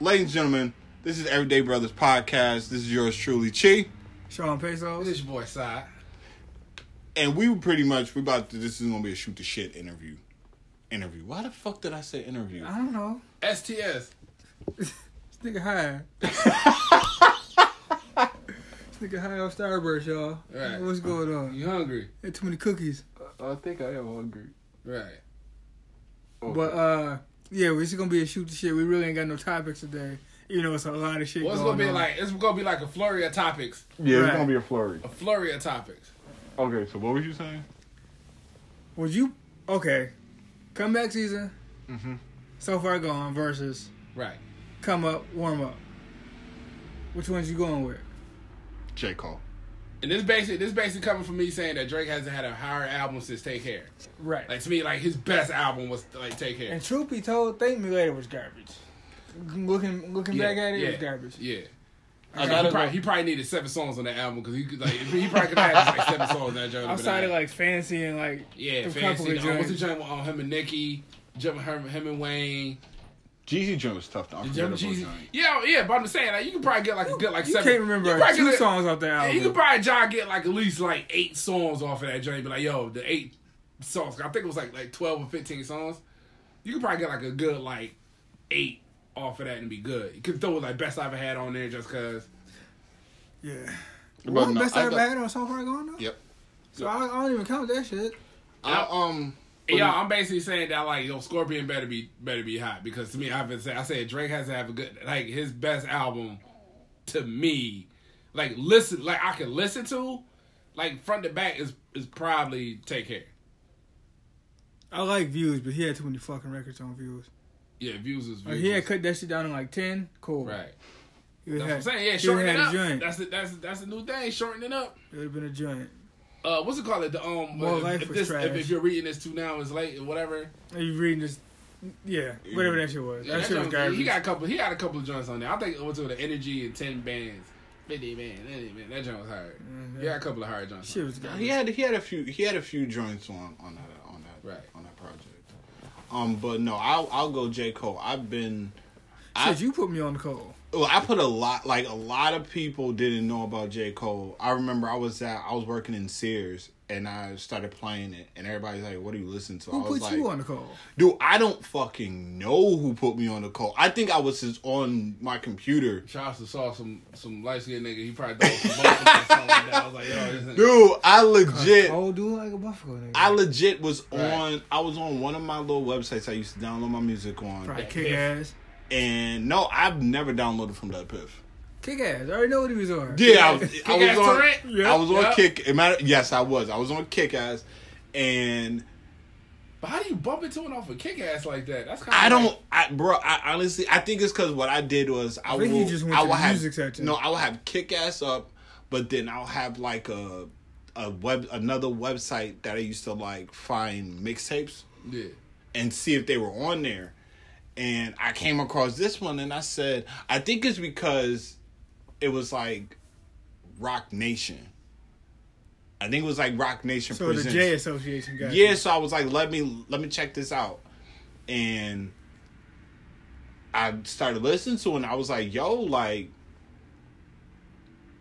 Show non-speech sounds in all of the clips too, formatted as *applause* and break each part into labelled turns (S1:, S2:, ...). S1: Ladies and gentlemen, this is Everyday Brothers Podcast. This is yours truly, Chi.
S2: Sean Pesos.
S3: This your boy Side.
S1: And we were pretty much, we about to, this is going to be a shoot the shit interview. Interview. Why the fuck did I say interview?
S2: I don't know.
S3: STS.
S2: this nigga high. this nigga high off Starburst, y'all.
S3: Right.
S2: What's going on?
S3: You hungry?
S2: Had too many cookies.
S4: I think I am hungry.
S3: Right.
S2: But uh, yeah, this is gonna be a shoot the shit. We really ain't got no topics today. You know, it's a lot of shit.
S3: Well, it's
S2: going
S3: gonna be
S2: on.
S3: like it's gonna be like a flurry of topics.
S4: yeah,
S2: Right.
S4: it's gonna be a flurry.
S3: A flurry of topics.
S4: Okay, so what was you saying?
S2: Would you? Okay, comeback season. Mm-hmm. So far gone versus
S3: Right.
S2: come up warm up. Which ones you going with?
S1: J. Cole.
S3: And this basically this basically coming from me saying that Drake hasn't had a higher album since Take Care.
S2: Right.
S3: Like to me, like his best album was like Take Care.
S2: and truth be told, Thank Me Later was garbage. Looking looking
S3: Yeah,
S2: back at it, it was
S3: yeah,
S2: garbage.
S3: Yeah.
S1: I
S3: Like, he,
S1: gotta
S3: probably,
S1: go.
S3: he probably needed seven songs on that album because he could, like he probably could have had just, like seven songs
S2: *laughs*
S3: on that joint.
S2: Outside of like fancy and like
S3: yeah,
S2: a
S3: fancy.
S2: couple
S3: Um,
S2: of
S3: what's the
S2: joints.
S3: joint with um, him and Nicki? Jump him, him and Wayne.
S1: Jeezy Jim was tough to
S3: Jump
S1: unforgettable
S3: Jeezy.
S1: time.
S3: Yeah, oh, yeah. But I'm just saying, like you could probably get like a good like
S2: you
S3: seven.
S2: can't remember
S3: you probably
S2: two
S3: get a-
S2: songs off the
S3: Yeah,
S2: album.
S3: you could probably try and get like at least like eight songs off of that joint. Be like, yo, the eight songs. I think it was like like twelve or fifteen songs. You could probably get like a good like eight off of that and be good. You could throw like best I ever had on there just cause.
S2: yeah.
S1: But
S2: Well,
S1: no,
S2: best
S1: I
S2: I ever
S1: got-
S2: had on so far gone though.
S1: Yep.
S2: So I, I don't even count that shit.
S1: I, um,
S3: And y'all, I'm basically saying that like yo, Scorpion better be better be hot because to me, I've been saying I said Drake has to have a good like his best album to me. Like listen, like I can listen to, like front to back is is probably Take Care.
S2: I like views, but he had too many fucking records on views.
S3: Yeah, views is views.
S2: Like Oh, he
S3: is-
S2: had cut that shit down to like ten. Cool.
S3: right.
S2: It would
S3: That's what I'm
S2: have,
S3: saying. Yeah,
S2: he would
S3: shorten it
S2: have
S3: up.
S2: a joint.
S3: That's the that's that's the new thing. Shorten it up.
S2: It would have been a joint.
S3: Uh, what's it called? It the um.
S2: More
S3: if,
S2: Life
S3: if
S2: was
S3: this,
S2: trash.
S3: If, if you're reading this too now, it's late. or Whatever.
S2: Are you reading this? Yeah, whatever that shit was.
S3: Yeah,
S2: that,
S3: that
S2: shit was
S3: joint-
S2: garbage.
S3: He got a couple. He got a couple of joints on there. I think it was with the energy and ten bands, fifty man, any man. That joint was hard.
S2: Mhm.
S3: He got a couple of hard joints. on
S2: shit
S3: there.
S2: was
S1: Nah,
S2: garbage.
S1: he had he had a few he had a few joints on on that on that
S3: Right.
S1: on that project. Um, but no, I'll I'll go J Cole. I've been. I-
S2: Shit, you put me on the cold.
S1: Well, I put a lot like a lot of people didn't know about J. Cole. I remember I was at I was working in Sears and I started playing it and everybody's like, What do you listen to?
S2: Who
S1: I was
S2: put
S1: like
S2: you on the cold?
S1: Dude, I don't fucking know who put me on the Cole. I think I was just on my computer.
S3: Charleston saw some some light skinned nigga. He probably thought some bullshit or something like that. I was like, yo, this nigga-
S1: Dude, I legit
S2: Cold dude like a buffalo nigga.
S1: I legit was
S3: Right.
S1: on I was on one of my little websites I used to download my music on.
S2: Probably
S3: that
S2: kick
S3: piff.
S2: ass.
S1: And no, I've never downloaded from that piff.
S2: Kick ass. I already know what he was on.
S1: Yeah, I was, I
S3: Kick-Ass
S1: was on.
S3: Torrent?
S1: I was on
S3: Yeah.
S1: kick. It matter. Yes, I was. I was on kick ass, and
S3: But how do you bump into it off a kick ass like that? That's kind of
S1: I don't. I bro. I honestly, I think it's because what I did was I,
S2: think
S1: will.
S2: you just went
S1: I
S2: to
S1: will
S2: the
S1: have
S2: music section.
S1: no. I will have kick ass up, but then I'll have like a a web another website that I used to like find mixtapes
S3: Yeah.
S1: and see if they were on there. And I came across this one and I said, I think it's because it was like Rock Nation. I think it was like Rock Nation
S2: So the
S1: presents.
S2: J Association guy.
S1: yeah, so I was like, let me let me check this out. And I started listening to it and I was like, yo, like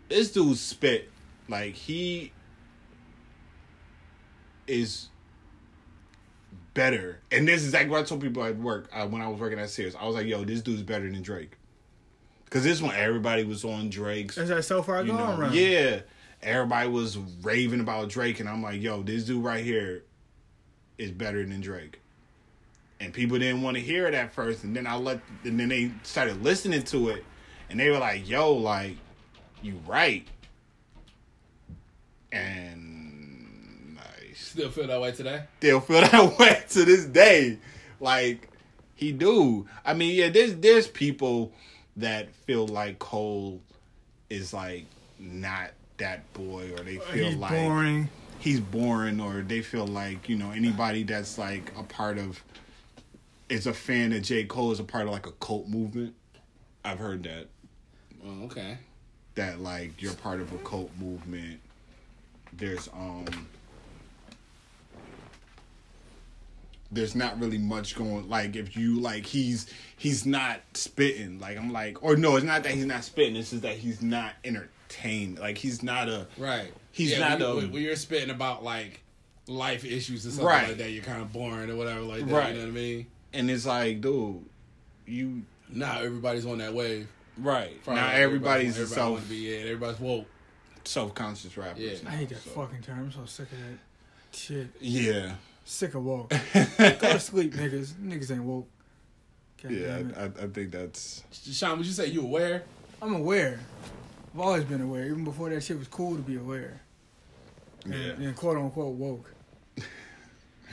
S1: this dude spit. Like he is better. And this is exactly what I told people at work uh, when I was working at Sears. I was like, yo, this dude's better than Drake. Because this one, everybody was on Drake's.
S2: That's that so far
S1: you
S2: gone
S1: know?
S2: round.
S1: Yeah. Everybody was raving about Drake. And I'm like, yo, this dude right here is better than Drake. And people didn't want to hear it at first. And then I let, and then they started listening to it. And they were like, yo, like, you right. And nice
S3: Still feel that way today.
S1: still feel *laughs* that way to this day. Like he do. I mean, yeah, there's there's people that feel like Cole is like not that boy, or they feel
S2: Uh, Oh, He's
S1: like
S2: boring.
S1: he's boring, or they feel like you know anybody that's like a part of is a fan of J Cole is a part of like a cult movement. I've heard that
S3: Oh, okay.
S1: that like you're part of a cult movement. There's um there's not really much going like if you like he's he's not spitting like I'm like or no it's not that he's not spitting it's just that he's not entertained like he's not a
S3: Right.
S1: He's
S3: yeah,
S1: not
S3: when,
S1: a-
S3: when- when you're spitting about like life issues and something
S1: Right.
S3: like that, you're kind of boring or whatever like that.
S1: Right.
S3: You know what I mean?
S1: and it's like dude you
S3: Now everybody's on that wave.
S1: right
S3: Probably
S1: now
S3: like
S1: everybody's
S3: everybody
S1: a
S3: wanna
S1: self
S3: be yeah, everybody's woke.
S1: self conscious rappers
S3: Yeah.
S1: now,
S2: I hate that
S1: so.
S2: fucking term. I'm so sick of that shit.
S1: yeah
S2: Sick
S1: *laughs*
S2: of woke. Go to sleep, niggas. Niggas ain't woke. God
S1: yeah
S2: damn it.
S1: I, I, I think that's
S3: Sean, would you say you aware?
S2: I'm aware. I've always been aware, even before that shit was cool to be aware. And, and quote unquote woke.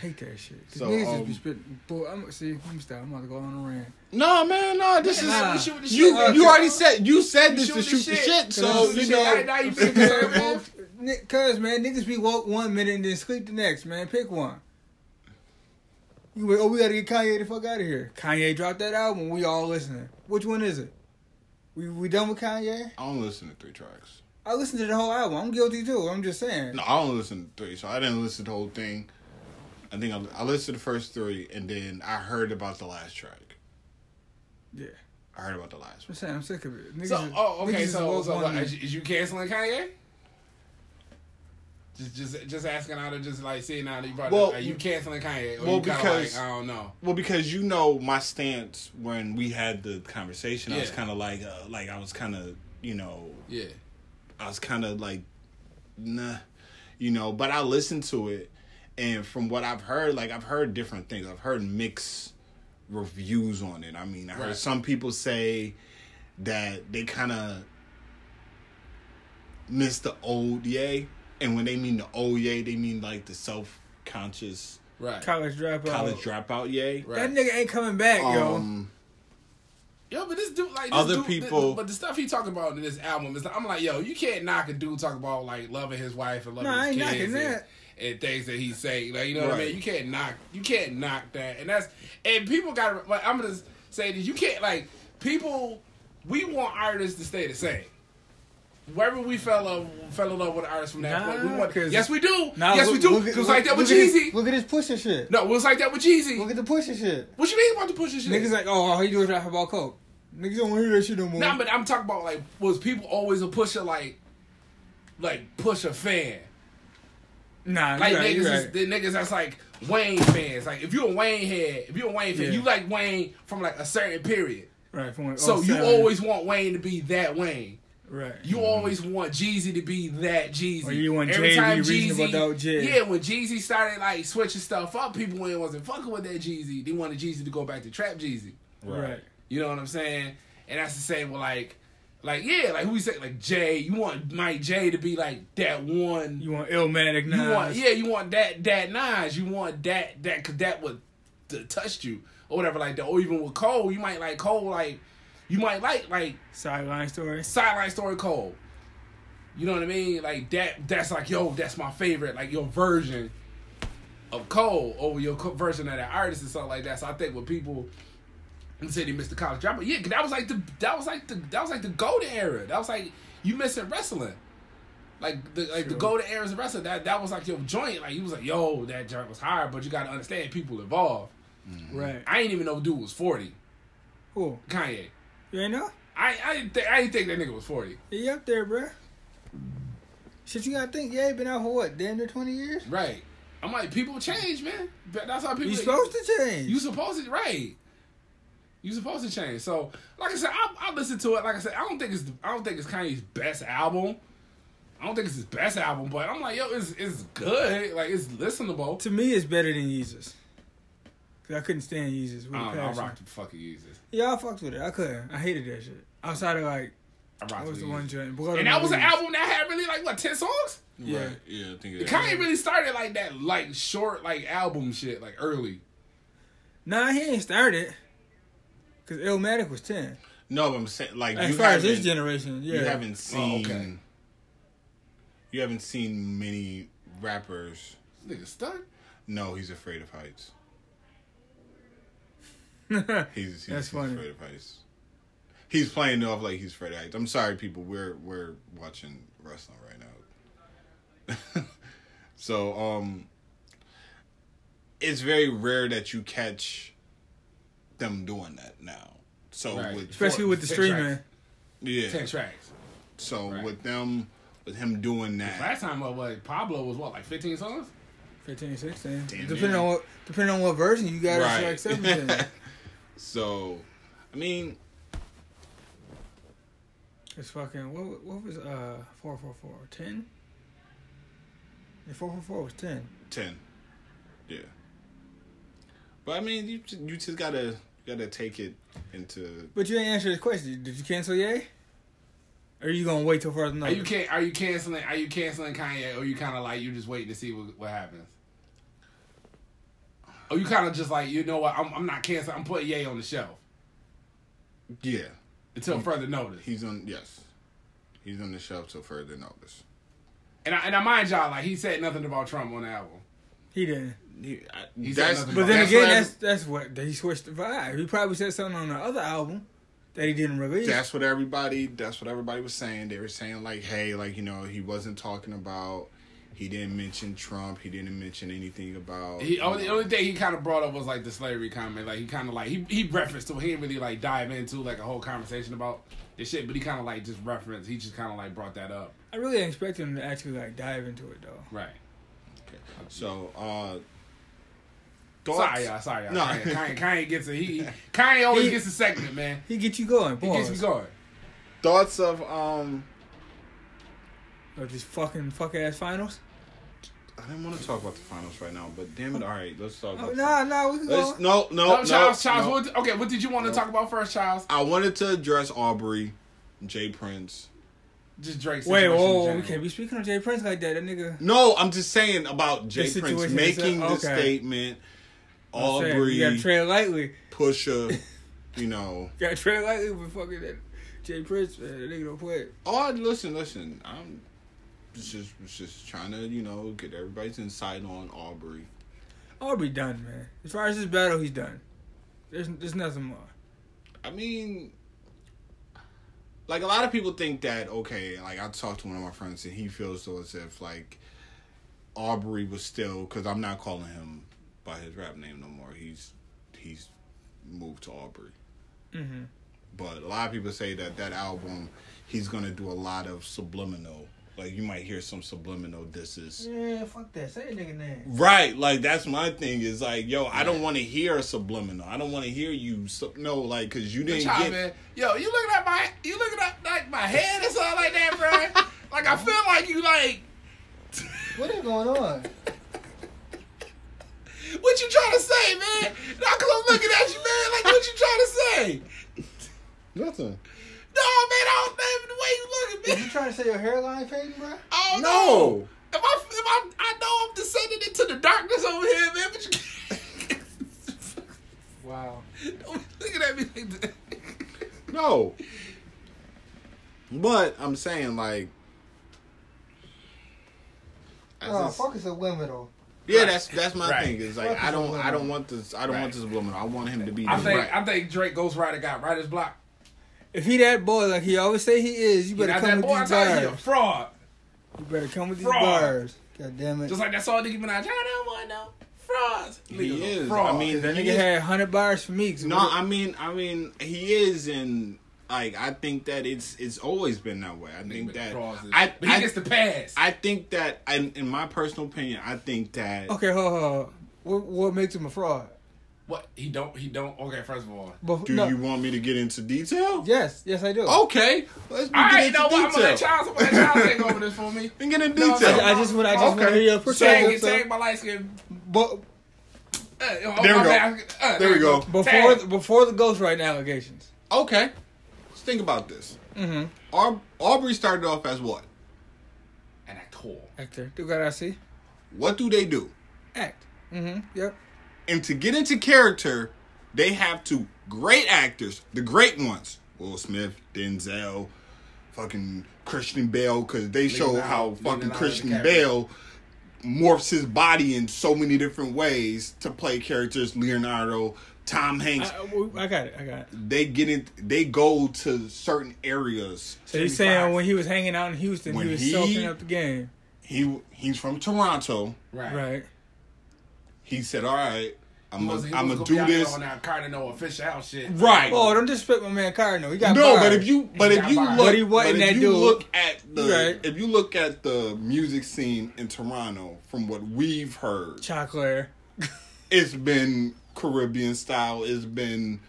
S2: hate that shit. 'Cause
S1: So,
S2: niggas just
S1: um,
S2: be spitting. Boy, I'm, see, let me stop. I'm about to go on a rant.
S1: No man, no. This
S3: Man,
S1: is
S2: nah.
S3: we shooting the
S1: you.
S3: shit.
S1: You already said you said this
S3: shooting
S1: to shoot the shit.
S2: Cause
S1: so
S2: I'm
S1: you
S3: shooting
S1: know.
S3: the shit. Now you being *laughs*
S1: Nah,
S3: conservative.
S2: Because, man, niggas be woke one minute and then sleep the next, man. Pick one. You wait, oh, we gotta get Kanye the fuck out of here. Kanye dropped that album. We all listening. Which one is it? We we done with Kanye?
S1: I don't listen to three tracks.
S2: I listened to the whole album. I'm guilty too. I'm just saying.
S1: No, I don't listen to three. So I didn't listen to the whole thing. I think I, I listened to the first three, and then I heard about the last track.
S2: Yeah.
S1: I heard about the last
S2: I'm
S1: one.
S2: saying I'm sick of it. Niggas
S3: So
S2: is-
S3: oh
S2: niggas
S3: okay,
S2: is
S3: so,
S2: woke
S3: so
S2: one
S3: like,
S2: minute.
S3: is, is you canceling Kanye? Just just just asking out of just like seeing out that you brought
S1: Well,
S3: up, are you canceling Kanye? Or
S1: well,
S3: you kinda
S1: because-
S3: like, I don't know.
S1: Well, because you know my stance when we had the conversation, I was
S3: Yeah.
S1: kind of like, uh, like I was kind of, you know,
S3: Yeah.
S1: I was kind of like, nah, you know. But I listened to it, and from what I've heard, like I've heard different things. I've heard mixed reviews on it. I mean, I heard
S3: Right.
S1: some people say that they kind of miss the old yay, and when they mean the old yay, they mean like the self conscious
S3: Right.
S2: college dropout.
S1: college dropout yay.
S2: That
S3: Right.
S2: nigga ain't coming back, yo.
S1: Um,
S3: Yo, but this dude, like this
S1: Other
S3: dude, thi-
S1: people-
S3: but the stuff he talking about in this album is, I'm like, yo, you can't knock a dude talking about like loving his wife and loving
S2: Nah, I
S3: his
S2: ain't
S3: kids
S2: knocking
S3: and,
S2: that.
S3: and things that he's saying. Like, you know what I
S1: Right.
S3: mean? You can't knock, you can't knock that, and that's and people got. to Like, I'm gonna say this: you can't like people. We want artists to stay the same. Whether we fell in love, fell in love with artists from that
S2: Nah,
S3: point, we want,
S2: 'cause-
S3: yes, we do.
S2: Nah,
S3: yes, we
S2: look-
S3: do.
S2: look at-
S3: 'Cause it was like that
S2: look
S3: with
S2: at this-
S3: Jeezy.
S2: Look at this pushing shit.
S3: No, it was like that with
S2: Look
S3: Jeezy.
S2: at the pushing shit.
S3: What you mean about the pushing shit?
S2: Niggas like, oh, all he do is rap about coke. Niggas don't want to hear that shit no more.
S3: No, but I'm talking about like was people always a pusher like like pusher fan.
S2: nah,
S3: Like
S2: you right,
S3: niggas
S2: you
S3: is-
S2: right.
S3: the niggas that's like Wayne fans. Like if you're a Wayne head, if you're a Wayne fan,
S2: Yeah.
S3: you like Wayne from like a certain period.
S2: Right, from when-
S3: So
S2: oh,
S3: you
S2: seven.
S3: always want Wayne to be that Wayne.
S2: right.
S3: You always want Jeezy to be that Jeezy.
S2: Or you want Jay to be reasonable doubt Jay.
S3: Yeah, when Jeezy started like switching stuff up, people ain't wasn't fucking with that Jeezy. They wanted Jeezy to go back to trap Jeezy.
S2: right.
S3: You know what I'm saying? And that's the same with like, like yeah, like who we say like Jay. You want Mike Jay to be like that one. You,
S2: You want Illmatic Nas.
S3: want yeah, you want that that Nas. You want that that cause that would that touched you or whatever like that. Or even with Cole, you might like Cole like you might like like
S2: Sideline story.
S3: sideline story Cole. You know what I mean? Like that. That's like yo, that's my favorite. Like your version of Cole over your co- version of that artist and stuff like that. So I think when people say they missed the college dropout, yeah, 'cause that was like the that was like the that was like the golden era. That was like you missing wrestling. Like the like the
S2: Sure.
S3: golden era of wrestling. That that was like your joint. Like you was like yo, that joint was hard, but you got to understand people involved. Mm.
S2: Right.
S3: I ain't even know dude was forty.
S2: Cool.
S3: Kanye.
S2: You ain't know?
S3: I I didn't, think I didn't think that nigga was forty.
S2: He up there, bruh. Shit, you gotta think. Yeah, he been out for what? Damn near 20 years?
S3: Right. I'm like, people change, man. That- That's how people.
S2: You supposed to change.
S3: You supposed to right. You supposed to change. So, like I said, I, I listened to it. Like I said, I don't think it's I don't think it's Kanye's best album. I don't think it's his best album, but I'm like, yo, it's it's good. Like it's listenable.
S2: to me, it's better than Yeezus. Cause I couldn't stand Yeezus. With a
S3: I, don't know, I
S2: passion.
S3: rocked the fucking uses.
S2: Yeah, I fucked with it. I couldn't. I hated that shit. Outside of like,
S3: I rocked
S2: what was the
S3: with
S2: one
S3: Yeezus.
S2: joint? Blood on
S3: And
S2: My
S3: that was an
S2: Leaves.
S3: album that had really like what ten songs.
S2: Yeah.
S1: Right. Yeah. I think it is.
S3: Kanye really started like that, like short, like album shit, like early.
S2: Nah, he ain't started. Cause Illmatic was 10.
S1: No, but I'm saying like
S2: As
S1: you
S2: far as this
S1: haven't-
S2: generation, yeah.
S1: you haven't
S3: Oh,
S1: seen
S3: okay.
S1: you haven't seen many rappers
S3: This nigga stuck.
S1: no he's afraid of heights he's, he's,
S2: That's
S1: he's
S2: funny.
S1: afraid of heights he's playing it off like he's afraid of heights i'm sorry people we're we're watching wrestling *laughs* right now so um it's very rare that you catch them doing that now. So
S3: Right.
S1: with
S2: *laughs* Especially with the
S3: Ten
S2: streaming.
S3: tracks.
S1: yeah,
S3: ten tracks.
S1: so
S3: Right.
S1: with them with him doing that,
S3: Last time, what, what Pablo was what like fifteen songs?
S2: 15, 16.
S1: Damn
S2: depending
S1: near.
S2: on what depending on what version you got,
S1: Right.
S2: it's like 17.
S1: *laughs* so I mean,
S2: it's fucking what what was uh 444 10? Yeah, 444 was 10.
S1: ten, yeah. But I mean, you ju- you just gotta you gotta take it into
S2: But you ain't answer the question. Did you cancel Yay? Or you gonna wait till further
S3: Are you
S2: notice?
S3: can Are you canceling? Are you canceling Kanye? Or you kind of like you just waiting to see what, what happens? Or you kind of just like you know what? I'm I'm not canceling. I'm putting Ye on the shelf
S1: yeah.
S2: Mm.
S3: until further notice.
S1: He's on yes, he's on the shelf till further notice.
S3: And I, and I mind y'all, like he said nothing about Trump on the album.
S2: He didn't.
S1: He, I,
S3: He said
S1: Oh, that's,
S3: nothing
S2: But then
S3: That's
S2: again,
S1: what I-
S2: that's that's what he switched the vibe. He probably said something on the other album that he didn't release.
S1: that's what everybody that's what everybody was saying they were saying like hey like you know he wasn't talking about he didn't mention trump he didn't mention anything about
S3: He only, the only thing he kind of brought up was like the slavery comment. Like he kind of like he he referenced to. it. He didn't really like dive into like a whole conversation about this shit. But he kind of like just referenced. He just kind of like brought that up.
S2: I really didn't expect him to actually like dive into it though.
S3: Right.
S1: so uh
S3: Sorry, y'all. Sorry, y'all.
S1: No.
S3: Kanye, Kanye, Kanye gets
S2: *laughs*
S3: a he. he- Kanye always
S2: He-
S3: gets a segment, man.
S2: He get you going.
S3: He gets me
S2: Pause.
S3: going.
S1: thoughts of um
S2: Of these fucking fuck ass finals.
S1: i didn't want to talk about the finals right now but damn it all right let's talk
S2: Oh,
S1: about
S2: nah, nah, we can go.
S1: let's, no no
S3: No,
S1: no,
S3: Oh, Charles, Charles.
S1: no.
S3: What, okay, what did you want to talk about first, Charles?
S1: i wanted to address aubrey jay prince
S3: Just Drake's
S2: Wait,
S3: situation
S2: whoa,
S3: in
S2: whoa, we
S3: general.
S2: can't be speaking of Jay Prince like that. That nigga.
S1: no i'm just saying about jay prince
S2: situation
S1: making
S2: itself,
S1: the
S2: okay.
S1: statement
S2: I'm saying, You gotta
S1: aubrey
S2: tread lightly. You *laughs*
S1: pusha you know
S2: gotta tread lightly with fucking that Jay Prince. Man, that nigga don't play.
S1: Oh, I- listen, listen. I'm just just trying to you know get everybody's insight on Aubrey.
S2: I'll be done, man. As far as this battle, he's done. There's there's nothing more.
S1: I mean, like a lot of people think that okay. Like I talked to one of my friends and he feels though as if like Aubrey was still because I'm not calling him by his rap name no more. He's he's moved to Aubrey.
S2: Mm-hmm.
S1: But a lot of people say that that album, he's gonna do a lot of subliminal. Like you might hear some subliminal disses.
S2: Yeah, fuck that. Say that nigga name.
S1: Right, like that's my thing is like, yo, I don't want to hear a subliminal. I don't want to hear you. Sub- no, like, cause you
S3: Good
S1: didn't
S3: job,
S1: get.
S3: man. Yo, you looking at my you looking at like my head and stuff like that, *laughs* bro. like I feel like you like
S2: What is going on?
S3: what you trying to say, man? Not cause I'm looking at you, man. Like what you trying to say?
S1: Nothing.
S3: No, man. I don't name the way you looking, man.
S2: trying to say your hairline fading, bro?
S3: I don't know.
S1: No.
S3: If I if I I know I'm descending into the darkness over here, man. But
S2: Wow.
S3: you *laughs* don't be looking at me like that.
S1: No. But I'm saying like. I just-
S2: is subliminal.
S1: yeah, that's that's my
S3: Right.
S1: thing. Is like
S2: Fuck
S1: I
S2: is
S1: don't I don't
S2: subliminal.
S1: want this I don't
S3: Right.
S1: want this subliminal. I want him to be.
S3: I
S1: just
S3: think
S1: right.
S3: I think Drake Ghost Rider got writer's block.
S2: If he that boy like he always say he is, you
S3: But
S2: better
S3: not
S2: come
S3: that
S2: with
S3: boy. I
S2: these
S3: tell you, he a
S2: bars.
S3: fraud.
S2: You better come with these
S3: Fraud.
S2: bars. God damn it.
S3: Just like that song Nicki Minaj. I don't want no frauds.
S1: he
S3: Nigga's a
S1: is.
S3: fraud.
S1: I mean,
S2: That
S1: he
S2: nigga
S1: is-
S2: had 100 bars for me.
S1: No, I mean, I mean, he is, and like, I think that it's it's always been that way. I think that I
S3: but he
S1: I,
S3: gets the pass.
S1: I think that, in, in my personal opinion, I think that
S2: Okay, hold on, hold on. What, what makes him a fraud?
S3: what he don't he don't. Okay, first of all,
S2: But,
S1: Do
S2: no.
S1: you Oh, want me to get into detail?
S2: Yes, yes, I do.
S1: Okay, let's
S3: all
S1: begin
S3: right, you
S1: into
S3: know what? I'm gonna let
S1: detail.
S3: Charles. I'm gonna let Charles take over this
S2: *laughs*
S3: for me.
S1: We can get into
S3: No,
S1: detail.
S2: I, I just want, I just want to
S1: Okay.
S2: hear your
S3: Take,
S2: perspective. so-
S3: take my light skin.
S2: but
S3: Uh, oh,
S1: There we go.
S3: my bad. Uh,
S1: There we go.
S2: before,
S3: Tag.
S2: the, before the ghostwriting allegations.
S1: okay, let's think about this.
S2: Mm-hmm.
S1: Aub- Aubrey started off as what?
S3: and I tore.
S2: Actor, do what I see.
S1: What do they do?
S2: Act. Mm-hmm. Yep.
S1: And to get into character, they have to great actors, the great ones, Will Smith, Denzel, fucking Christian Bale, because they show
S3: Leonardo-
S1: how fucking
S3: Leonardo
S1: Christian
S3: DiCaprio.
S1: Bale morphs his body in so many different ways to play characters. Leonardo, Tom Hanks,
S2: I, I- I got it. I got it.
S1: they get in, they go to certain areas.
S2: So you
S3: 75.
S2: saying when he was hanging out in Houston,
S1: When
S2: he was
S1: he-
S2: soaking up the game,
S1: He he's from Toronto.
S3: Right.
S2: right?
S1: He said, "All right, I'm
S3: He was-
S1: gonna
S3: he
S1: I'm
S3: was
S1: gonna
S3: be
S1: do
S3: out there
S1: this."
S3: on that Cardinal official shit.
S1: Right.
S2: Oh, don't disrespect my man Cardinal. He got
S1: no,
S2: fired.
S1: but if you but
S3: He
S1: if
S3: got
S1: you
S3: fired.
S1: look
S2: But he wasn't
S1: but if
S2: that
S1: you
S2: dude.
S1: look at the
S2: Right.
S1: if you look at the music scene in Toronto from what we've heard,
S2: chocolate.
S1: it's been Caribbean style, it's been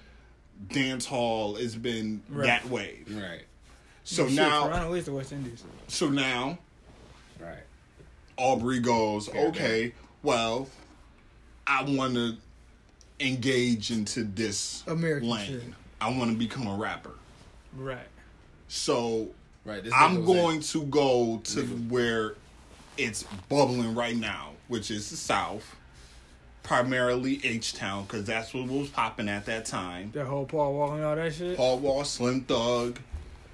S1: dance hall, it's been
S2: Right.
S1: that way.
S3: Right.
S1: So
S2: Shit,
S1: now
S2: Toronto is the West Indies.
S1: so now
S3: Right.
S1: Aubrey goes,
S3: Yeah,
S1: okay, well, I want to engage into this
S2: American
S1: lane.
S2: shit.
S1: I want to become a rapper.
S2: Right.
S1: So
S3: Right. This nigga
S1: I'm
S3: was
S1: going to go to where it's bubbling right now, which is the South, primarily H Town, because that's what was popping at that time.
S2: That whole Paul Wall and all that shit.
S1: Paul Wall, Slim Thug,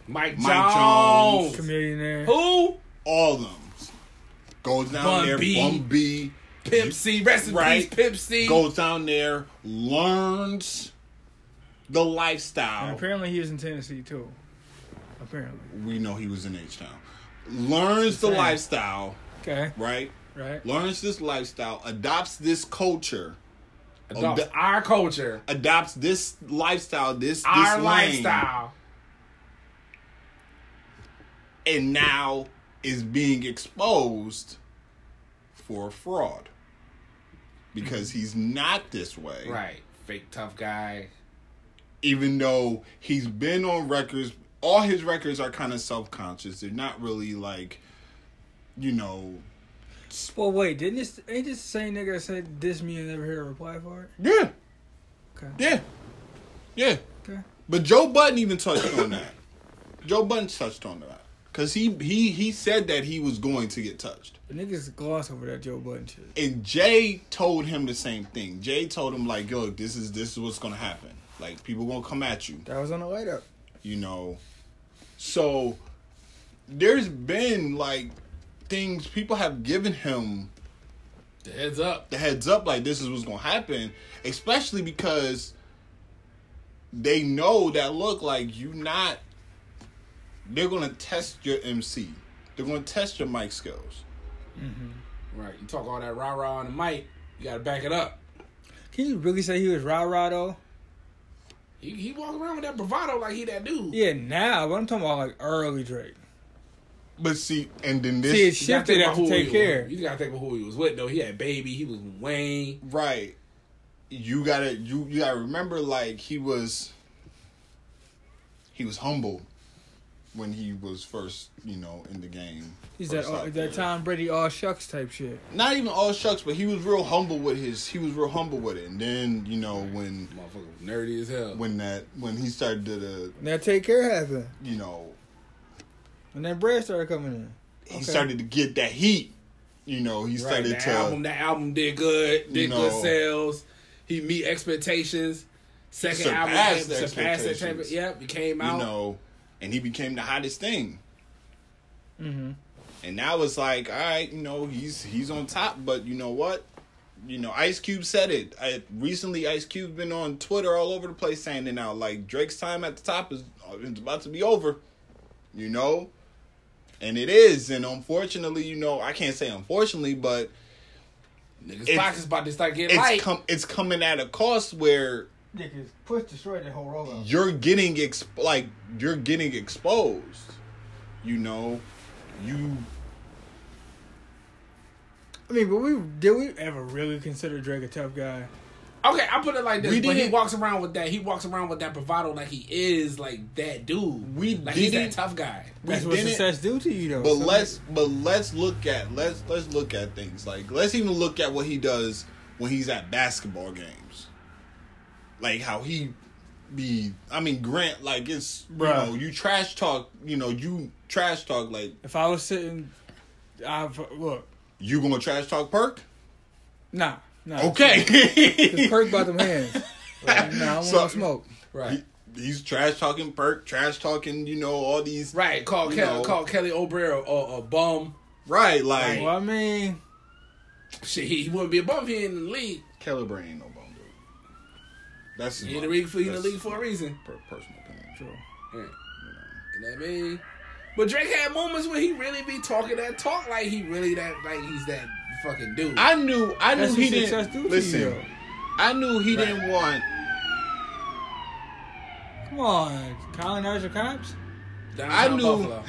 S3: a- Mike,
S1: Mike
S3: Jones.
S2: Chameleon there.
S3: Who?
S1: all of them. Goes down
S3: Bun
S1: there,
S3: B.
S1: Bum B,
S3: Pimp C. Rest in
S1: Right.
S3: peace, Pimp C.
S1: goes down there, learns the
S2: And
S1: lifestyle.
S2: apparently he was in Tennessee too. Apparently.
S1: We know he was in H Town. Learns the
S2: Same.
S1: lifestyle,
S2: Okay.
S1: right?
S2: Right.
S1: Learns this lifestyle, adopts this culture.
S3: Adopts
S1: Oh, the-
S3: our culture.
S1: adopts this lifestyle, this this
S3: Our
S1: lane,
S3: lifestyle.
S1: and now is being exposed for fraud because he's not this way.
S3: Right. Fake tough guy.
S1: Even though he's been on records, all his records are kind of self conscious. They're not really like, you know,
S2: Well, wait, didn't this ain't this the same nigga that said this me and never hear a reply for it?
S1: yeah,
S2: Okay.
S1: yeah, yeah.
S2: Okay.
S1: But Joe Button even touched on that. Joe Button touched on that because he he he said that he was going to get touched.
S2: The niggas gloss over that Joe Budden shit.
S1: and Jay told him the same thing. Jay told him like, "Yo, this is this is what's gonna happen. Like, people gonna come at you,
S2: That was on the light up.
S1: you know." So there's been like things people have given him
S3: The heads up.
S1: the heads up, like this is what's gonna happen, especially because they know that look like you not. They're gonna test your MC. They're gonna test your mic skills.
S3: Right. You talk all that rah rah on the mic. You gotta back it up.
S2: Can you really say he was rah rah though?
S3: He, he walk around with that bravado like he that dude.
S2: Yeah, now, but I'm talking about like early Drake.
S1: But see, and then this
S2: See, it's
S3: You gotta
S2: shifted
S3: think about
S2: after
S3: who
S2: Take
S3: he
S2: Care.
S3: Was. You gotta think about who he was with though. He had baby. He was with Wayne.
S1: Right. You gotta you you gotta remember like he was he was humble when he was first, you know, in the game.
S2: He's
S1: First
S2: that all,
S1: out
S2: that
S1: there.
S2: Tom Brady all shucks type shit.
S1: Not even all shucks, but he was real humble with his he was real humble with it. And then, you know, when
S3: Motherfucker was nerdy as hell.
S1: when that when he started to the
S2: And that Take Care happened.
S1: you know
S2: And that bread started coming in.
S1: he
S2: Okay.
S1: started to get that heat. You know, he
S3: Right,
S1: started
S3: that
S1: to
S3: album, that album did good, did
S1: You know.
S3: good sales. He meet expectations. Second
S1: Surpassed
S3: album
S1: the
S3: surpassed
S1: expectations.
S3: expectations. Yep, it came
S1: you
S3: out.
S1: know, and he became the hottest thing.
S2: Mm-hmm.
S1: And now it's like, all right, you know, he's he's on top, but you know what? You know, Ice Cube said it. I, recently, Ice Cube been on Twitter all over the place saying it now. Like Drake's time at the top is it's about to be over, you know, and it is. And unfortunately, you know, I can't say unfortunately, but
S3: Niggas
S1: It's-
S3: pockets about to start
S1: it's
S3: getting light.
S1: come it's coming at a cost where
S2: Niggas push destroyed that whole rollout.
S1: you're getting exp- like you're getting exposed. You know, you
S2: I mean, but we did we ever really consider Drake a tough guy?
S3: okay, I put it like
S1: We
S3: this: when he
S1: didn't-
S3: walks around with that, he walks around with that bravado like he is like that dude.
S1: We
S3: like he's that
S1: didn't-
S3: tough guy.
S1: we
S2: That's what
S1: didn't-
S2: success do to you, though.
S1: But
S2: Some-
S1: let's but let's look at let's let's look at things like let's even look at what he does when he's at basketball games, like how he be. I mean, Grant, like it's
S2: Bruh.
S1: you know you trash talk, you know you trash talk like
S2: If I was sitting, I look,
S1: you gonna trash talk Perk?
S2: nah, nah.
S1: Okay,
S2: *laughs* Cause Perk bought them hands. Like, nah, I want
S1: So-
S2: to smoke.
S3: Right,
S1: *laughs* He- he's trash talking Perk, trash talking you know all these
S3: right. Call
S1: You
S3: Kelly,
S1: know.
S3: call Kelly O'Brien a, a, a bum.
S1: right like
S2: Well, I mean,
S3: Shit, he, he wouldn't be above here in the league.
S1: Keller Brain ain't no bum dude. That's
S3: He in
S1: my-
S3: the league, he in the
S1: that's
S3: league for a reason.
S1: per- personal opinion.
S2: true.
S3: You know what I mean? But Drake had moments where he really be talking that talk like he really that like he's that fucking dude.
S1: I knew I knew
S2: That's
S1: he
S2: what success
S1: didn't
S2: do to
S1: listen.
S2: you. though.
S1: I knew he
S3: Right.
S1: didn't want.
S2: Come on, colonize your cops.
S3: Down
S1: I
S3: South
S1: knew-
S3: Buffalo.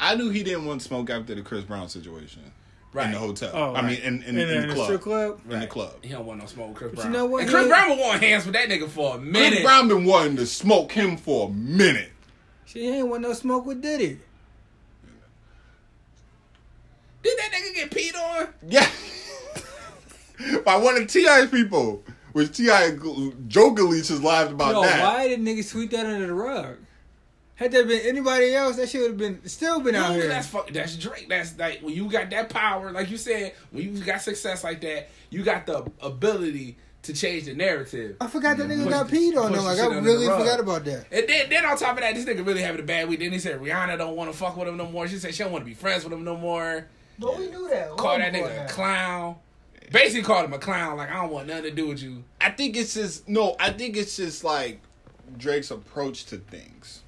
S1: I knew he didn't want smoke after the Chris Brown situation in
S3: right.
S1: the hotel.
S2: Oh,
S1: I mean,
S2: right.
S1: in, in,
S2: And
S1: in,
S2: then
S1: the
S2: the
S1: club.
S2: strip club?
S1: In the club.
S3: He don't want no smoke, with Chris
S2: But
S3: Brown.
S2: you know what?
S3: And Chris
S2: He-
S3: Brown was on hands with that nigga for a minute.
S1: Chris Brown been wanting to smoke him for a minute.
S2: She ain't want no smoke with Diddy.
S3: Did that nigga get peed on?
S1: Yeah. *laughs* By one of T.I.'s people, which T.I. g- jokingly just lied about
S2: Yo,
S1: that.
S2: why did niggas sweep that under the rug? Had there been anybody else, that shit would have been still been out
S3: Dude,
S2: here.
S3: that's fuck, that's Drake. That's like when you got that power, like you said, when you got success like that, you got the ability to change the narrative.
S2: I forgot that nigga
S3: Push-
S2: got peed on.
S3: push
S2: Though.
S3: the
S2: Like
S3: shit
S2: I
S3: under the
S2: really
S3: rug.
S2: forgot about that.
S3: And then, then on top of that, this nigga really having a bad week. Then he said Rihanna don't want to fuck with him no more. She said she don't want to be friends with him no more.
S2: But we knew that.
S3: Call that nigga a clown. Basically called him a clown. Like I don't want nothing to do with you.
S1: I think it's just no. I think it's just like Drake's approach to things.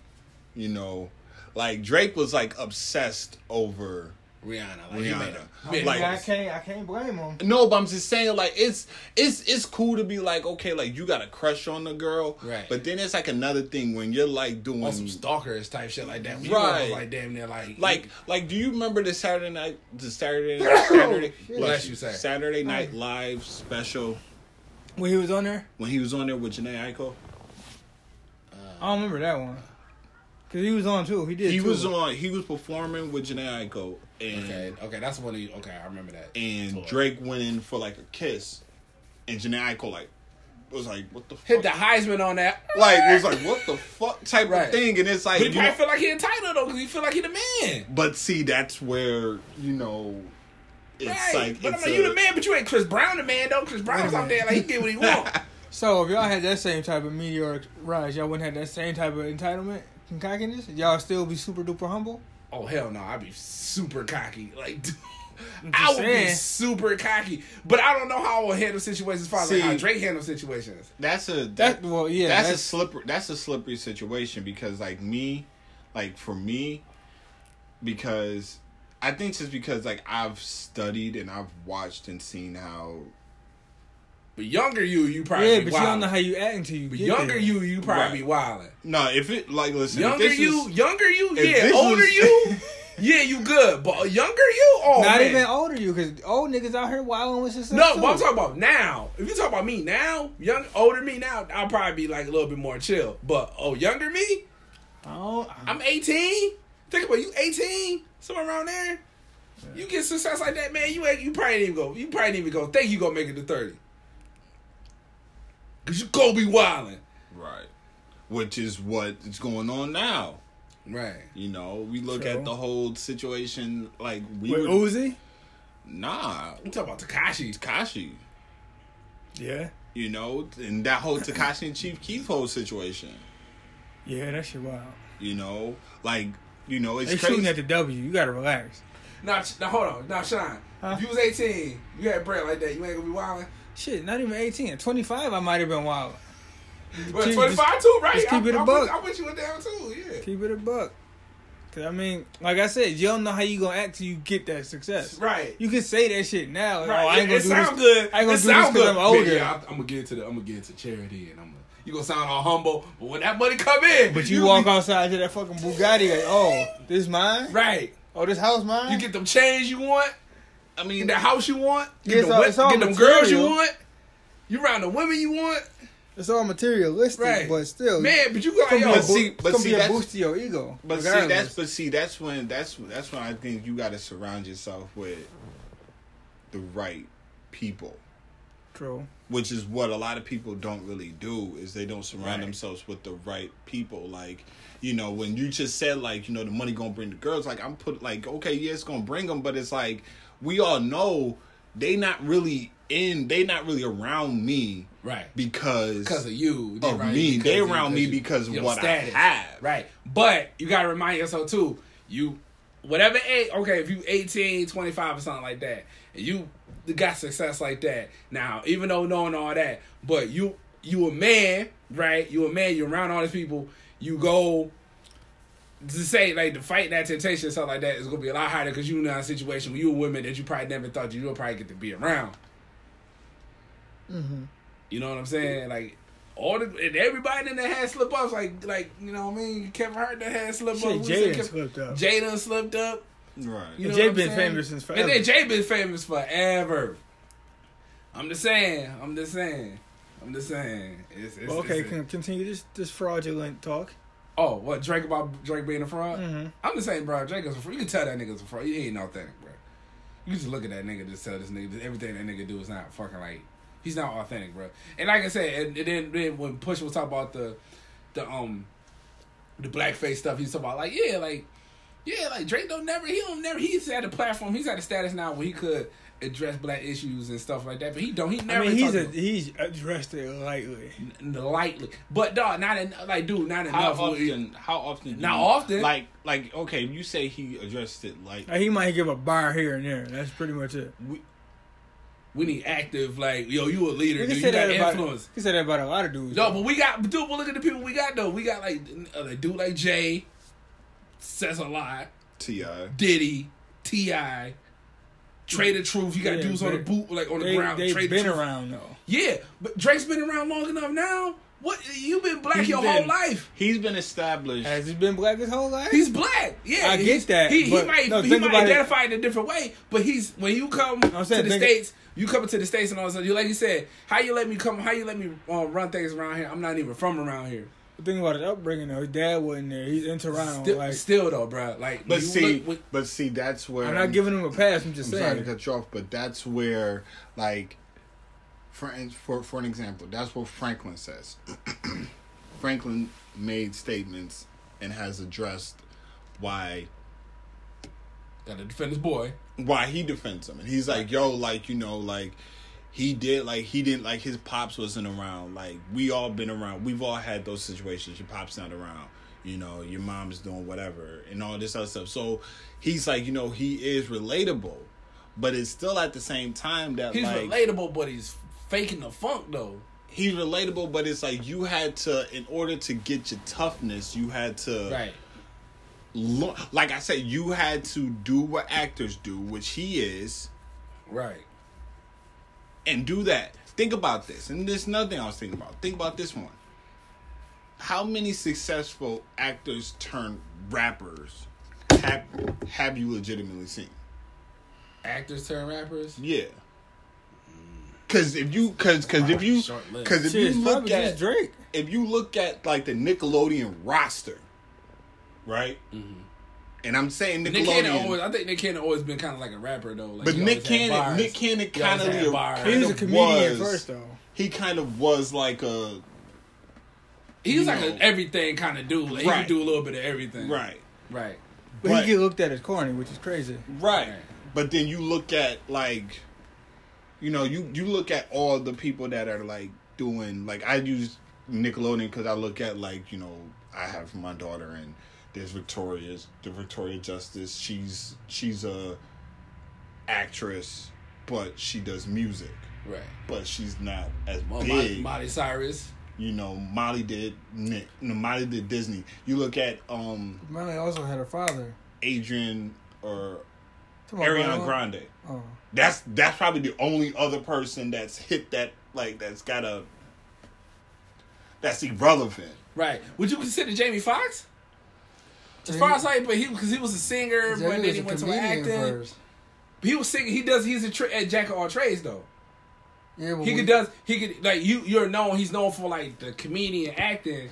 S1: You know, like Drake was like obsessed over.
S3: Rihanna. Like, he made a-
S1: Rihanna.
S3: made a-
S1: Like-
S2: I can't. I can't blame him.
S1: No, but I'm just saying like it's it's it's cool to be like okay, like you got a crush on the girl,
S3: Right.
S1: But then it's like another thing when you're like doing
S3: on some stalkers type shit like that. When you
S1: mm. Right.
S3: was Like damn near like
S1: like like do you remember the Saturday night the Saturday Saturday
S3: Bless you, sir.
S1: Saturday Night Live special
S2: When he was on there,
S1: when he was on there with Janae Aiko?
S2: I don't remember that one. Cause he was on too. He did.
S1: He
S2: too.
S1: was on he was performing with Janae Aiko and
S3: Okay, okay, that's one of you. Okay, I remember that.
S1: and
S3: Tour.
S1: Drake went in for like a kiss, and Janae Aiko like was like, "What the fuck?"
S3: hit the Heisman on that.
S1: like was like, "What the fuck?" type
S3: Right.
S1: of thing, and it's like,
S3: But
S1: you
S3: he probably
S1: know-
S3: feel like he entitled though, because he feel like he the man.
S1: but see, that's where you know, it's
S3: Right.
S1: like,
S3: but I'm
S1: it's
S3: like,
S1: a-
S3: you the man, but you ain't Chris Brown the man though. Chris Brown's out there like he
S1: *laughs*
S3: get what he want.
S2: So if y'all had that same type of meteoric rise, y'all wouldn't have that same type of entitlement and cockiness. Y'all still be super duper humble.
S3: oh hell no, I'd be super cocky. Like *laughs* dude, I would be
S2: saying.
S3: super cocky. But I don't know how I would handle situations as far as like,
S1: See-
S3: how Drake handles situations.
S1: That's a that,
S2: That well, yeah.
S1: that's, a
S2: That's,
S1: slippery that's a slippery situation because like me, like for me, because I think just because like I've studied and I've watched and seen how
S3: But younger you, you probably
S2: yeah,
S3: be
S2: but you
S3: wild.
S2: don't know how you act until you
S3: but
S2: get
S3: younger
S2: there.
S3: you, you probably
S1: Right.
S3: be wilding.
S1: no if it like listen if
S3: Younger
S1: this
S3: you,
S1: is-
S3: younger you,
S1: if
S3: yeah.
S1: this
S3: Older
S1: was- *laughs*
S3: you, yeah, you good. But a younger you, oh
S2: Not
S3: man.
S2: even older you, cause old niggas out here wilding with success.
S3: No,
S2: too.
S3: but I'm talking about now. If you talk about me now, young, older me now, I'll probably be like a little bit more chill. But oh, younger me,
S2: I don't,
S3: I'm 18. Think about it, you, 18, somewhere around there. You get success like that, man. You ain't. You probably didn't even go. You probably didn't even go. Think you gonna make it to 30? Cause you gonna be wilding,
S1: right, which is what is going on now.
S3: right?
S1: You know, we look
S2: True.
S1: at the whole situation like we
S2: with
S1: were,
S2: Uzi.
S1: nah
S3: I'm talking about Takashi.
S1: Takashi.
S2: Yeah,
S1: You know, and that whole Takashi and Chief Keith whole situation.
S2: yeah, that shit wild.
S1: You know, like you know, it's
S2: They shooting
S1: crazy.
S2: at the W. You gotta relax.
S3: Now, sh- now hold on. Now, Sean,
S2: Huh?
S3: if you was 18, you had bread like that. You ain't gonna be wilding.
S2: Shit, not even 18. At 25, I might have been wild.
S3: But
S2: Just-
S3: 25 too, right?
S2: just keep
S3: I-
S2: it a
S3: I,
S2: buck.
S3: I put you in down too. Yeah.
S2: Keep it a buck. Cause I mean, like I said, you don't know how you gonna act till you get that success.
S3: Right.
S2: You can say that shit now. Like,
S3: Right.
S2: oh, I ain't
S3: it
S2: gonna
S3: it
S2: do
S3: sound
S2: this.
S3: good.
S2: I ain't gonna
S3: it
S2: do this
S3: sound
S2: 'cause
S3: good.
S2: I'm older.
S3: Yeah, I, I'm gonna get it to the. I'm gonna get it to charity, and I'm gonna. You gonna sound all humble, but when that money come in,
S2: But you walk
S3: be-
S2: outside to that fucking Bugatti. Like, oh, this mine.
S3: right.
S2: Oh, this house mine.
S3: You get them chains you want,
S1: I
S3: get
S1: mean,
S3: the house you want,
S2: Yeah,
S3: get,
S2: it's
S3: the,
S2: all-
S3: wo-
S2: it's all
S3: get them girls you
S2: material.
S3: want. You around the women you want,
S2: it's all materialistic,
S3: Right.
S2: but still,
S3: man. But you got
S2: Oh, It's gonna be
S3: yo,
S2: a,
S1: But see-
S2: bo-
S1: but
S2: it's gonna
S1: see,
S2: be a
S1: that's-
S2: boost to your ego.
S1: but see,
S2: regardless.
S1: that's but see, that's when that's that's when I think you got to surround yourself with the right people,
S2: true.
S1: which is what a lot of people don't really do is they don't surround
S3: Right.
S1: themselves with the right people. Like, you know, when you just said like, you know, the money gonna bring the girls. Like, I'm put like, okay, yeah, it's gonna bring them, but it's like we all know they not really in, they not really around me
S3: right
S1: because
S3: because of you.
S1: of
S3: around
S1: me.
S3: you because
S1: They
S3: of you,
S1: around me
S3: you-
S1: because of
S3: your
S1: what I have.
S3: Right. But you got to remind yourself, too, you, whatever age, okay, if you 18, 25 or something like that, and you got success like that, now, even though knowing all that, but you, you a man, right? You a man, you around all these people, you go to say like to fight that temptation and stuff like that is gonna be a lot harder because you know a situation where you a woman that you probably never thought you would probably get to be around. You know what I'm saying? Like all the and everybody in that had slip ups, like like you know what I mean. Kevin Hart that had slip
S2: Shit,
S3: ups.
S2: Jay done slipped up.
S3: Jay done slipped up.
S1: Right.
S3: You know
S2: Jay
S3: what I'm
S2: been
S3: saying?
S2: famous since forever.
S3: And then Jay been famous forever. I'm just saying. I'm just saying. I'm just saying. It's, it's,
S2: Well, okay,
S3: it's-
S2: can continue this this fraudulent talk.
S3: Oh, what Drake about Drake being a fraud?
S2: Mhm.
S3: I'm just saying, bro. Drake is a fraud. You can tell that nigga's a fraud. He ain't authentic, bro. You just look at that nigga, just tell this nigga that everything that nigga do is not fucking like. He's not authentic, bro. And like I said, and, and then, then when Push was talking about the, the um, the blackface stuff, he's talking about like yeah, like yeah, like Drake don't never he don't never he's at a platform, he's at a status now where he could address black issues and stuff like that, but he don't he
S2: I
S3: never.
S2: mean, he's
S3: talked
S2: a,
S3: about-
S2: he's addressed it lightly.
S3: n- lightly, but dog, not en- like dude, not
S1: How
S3: enough.
S1: often? How often? do
S3: Not
S1: you-
S3: often.
S1: Like, like, okay, you say he addressed it like
S2: Like, he might give a bar here and there. That's pretty much it.
S3: We need active, like yo, you a
S2: You
S3: leader,
S2: can
S3: dude. You
S2: say
S3: got
S2: that about you
S3: influence.
S2: can say that about a lot of dudes.
S3: No,
S2: though.
S3: but we got dude. But look at the people we got though. We got like a like, dude like Jay, says a lot.
S1: Ti.
S3: Diddy, Ti, Trey the Truth. You got
S2: Yeah,
S3: dudes on the
S2: but
S3: boot, like on the
S2: they,
S3: ground.
S2: they've
S3: Trey the
S2: been
S3: Truth.
S2: around though.
S3: Yeah, but Drake's been around long enough now. What you been black
S1: He's
S3: your
S1: been-
S3: whole life?
S1: He's been established.
S2: Has he been black his whole life?
S3: He's black. Yeah,
S2: I get
S3: he's-
S2: that,
S3: He, he
S2: but-
S3: might
S2: no,
S3: he
S2: think
S3: might
S2: about it.
S3: identify in a different way, but he's when you come
S2: I'm saying
S3: to the
S2: think-
S3: states, you come to the states and all that. stuff, You like you said, how you let me come? How you let me uh, run things around here? I'm not even from around here.
S2: Think about his upbringing though. His dad wasn't there. He's in Toronto.
S3: Still,
S2: like
S3: still though, bro. Like,
S1: but
S3: you
S1: see,
S3: look with-
S1: but see, that's where
S2: I'm not giving him a pass. I'm just
S1: I'm sorry to
S2: saying.
S1: cut you off, but that's where, like, for for for an example, that's what Franklin says. *clears throat* Franklin made statements and has addressed why
S3: gotta defend this boy.
S1: why he defends him, and he's like, "Yo, like you know, like he did, like he didn't, like his pops wasn't around. Like we all been around, we've all had those situations. Your pops not around, you know, your mom's doing whatever, and all this other stuff. So he's like, you know, he is relatable, but it's still at the same time that
S3: He's
S1: like
S3: relatable, but he's faking the funk though.
S1: he's relatable, but it's like you had to, in order to get your toughness, you had to
S3: Right.
S1: lo- like I said, you had to do what actors do, which he is.
S3: Right.
S1: and do that. Think about this, and there's nothing I was thinking about. Think about this one. How many successful actors turned rappers have, have you legitimately seen?
S3: Actors turn rappers.
S1: Yeah. Cause if you, cause, cause if you,
S3: Short-lived.
S1: cause if
S2: Shit, it's
S1: you look
S2: probably just
S1: at,
S2: Drake.
S1: if you look at like the Nickelodeon roster, right? And I'm saying
S3: Mm-hmm. Nick Cannon
S1: Nickelodeon,
S3: always. I think Nick Cannon always been kind of like a rapper though. Like,
S1: but
S3: he
S1: Nick
S3: always had
S1: Cannon,
S3: bars.
S1: Nick Cannon
S3: He always
S1: kind of,
S3: had bars.
S2: He was a comedian first though.
S1: He kind of was like a
S3: He
S1: you
S3: was like
S1: know.
S3: an everything kind of dude. Like, He
S1: Right.
S3: could do a little bit of everything.
S1: right.
S3: Right.
S2: But,
S1: But-
S2: he get looked at as corny, which is crazy.
S1: Right.
S3: Right.
S1: But then you look at like you know, you you look at all the people that are like doing like I use Nickelodeon cuz I look at like, you know, I have my daughter and there's Victoria's the Victoria Justice. She's she's a actress, but she does music.
S3: Right.
S1: But she's not as
S3: Well, Molly,
S1: big.
S3: Molly Cyrus.
S1: You know, Molly did Nick. No, Molly did Disney. You look at um
S2: Miley also had her father.
S1: Adrian or
S2: Come on,
S1: Ariana
S2: Miley.
S1: Grande.
S2: Oh.
S1: that's that's probably the only other person that's hit that like that's got a that's irrelevant.
S3: Right. Would you consider Jamie Foxx? As far as like, but he because he was a singer,
S2: Jay
S3: but then
S2: was
S3: he
S2: a
S3: went to
S2: comedian
S3: acting.
S2: first.
S3: He was singing. He does. He's a tra- a jack of all trades though.
S2: Yeah, but
S3: He
S2: we-
S3: could does he could like you you're known he's known for like the comedian acting,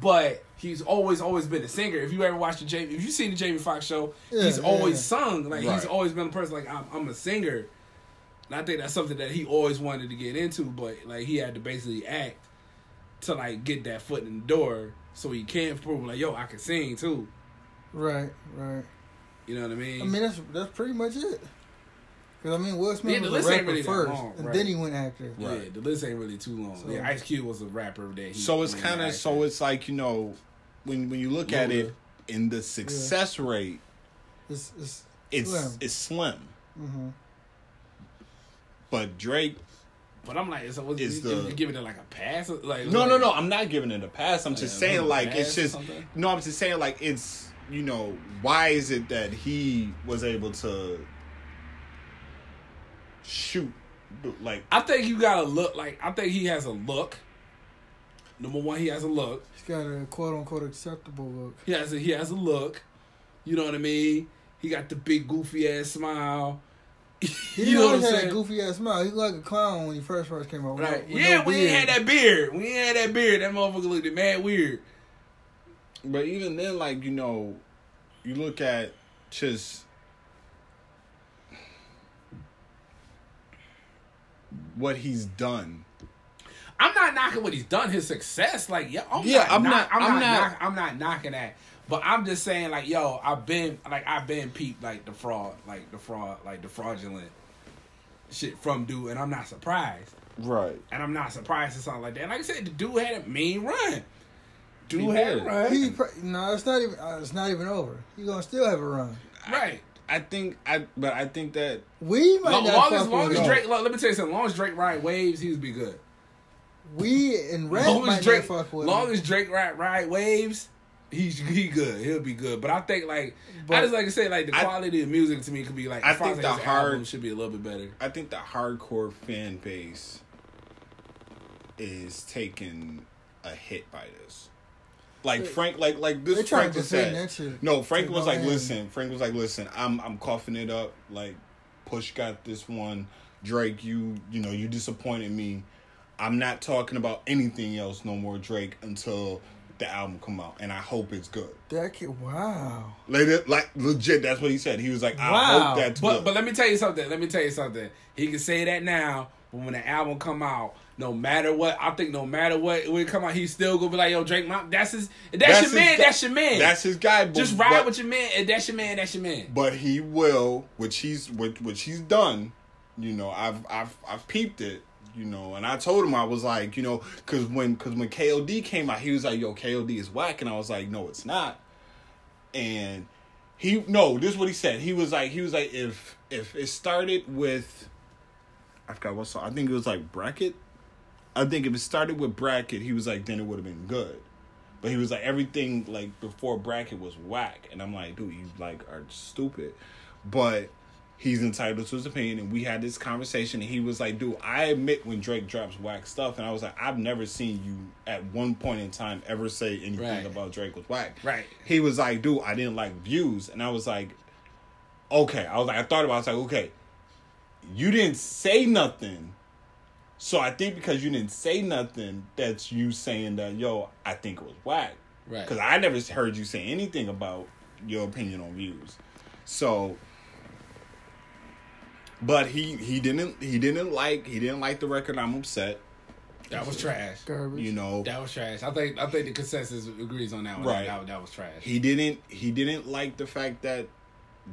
S3: but he's always always been a singer. If you ever watched the Jamie if you seen the Jamie Foxx show,
S2: Yeah,
S3: he's
S2: yeah,
S3: always
S2: yeah.
S3: sung. Like he's
S1: Right.
S3: always been a person like I'm I'm a singer. And I think that's something that he always wanted to get into, but like he had to basically act to like get that foot in the door so he can prove like, yo, I can sing too.
S2: Right, right.
S3: You know what I mean?
S2: I mean, that's that's pretty much it. Because I mean, Will Smith
S3: Yeah, the
S2: was
S3: list
S2: a
S3: ain't
S2: rapper
S3: really that
S2: first,
S3: long,
S2: and
S3: right.
S2: then he went actor.
S3: yeah,
S1: Right.
S3: the list ain't really too long.
S2: So-
S3: yeah, Ice Cube was a rapper that he
S1: So it's
S3: went
S1: kind of
S3: acting.
S1: so it's like you know when when you look at it in the success rate,
S2: It's, it's
S1: it's
S2: Slim.
S1: it's slim.
S2: hmm
S1: But Drake,
S3: But I'm like, so was,
S1: It's
S3: you,
S1: the-
S3: you giving it like a pass? Like
S1: no,
S3: like,
S1: no, no. I'm not giving it a pass. I'm just
S3: Yeah,
S1: saying like
S3: pass
S1: it's
S3: or
S1: just
S3: something?
S1: no. I'm just saying like it's you know, why is it that he was able to shoot like
S3: I think you gotta look like I think he has a look. Number one, he has a look.
S2: He's got a quote unquote acceptable look.
S3: He has a he has a look. You know what I mean? He got the big goofy ass smile. *laughs*
S2: He always had that goofy ass smile. He looked like a clown when he first first came out.
S3: Right. yeah, we ain't had that beard. We ain't had that beard. That motherfucker looked mad weird.
S1: But even then, like you know, you look at just what he's done.
S3: I'm not knocking what he's done, his success. Like, yo, I'm
S1: Yeah,
S3: not,
S1: I'm
S3: knock-
S1: not- I'm
S3: I'm, not,
S1: not-
S3: knock- I'm not knocking that. But I'm just saying, like, yo, I've been, like, I've been peeped, like, the fraud, like, the fraud, like, the fraudulent shit from dude, and I'm not surprised.
S1: Right.
S3: And I'm not surprised at something like that. And like I said, the dude had a mean run. Dude
S1: He
S3: had a
S1: did.
S3: run.
S2: He pr- no, it's not even. Uh, it's not even over. He gonna still have a run.
S3: right.
S1: I think I, but I think that
S2: We might
S3: Long,
S2: not
S3: long
S2: fuck
S3: as, long
S2: with
S3: as
S2: him.
S3: Drake, look, let me tell you something. Long as Drake ride waves, he'd be good.
S2: We and Red
S3: long
S2: might
S3: as Drake,
S2: not fuck with
S3: long
S2: him.
S3: as Drake ride, ride waves, he's he good. He'll be good. But I think like I
S2: But-
S3: just like to say like the
S1: I-
S3: quality of music to me could be like
S1: I
S3: as far
S1: think
S3: as, like,
S1: the
S3: his
S1: hard-
S3: album should be a little bit better.
S1: I think the hardcore fan base is taking a hit by this. Like Frank, like like
S2: They
S1: this Frank
S2: trying to
S1: was
S2: defend
S1: said.
S2: that shit.
S1: No, Frank
S2: They
S1: was
S2: go
S1: like,
S2: in.
S1: listen. Frank was like, listen. I'm I'm coughing it up. Like, Push got this one. Drake, you you know you disappointed me. I'm not talking about anything else no more, Drake, until the album come out, and I hope it's good.
S2: that kid. Wow.
S1: Like, like legit, that's what he said. He was like, I
S2: Wow.
S1: hope that's
S3: But
S1: good.
S3: but let me tell you something. Let me tell you something. He can say that now, but when the album come out, no matter what, I think no matter what when it come out, he's still gonna be like, yo, Drake, my, that's his, that's, your
S1: his
S3: man,
S1: guy-
S3: that's your man.
S1: That's his guy. but-
S3: just ride
S1: but-
S3: with your man, and that's your man, that's your man.
S1: but he will, which he's which, which he's done. You know, I've I've I've peeped it. You know, and I told him I was like, you know, because when because when KOD came out, he was like, "Yo, KOD is whack," and I was like, "No, it's not." And he no, this is what he said. He was like, he was like, if if it started with, I forgot what song. I think it was like bracket. I think if it started with bracket, he was like, then it would have been good. But he was like everything like before bracket was whack, and I'm like, dude, you like are stupid. But he's entitled to his opinion, and we had this conversation, and he was like, dude, I admit when Drake drops whack stuff, and I was like, I've never seen you at one point in time ever say anything
S3: Right.
S1: about Drake was whack.
S3: Right.
S1: He was like, dude, I didn't like views, and I was like, okay. I was like, I thought about. It. I was like, okay, you didn't say nothing. So I think because you didn't say nothing, that's you saying that yo, I think it was whack.
S3: Right.
S1: Because I never heard you say anything about your opinion on views. So, but he he didn't he didn't like he didn't like the record. I'm upset.
S3: That was trash.
S2: Garbage.
S1: You know
S3: That was trash. I think I think the consensus agrees on that one.
S1: Right.
S3: That, that was trash.
S1: he didn't he didn't like the fact that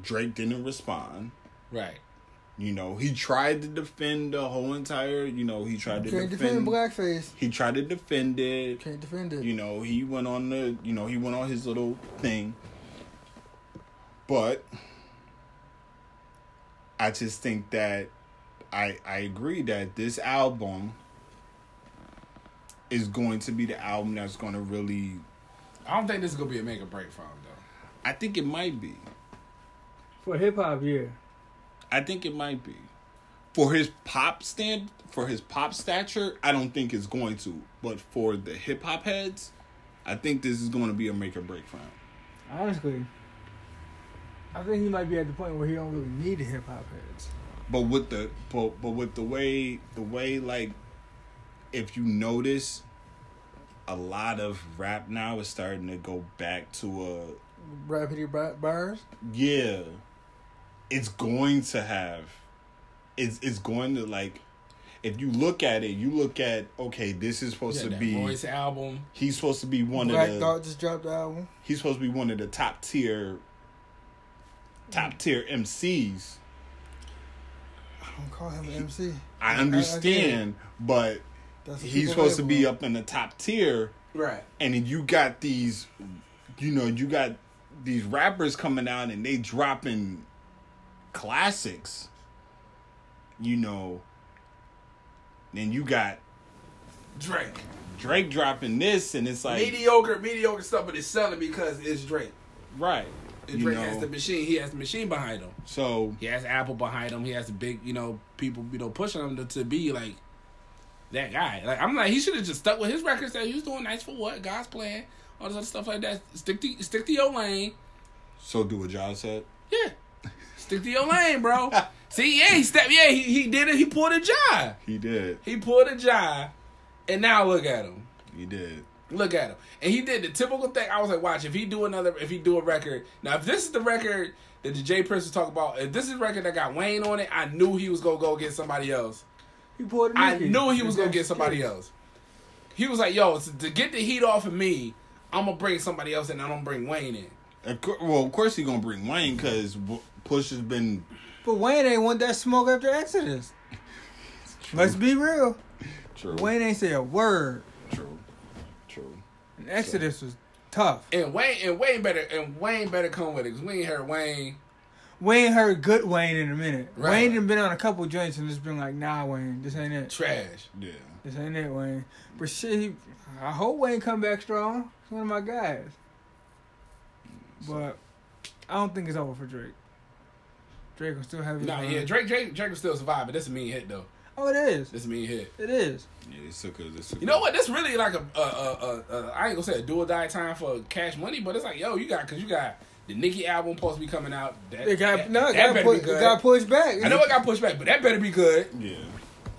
S1: Drake didn't respond.
S3: Right.
S1: You know he tried to defend the whole entire. You know he tried to
S2: Can't
S1: defend.
S2: defend blackface.
S1: he tried to defend it.
S2: Can't defend it.
S1: you know he went on the you know he went on his little thing but i just think that i i agree that this album is going to be the album that's going to really
S3: I don't think this is gonna be a make or break for him though.
S1: i think it might be
S2: For hip hop, yeah.
S1: i think it might be for his pop stand for his pop stature i don't think it's going to but for the hip hop heads i think this is going to be a make or break for him
S2: Honestly, I think he might be at the point where he don't really need the hip hop heads.
S1: but with the but, but with the way the way like if you notice a lot of rap now is starting to go back to a
S2: Rapidly Burns.
S1: yeah it's going to have it's it's going to like if you look at it you look at okay this is supposed
S3: Yeah,
S1: to
S3: that
S1: be
S3: voice album.
S1: he's supposed to be one
S2: Black
S1: of the
S2: Thought just dropped the album.
S1: he's supposed to be one of the top tier
S2: Mm.
S1: top tier MCs
S2: I don't call him an MC.
S1: I
S2: I- I get it.
S1: understand but
S2: That's what
S1: he's
S2: people
S1: supposed to
S2: label
S1: be
S2: him.
S1: up in the top tier
S3: Right.
S1: and then you got these you know you got these rappers coming out and they dropping classics you know then you got
S3: Drake.
S1: drake dropping this and it's like
S3: mediocre, mediocre stuff, but it's selling because it's Drake.
S1: Right.
S3: And
S1: You
S3: Drake
S1: know.
S3: has the machine. He has the machine behind him.
S1: So
S3: He has Apple behind him. He has the big, you know, people, you know, pushing him to, to be like that guy. Like I'm like, he should have just stuck with his records that he was doing nice for what God's plan, all this other stuff like that. Stick to stick to your lane.
S1: so do what John said.
S3: Yeah, stick to your
S2: *laughs*
S3: lane, bro. See, yeah, he stepped. Yeah, he, he did it. He pulled a jive.
S1: He did.
S3: He pulled a jive, and now look at him.
S1: He did.
S3: Look at him. And he did the typical thing. I was like, watch, if he do another if he do a record now if this is the record that the Jay Prince was talking about, if this is the record that got Wayne on it, I knew he was gonna go get somebody else.
S2: He pulled a
S3: I
S2: Nikki.
S3: knew he was gonna
S2: That's
S3: get somebody
S2: it.
S3: else. He was like, yo, to to get the heat off of me, I'm gonna bring somebody else in, I'm gonna bring Wayne in.
S1: Of cour- well, of course he gonna bring Wayne because Push has been.
S2: But Wayne ain't want that smoke after Exodus. Let's be real.
S1: True.
S2: Wayne ain't say a word.
S1: True. True.
S2: And Exodus was tough.
S3: And Wayne and Wayne better and Wayne better come with it, because we ain't heard Wayne.
S2: Wayne heard good Wayne in a minute.
S3: Right.
S2: Wayne done been on a couple joints and just been like, nah, Wayne, this ain't it.
S3: Trash.
S1: Yeah.
S2: This ain't it, Wayne. But shit, he, I hope Wayne come back strong. He's one of my guys. But I don't think it's over for Drake. Drake will still have his
S3: Nah,
S2: run.
S3: yeah, Drake Drake Drake was still surviving. This is a mean hit though.
S2: Oh, it is.
S3: This is a mean hit.
S2: It is.
S1: Yeah. It's took us. It's took
S3: You know what? That's really like a, a, a, a, a I ain't gonna say a do or die time for Cash Money, but it's like yo, you got because you got the Nicki album supposed to be coming out. That,
S2: It got
S3: that,
S2: no. It
S3: that
S2: got,
S3: better
S2: pu-
S3: be good.
S2: it got pushed back.
S3: I know it got pushed back, but that better be good.
S1: Yeah.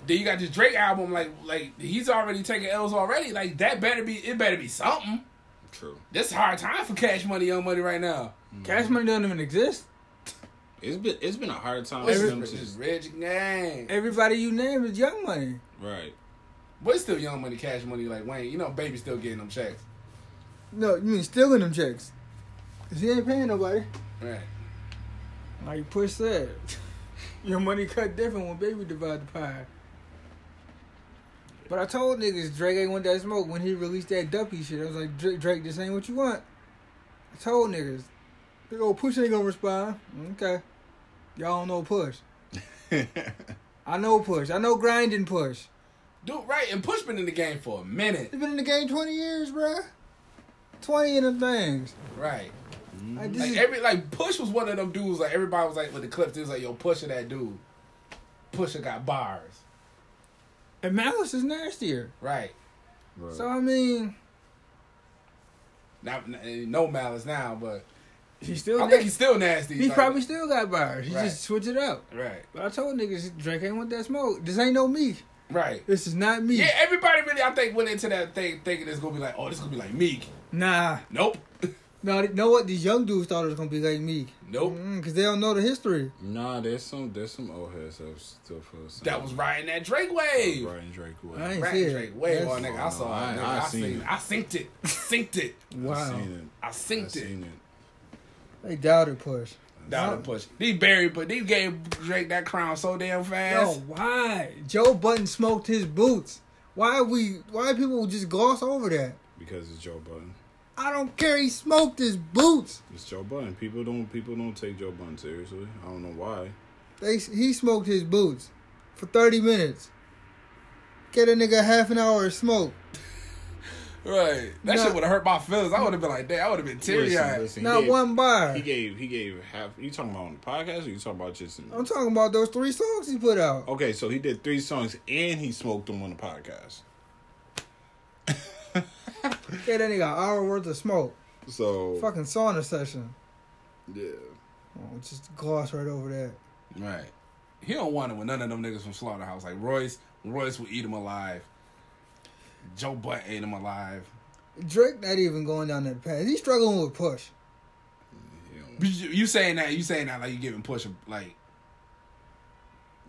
S3: Then you got this Drake album, like like he's already taking L's already. Like that better be it better be something.
S1: True.
S3: This is a hard time for Cash Money, Young Money right now.
S2: Cash Money doesn't even exist.
S1: It's been it's been a hard time
S3: What's
S1: for
S3: this
S1: them
S3: this is
S1: to
S3: Reg Gang,
S2: Everybody you name is Young Money.
S1: right. *laughs*
S3: but it's still Young Money, Cash Money. Like Wayne, you know, baby still getting them checks,
S2: No, you mean stealing them checks? Cause he ain't paying nobody.
S3: right?
S2: Like Push said, *laughs* your money cut different when baby divide the pie. But I told niggas Drake ain't want that smoke when he released that Duppy shit. I was like, Drake, Drake this ain't what you want. I told niggas, big old Push ain't gonna respond. Okay, y'all don't know Push. I know Push. I know Grind and Push.
S3: Dude, right? And Push been in the game for a minute,
S2: He's been in the game twenty years, bruh. Twenty in them things.
S3: right?
S2: Like, this
S3: Mm-hmm. Like
S2: is-
S3: every like Push was one of them dudes. Like everybody was like with the clips. It was like yo, Pusha that dude. Pusha got bars,
S2: and Malice is nastier.
S3: right?
S1: right.
S2: So I mean,
S3: Not n- no malice now, but
S2: he's still.
S3: I
S2: nasty.
S3: think he's still nasty.
S2: He
S3: Like,
S2: probably still got bars. He
S3: Right.
S2: just switch it up.
S3: right,
S2: But I told niggas, Drake ain't want that smoke. This ain't no me.
S3: right.
S2: This is not me.
S3: Yeah, everybody really I think went into that thing thinking it's gonna be like, oh, this gonna be like Meek.
S2: Nah.
S3: Nope, *laughs*
S2: No, th- know what? These young dudes thought it was going to be like me.
S3: nope.
S2: Because they don't know the history.
S1: Nah, there's some there's some old heads that still feel the same.
S3: That was riding that Drake wave.
S1: Right and Drake way.
S2: I ain't
S3: Riding
S2: see it.
S3: Drake wave,
S2: That's-
S3: oh, nigga. I saw it.
S1: I-
S3: nigga.
S1: I
S3: I,
S1: seen it.
S3: seen. it. I synced it. Synced it.
S1: I
S2: Wow.
S1: seen
S3: I
S1: it. I
S3: synced it.
S1: seen it.
S2: They doubted Push.
S3: Down the push. These buried, but these gave Drake that crown so damn
S2: Yo,
S3: fast.
S2: why? Joe Button smoked his boots. Why we? Why people just gloss over that?
S1: because it's Joe Budden.
S2: I don't care. He smoked his boots.
S1: It's Joe Budden. People don't people don't take Joe Budden seriously. I don't know why.
S2: They he smoked his boots for thirty minutes. Get a nigga half an hour of smoke.
S3: Right. That
S2: Nah.
S3: shit would have hurt my feelings. I would have been like, damn, I would have been teary
S1: Listen,
S3: eyed.
S1: listen, he
S2: Not
S1: gave-
S2: one bar.
S1: He gave he gave half. You talking about on the podcast or you talking about just? In,
S2: I'm talking about those three songs he put out.
S1: okay, so he did three songs and he smoked them on the podcast. Oh.
S2: Okay, that nigga an hour worth of smoke.
S1: So
S2: Fucking sauna session.
S1: yeah,
S2: Oh, just gloss right over that.
S3: Right. He don't want it with none of them niggas from Slaughterhouse. Like Royce, Royce would eat him alive. Joe Butt ate him alive.
S2: Drake not even going down that path. He's struggling with push.
S1: he don't-
S3: You, you saying that? You saying that like you giving push a, like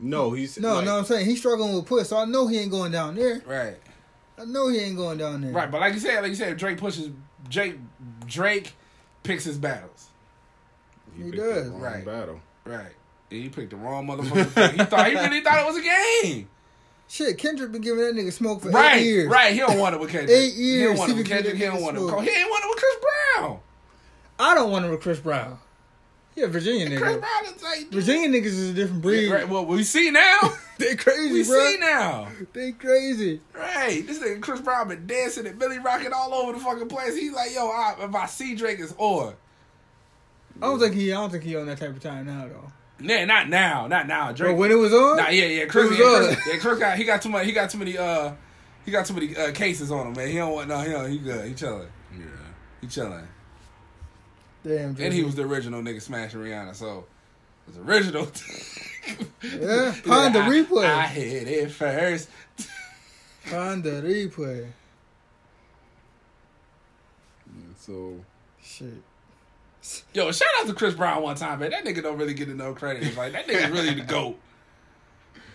S1: no, he's
S2: No,
S1: like,
S2: no, I'm saying he's struggling with push. So I know he ain't going down there.
S3: right,
S2: I know he ain't going down there.
S3: right. But like you said, like you said, Drake pushes. Drake Drake picks his battles.
S1: He,
S2: He
S1: picked the
S2: does.
S1: wrong
S3: Right.
S1: Battle.
S3: Right. And he picked the wrong motherfucker. he thought he really thought it was a game.
S2: Shit, Kendrick been giving that nigga smoke for
S3: Right,
S2: eight years.
S3: right. He don't want it with Kendrick.
S2: Eight
S3: He
S2: years,
S3: don't want
S2: see
S3: it with
S2: if he
S3: Kendrick. He
S2: can
S3: don't want it. With
S2: smoke.
S3: Cole. He ain't want it with Chris Brown.
S2: I don't want him with Chris Brown. He a Virginia
S3: Chris
S2: nigga.
S3: Brown is like dude.
S2: Virginia niggas is a different breed.
S3: Yeah, right. Well, we see
S2: *laughs*
S3: now.
S2: They
S3: we
S2: crazy, bro.
S3: see now.
S2: They crazy.
S3: Right. This nigga Chris Brown been dancing and Billy rocking all over the fucking place. He's like, yo, I, if I see Drake, it's on.
S2: I don't think he. I don't think he on that type of time now though.
S3: Nah, not now, not now. Drake.
S2: But when it was on,
S3: Nah, yeah, yeah. Chris,
S2: Who's
S3: yeah,
S2: up?
S3: Chris, yeah, Chris got he got too much. He got too many. Uh, he got too many uh, cases on him, man. He don't want no. He don't, he good. He chilling.
S5: Yeah.
S3: He chilling.
S2: damn.
S3: And he was the original nigga smashing Rihanna, so it's original. *laughs*
S2: Yeah, find the
S3: I-
S2: replay.
S3: I hit it first. *laughs*
S2: find the replay.
S1: So
S2: Shit.
S3: Yo, shout out to Chris Brown one time, man. That nigga don't really get enough credit. It's like that nigga really the goat.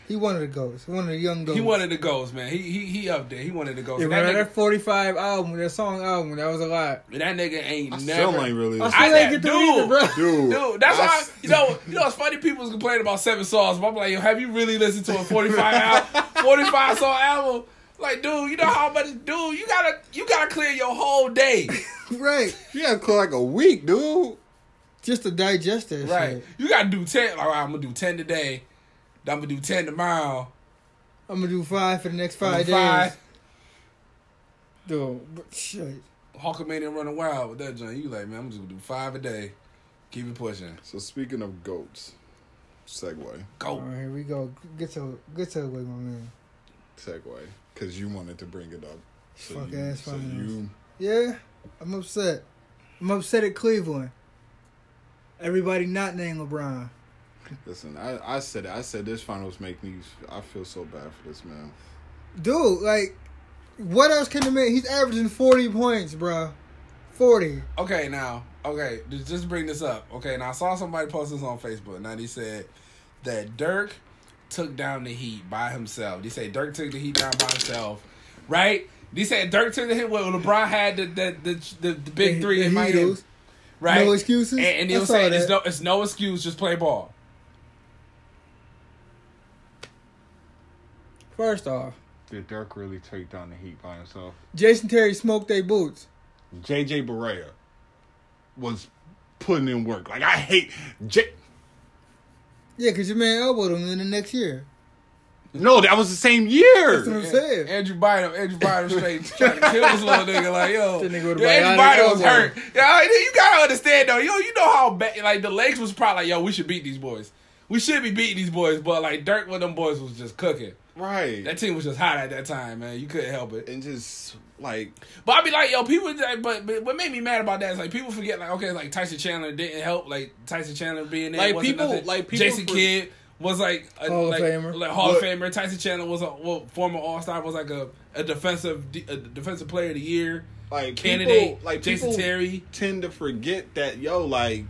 S2: He wanted the ghost. He wanted the young ghost.
S3: He wanted the goals, man. He he he up there. He wanted the goals.
S2: Yeah,
S3: And
S2: that,
S3: that, nigga,
S2: that 45 album, that song album, that was a lot.
S3: and that nigga ain't
S5: I
S3: never.
S5: still ain't really.
S2: I still
S3: I
S2: ain't
S3: said,
S2: get the
S3: dude.
S2: reason, bro.
S5: dude,
S3: Dude, that's
S5: I
S3: why
S5: s-
S3: you know you know it's funny people was complaining about seven songs, but I'm like, yo, have you really listened to a forty
S5: *laughs*
S3: five album forty five song album? Like, dude, you know how much dude, you gotta you gotta clear your whole day.
S2: *laughs* Right.
S5: You gotta call like a week, dude.
S2: Just to digest that
S3: Right.
S2: shit.
S3: You gotta do ten like, all right, I'm gonna do ten today, then I'm gonna do ten tomorrow.
S2: I'm going to do five for the next
S3: I'm
S2: five days.
S3: five.
S2: Dude, but shit.
S3: Hulkamania running wild with that joint. You like, man, I'm just gonna do five a day. Keep it pushing.
S1: so speaking of goats, segue,
S3: Go.
S2: All right, here we go. Get to, get to it, my man.
S1: segue, because you wanted to bring it up. So
S2: Fuck
S1: you,
S2: ass
S1: so
S2: finals.
S1: you
S2: Yeah, I'm upset. I'm upset at Cleveland. Everybody not named LeBron.
S1: listen. I, I said it. I said this finals make me. I feel so bad for this man.
S2: Dude, like, what else can the man? He's averaging 40 points, bro. 40.
S3: Okay, now, okay, just just bring this up. Okay, now I saw somebody post this on Facebook. Now he said that Dirk took down the Heat by himself. They said Dirk took the Heat down by himself, right? They said Dirk took the Heat. Well, LeBron had the the the, the, the big three
S2: The
S3: in Miami,
S2: Heatles.
S3: right?
S2: No excuses.
S3: And, and
S2: I
S3: they were
S2: saw
S3: saying it's
S2: that.
S3: no it's no excuse, just play ball.
S2: First off,
S5: Did Dirk really take down the Heat by himself?
S2: Jason Terry smoked their boots.
S5: JJ Barea was putting in work. Like I hate J.
S2: Yeah, because your man elbowed him in the next year.
S5: No, that was the same
S2: That's what
S5: year.
S2: I'm saying.
S3: Andrew Bynum, Andrew Bynum straight trying to kill this little nigga. Like, yo,
S2: *laughs* That nigga would've
S3: yo,
S2: been
S3: Andrew
S2: out of
S3: Bynum was
S2: elbow.
S3: hurt. Yeah, you gotta understand though. Yo, you know how bad. Like the Lakers was probably like, yo, we should beat these boys. We should be beating these boys, but like Dirk with them boys was just cooking.
S1: Right.
S3: That team was just hot at that time, man. You couldn't help it.
S1: and just like
S3: But I'd be like, yo, people. Like, but, but what made me mad about that is like people forget, like, okay, like Tyson Chandler didn't help, like Tyson Chandler being there.
S1: Like,
S3: wasn't
S1: people-
S3: nothing.
S1: like, people
S3: Jason
S1: for-
S3: Kidd was like a
S2: Hall of
S3: like,
S2: Famer.
S3: like, Hall
S1: But-
S3: of Famer. Tyson Chandler was a well, former All Star, was like a, a defensive de- a defensive player of the year
S1: like
S3: candidate.
S1: people, like
S3: Jason
S1: people
S3: Terry.
S1: tend to forget that yo like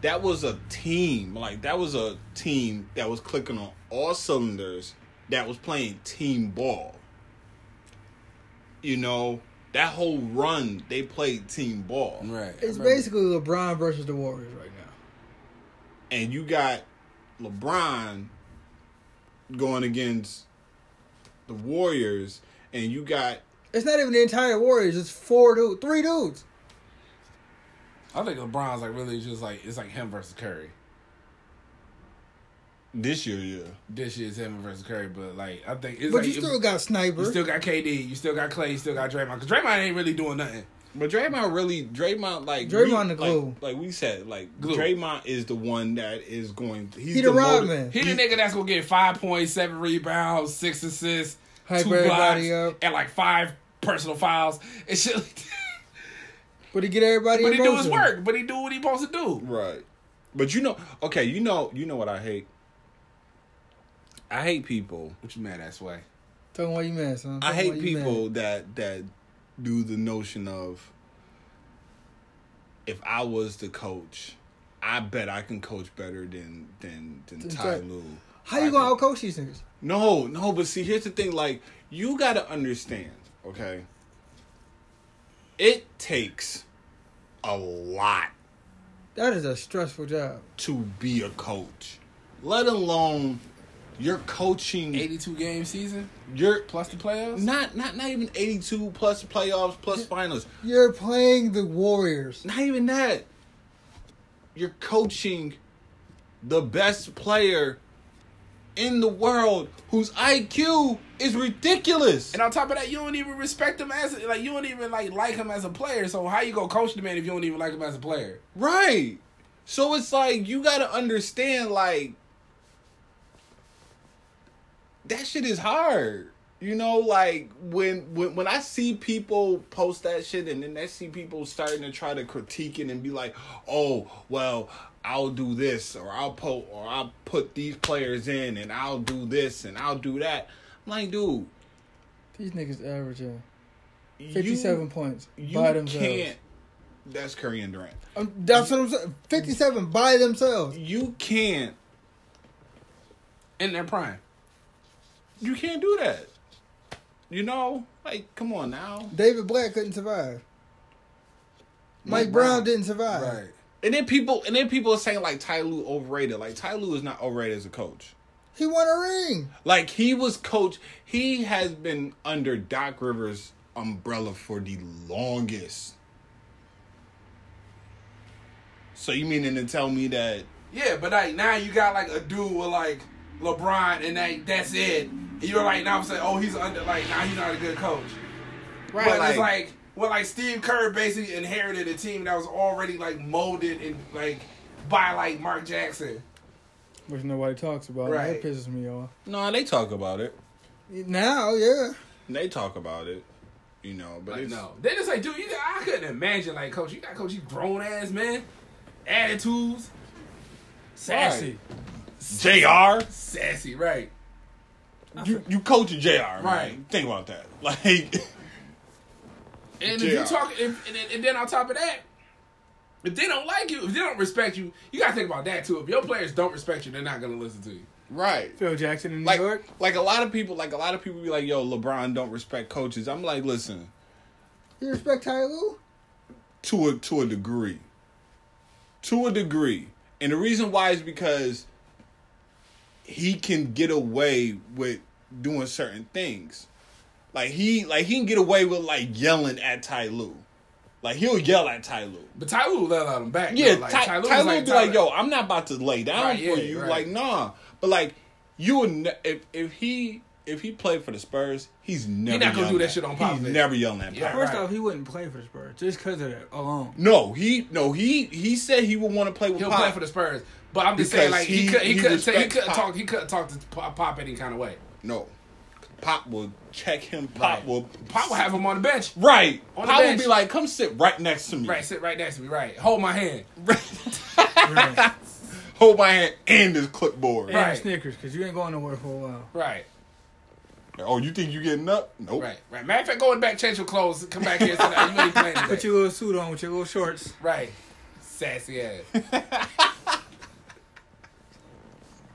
S1: that was a team like that was a team that was clicking on all cylinders that was playing team ball. You know that whole run they played team ball,
S3: Right.
S2: It's basically LeBron versus the Warriors right now.
S1: and you got LeBron going against the Warriors, and you got
S2: It's not even the entire Warriors. It's four dudes, three dudes.
S3: I think LeBron's like really just like it's like him versus Curry.
S1: this year, yeah.
S3: This year is him versus Curry, but like I think it's
S2: But
S3: like,
S2: you still got Sniper.
S3: you still got KD, you still got Clay, you still got Draymond. Cause Draymond ain't really doing nothing.
S1: But Draymond really, Draymond like
S2: Draymond
S1: we,
S2: the glue.
S1: Like, like we said, like
S3: Glue.
S1: Draymond is the one that is going. He's
S2: He the
S1: the
S2: rod
S1: motiv-
S2: man.
S3: He the nigga that's gonna get five point seven rebounds, six assists,
S2: Hype
S3: two blocks,
S2: everybody up.
S3: and like five personal fouls and shit. Like that.
S2: But he get everybody
S3: But he do his
S2: emotional.
S3: work. But he do what he supposed to do.
S1: Right. But you know, okay, you know, you know what I hate. I hate people.
S3: What you mad ass way?
S2: Talking about you mad, son.
S1: I
S2: Talking
S1: hate
S2: about you mad.
S1: people that that do the notion of if I was the coach, I bet I can coach better than than than
S2: Than
S1: Ty
S2: Ty-
S1: Lue.
S2: How you
S1: I
S2: going
S1: can-
S2: to outcoach these niggas?
S1: No, no, but see, here's the thing. Like, you gotta understand, okay? It takes a lot
S2: That is a stressful job.
S1: to be a coach. Let alone you're coaching.
S3: Eighty two game season
S1: You're
S3: plus the playoffs.
S1: not not not even 82 plus playoffs plus finals.
S2: You're playing the Warriors.
S1: Not even that. You're coaching the best player in the world whose IQ is ridiculous.
S3: And on top of that, you don't even respect him as like you don't even like like him as a player. So how you gonna coach the man if you don't even like him as a player?
S1: Right. So it's like you gotta understand, like that shit is hard. You know, like when when when I see people post that shit, and then I see people starting to try to critique it and be like, "Oh, well, I'll do this, or I'll put, or I'll put these players in, and I'll do this, and I'll do that." I'm like, dude,
S2: These niggas averaging
S1: you-
S2: 57 points
S1: you
S2: by themselves.
S1: can't. That's Curry and Durant.
S2: Um, that's what I'm saying. 57 by themselves.
S1: You can't.
S3: in their prime.
S1: You can't do that. You know, like, come on now.
S2: David Black couldn't survive. Mike, Brown, didn't survive.
S1: And then people, and then people are saying like Ty Lue overrated. Like Ty Lue is not overrated as a coach.
S2: He won a ring.
S1: Like he was coach. He has been under Doc Rivers' umbrella for the longest. So you meaning to tell me that
S3: Yeah, but like now you got like a dude with like LeBron and like that's it. And you're like now I'm saying, oh he's under like now he's not a good coach. Right. But
S1: like-
S3: it's like well like Steve Kerr basically inherited a team that was already like molded and like by like Mark Jackson.
S2: Which nobody talks about.
S3: Right.
S2: That pisses me off.
S1: no? They talk about it.
S2: Now, yeah.
S1: They talk about it. You know, but
S3: Like
S1: it's,
S3: no. They just like dude, you I couldn't imagine like coach, you got coach, you grown ass man. Attitudes. Sassy.
S1: Jr.
S3: Sassy, right.
S1: You you coach Jr. Right.
S3: Right.
S1: Think about that. *laughs* Like.
S3: And if you
S1: Yeah.
S3: talk, if, and, then- and then on top of that, if they don't like you, if they don't respect you, you gotta think about that too. If your players don't respect you, they're not gonna listen to you.
S1: Right.
S2: Phil Jackson in New
S1: Like
S2: York.
S1: like a lot of people like a lot of people be like, yo, LeBron don't respect coaches. I'm like, listen,
S2: You respect Ty Lue?
S1: to a to a degree. To a degree. And the reason why is because he can get away with doing certain things. Like he like he can get away with like yelling at Ty Lue. Like he'll yell at Ty Lue.
S3: But Ty Lue let out them back.
S1: Yeah,
S3: though. Like,
S1: Ty,
S3: Ty
S1: Ty,
S3: Lue was
S1: Lue
S3: like,
S1: be
S3: Ty-
S1: like, "Yo, I'm not about to lay down
S3: Right,
S1: for
S3: yeah,
S1: you."
S3: right.
S1: Like, nah, but like, you would ne- if if he if he played for the Spurs, he's never
S3: not gonna
S1: yelling
S3: do that
S1: at-
S3: shit on
S1: He's
S3: Popovich.
S1: never yelling at
S3: Yeah.
S1: Pop.
S2: First
S3: Right.
S2: off, he wouldn't play for the Spurs just because of that alone.
S1: No, he no he he said he would want to play with
S3: he'll
S1: Pop.
S3: play for the Spurs." But I'm just saying,
S1: Because
S3: like he,
S1: he-
S3: could, he,
S1: he
S3: couldn't, say, he
S1: respects
S3: couldn't
S1: Pop.
S3: talk, he couldn't talk to Pop, Pop any kind of way.
S1: no, Pop will check him. Pop
S3: Right.
S1: will
S3: Pop will have him on the bench,
S1: right.
S3: on the
S1: Pop will
S3: bench.
S1: be like, "Come sit right next to me.
S3: right, sit right next to me, right, hold my hand,
S2: Right.
S1: *laughs* Hold my hand and this clipboard."
S3: Right.
S2: And Snickers, because you ain't going nowhere for a while.
S3: right,
S1: Oh, you think you getting up? Nope.
S3: right, right. Matter of fact, going back, change your clothes, come back here, so that you ain't playing *laughs* today.
S2: Put your little suit on with your little shorts.
S3: right, sassy ass.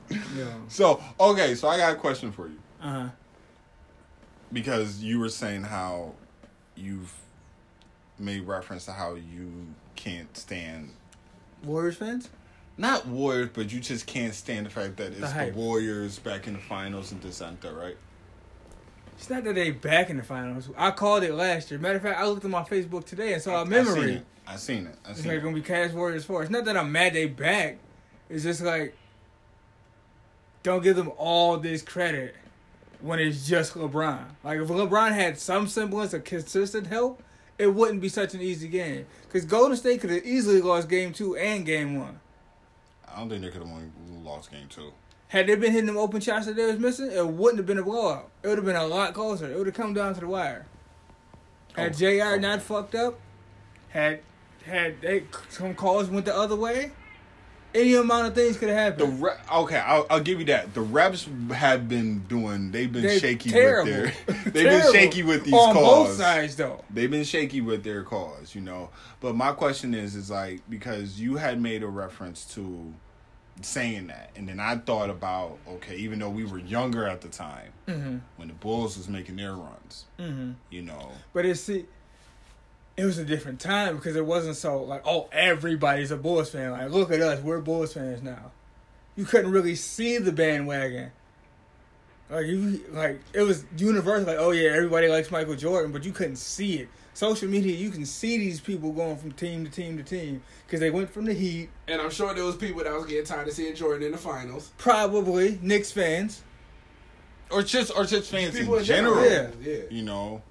S2: Yeah.
S1: So okay, so I got a question for you.
S2: Uh-huh.
S1: because you were saying how you've made reference to how you can't stand
S2: Warriors fans?
S1: not Warriors, but you just can't stand the fact that it's the,
S2: hype.
S1: Warriors back in the finals and this and that, right?
S2: It's not that they back in the finals. I called it last year. Matter of fact, I looked at my Facebook today and saw a
S1: I seen
S2: memory.
S1: it. I seen it. I
S2: It's
S1: seen
S2: like
S1: it.
S2: gonna be Cash Warriors four. It's not that I'm mad they back. It's just like don't give them all this credit when it's just LeBron. Like if LeBron had some semblance of consistent help, it wouldn't be such an easy game. Because Golden State could have easily lost game two and game one.
S1: I don't think they could have won lost game two.
S2: Had they been hitting them open shots that they was missing, it wouldn't have been a blowout. It would have been a lot closer. It would have come down to the wire. Had
S1: Oh,
S2: Jr.
S1: oh.
S2: not fucked up, had had they some calls went the other way, any amount of things could have
S1: The
S2: happened.
S1: re- okay, I'll, I'll give you that. The reps have been doing. They've been
S2: They're
S1: shaky
S2: terrible.
S1: with their. *laughs* They've been
S2: Terrible.
S1: shaky with these
S2: on
S1: calls.
S2: both sides though.
S1: they've been shaky with their cause, you know. But my question is, is like because you had made a reference to saying that, and then I thought about okay, even though we were younger at the time when the Bulls was making their runs,
S2: hmm
S1: you know,
S2: But it's see, it was a different time because it wasn't so like oh everybody's a Bulls fan. Like look at us, we're Bulls fans now. You couldn't really see the bandwagon. Like you like it was universal. Like oh yeah, everybody likes Michael Jordan, but you couldn't see it. Social media, you can see these people going from team to team to team because they went from the Heat,
S3: And I'm sure there was people that was getting tired of seeing Jordan in the finals.
S2: probably Knicks fans.
S1: or just or just fans in
S3: People
S1: general,
S2: general,
S3: yeah.
S1: you know.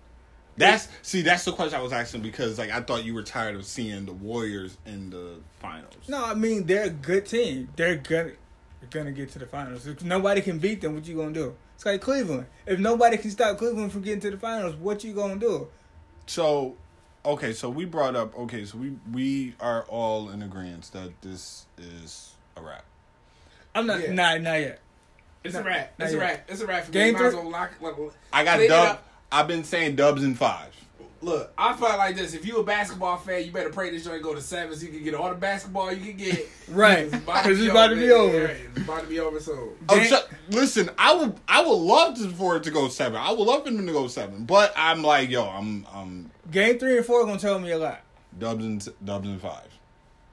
S1: That's see, that's the question I was asking because like I thought you were tired of seeing the Warriors in the finals.
S2: No, I mean they're a good team. They're gonna they're gonna get to the finals. If nobody can beat them, what you gonna do? It's like Cleveland. If nobody can stop Cleveland from getting to the finals, what you gonna do?
S1: So, okay, so we brought up okay, so we we are all in agreement that this is a wrap.
S2: I'm not
S3: Yeah.
S2: not not yet.
S3: It's
S2: Not-
S3: a wrap.
S2: not
S3: It's a
S2: yet.
S3: wrap. It's a wrap for
S2: Game
S3: me. Might as
S2: three-
S3: well lock, lock- lock-
S1: I got
S3: clean it
S1: dub.
S3: up.
S1: I've been saying dubs and fives.
S3: Look, I feel like this. If you a basketball fan, you better pray this joint go to seven so you can get all the basketball you can get. *laughs*
S2: Right. Because it's about to be
S3: Yeah,
S2: over.
S3: It's about to be over soon.
S1: Oh,
S2: Damn.
S1: so, listen, I would I would love to, for it to go seven. I would love for them to go seven, but I'm like, yo, I'm I'm
S2: Game three and four gonna tell me a lot.
S1: dubs and dubs and five.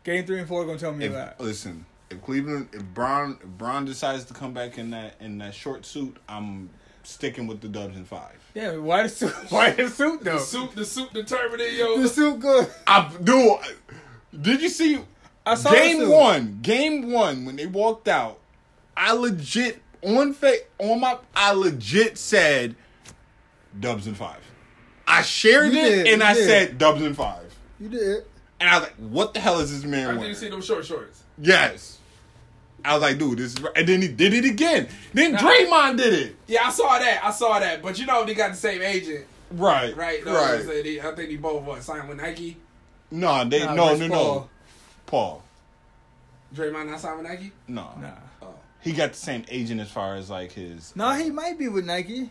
S2: Game three and four gonna tell me
S1: If,
S2: a lot.
S1: Listen, if Cleveland, if Brown, if Brown decides to come back in that in that short suit, I'm sticking with the dubs and five.
S2: Yeah, why the suit? Why the suit though?
S3: The soup, the soup determined it, yo.
S2: The suit good.
S1: I do. Did you see
S2: I saw the
S1: game
S2: suit.
S1: one? Game one when they walked out, I legit on fa- on my I legit said dubs and five. I shared
S2: You
S1: it
S2: did,
S1: and
S2: you
S1: I
S2: did.
S1: said dubs and five,
S2: You did.
S1: and I was like, "What the hell is this man
S3: After you
S1: wearing?"
S3: see them short shorts.
S1: Yes. I was like, dude, this is right. And then he did it again. Then
S3: Nah.
S1: Draymond did it.
S3: Yeah, I saw that. I saw that. But you know they got the same agent,
S1: Right.
S3: right? No,
S1: right.
S3: they- they- I think they both what signed with Nike.
S1: No, they
S2: Nah,
S1: no,
S2: Chris
S1: no,
S2: Paul.
S1: no. Paul.
S3: Draymond not signed with Nike.
S1: No.
S2: Nah.
S3: Oh.
S1: He got the same agent as far as like his
S2: No, he might be with Nike.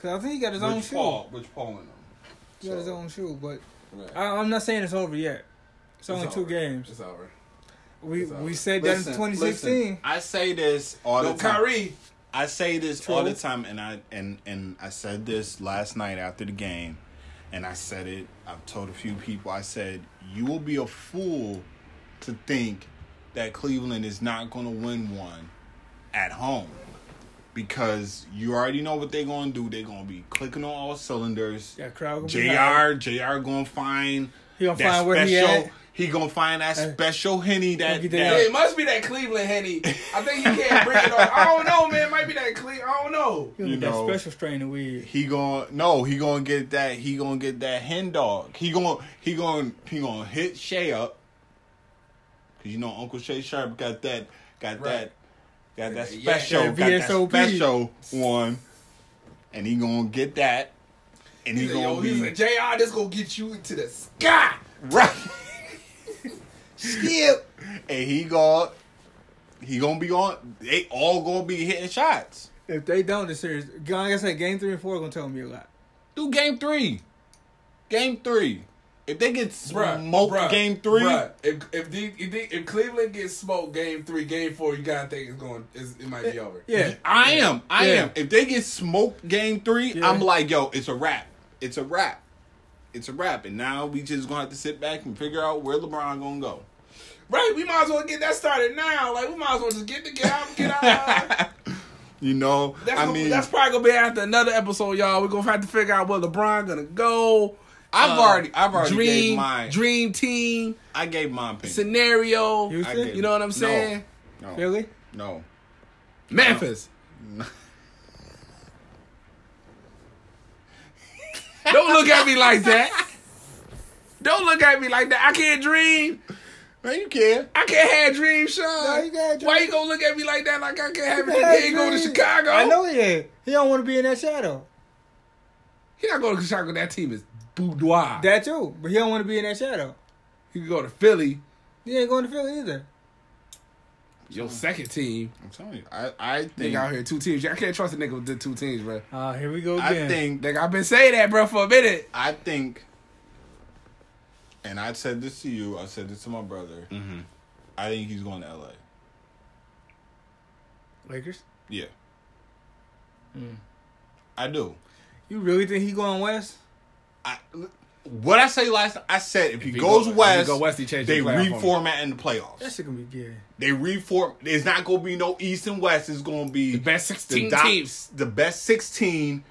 S2: Cause I think he got his own
S1: Rich Paul.
S2: shoe.
S1: Rich Paul in him.
S2: He got his own shoe, but
S3: Right.
S2: I, I'm not saying it's over yet. It's only
S3: It's
S2: two
S3: over.
S2: games.
S3: It's over.
S2: We
S3: it's over.
S2: we said that in 2016.
S1: I say this all
S3: No
S1: the time.
S3: Kyrie.
S1: I say this
S2: True.
S1: all the time, and I and and I said this last night after the game, and I said it. I've told a few people. I said you will be a fool to think that Cleveland is not going to win one at home because you already know what they're going to do. They're going to be clicking on all cylinders.
S2: Yeah, crowd. gonna be high.
S1: Jr. Jr. Going to find
S2: He gonna
S1: that
S2: find where he
S1: special.
S2: at.
S1: He gonna find that
S2: Hey.
S1: special henny that,
S2: get
S1: that
S2: that-
S3: Yeah, it must be that Cleveland Henny. I think he can't bring it on. I don't know, man. It might be that Cle. I don't know.
S2: He gonna
S1: you
S2: get
S1: know.
S2: that special strain of weed.
S1: He going to no, he gonna get that he gonna get that hen dog. He gonna he gonna he gonna hit Shay up. Cause you know Uncle Shay Sharp got that got
S3: Right.
S1: that got that
S3: Yeah.
S1: special
S2: Yeah,
S1: got
S2: VSOP.
S1: that special one. And he gonna get that. And he
S3: He's like, yo,
S1: gonna
S3: he's
S1: be
S3: like, JR, this gonna get you into the sky.
S1: *laughs* right. Skip. And he gonna he gonna be on they all gonna be hitting shots.
S2: If they don't, the series, like I said, game three and four gonna tell me a lot.
S1: Do game three. Game three. If they get
S3: Bruh,
S1: smoked
S3: bruh,
S1: game three,
S3: bruh. If if, the, if, the, if Cleveland gets smoked game three, game four, you gotta think it's going. It's, it might be over.
S2: Yeah,
S1: I am. I
S2: Yeah.
S1: am. If they get smoked game three,
S2: Yeah.
S1: I'm like, yo, it's a wrap. It's a wrap. It's a wrap. And now we just gonna have to sit back and figure out where LeBron gonna go.
S3: Right, we might as well get that started now. Like we might as well just get the get out, get
S1: *laughs*
S3: out.
S1: You know,
S3: That's,
S1: I
S3: gonna-
S1: mean,
S3: that's probably gonna be after another episode, y'all. We're gonna have to figure out where LeBron gonna go.
S1: I've
S3: Uh,
S1: already, I've already
S3: dream,
S1: gave my,
S3: dream team
S1: I gave my opinion.
S3: scenario.
S2: Houston?
S1: I gave-
S3: You know what I'm
S1: No.
S3: saying?
S1: No, no,
S2: Philly.
S3: Memphis. *laughs* Don't look at me like that. Don't look at me like that. I can't dream.
S1: Man, you care.
S3: I can't have dreams, Sean.
S2: No, Uh, you can't
S3: Why
S2: dream.
S3: you gonna look at me like that? Like I can't have
S2: You
S3: it.
S2: can't
S3: He ain't going to
S2: dream.
S3: Chicago.
S2: I know he is. He don't want to be in that shadow.
S3: He not going to Chicago. That team is boudoir.
S2: That too, but he don't want to be in that shadow.
S3: he can go to Philly.
S2: He ain't going to Philly either.
S3: Your second team.
S1: I'm telling you, I, I think,
S3: Nigga out here, two teams. I can't trust a nigga with the two teams, bro.
S2: Ah, here we go
S1: I think
S3: Nigga, I've been saying that, bro, for a minute.
S1: I think, and I said this to you, I said this to my brother.
S3: Mhm.
S1: I think he's going to LA.
S2: Lakers.
S1: Yeah.
S3: Mm.
S1: I do.
S2: You really think he going west?
S1: I what I say last I said if, he,
S3: he
S1: goes
S3: go- if he
S1: west,
S3: go west, he changes
S1: they
S3: the playoff
S1: reformat in the
S2: That
S1: playoffs.
S2: shit gonna be gay.
S1: They reform. There's not going to be no east and west. It's going to be
S3: The best 16
S1: doc-
S3: teams.
S1: The best sixteen,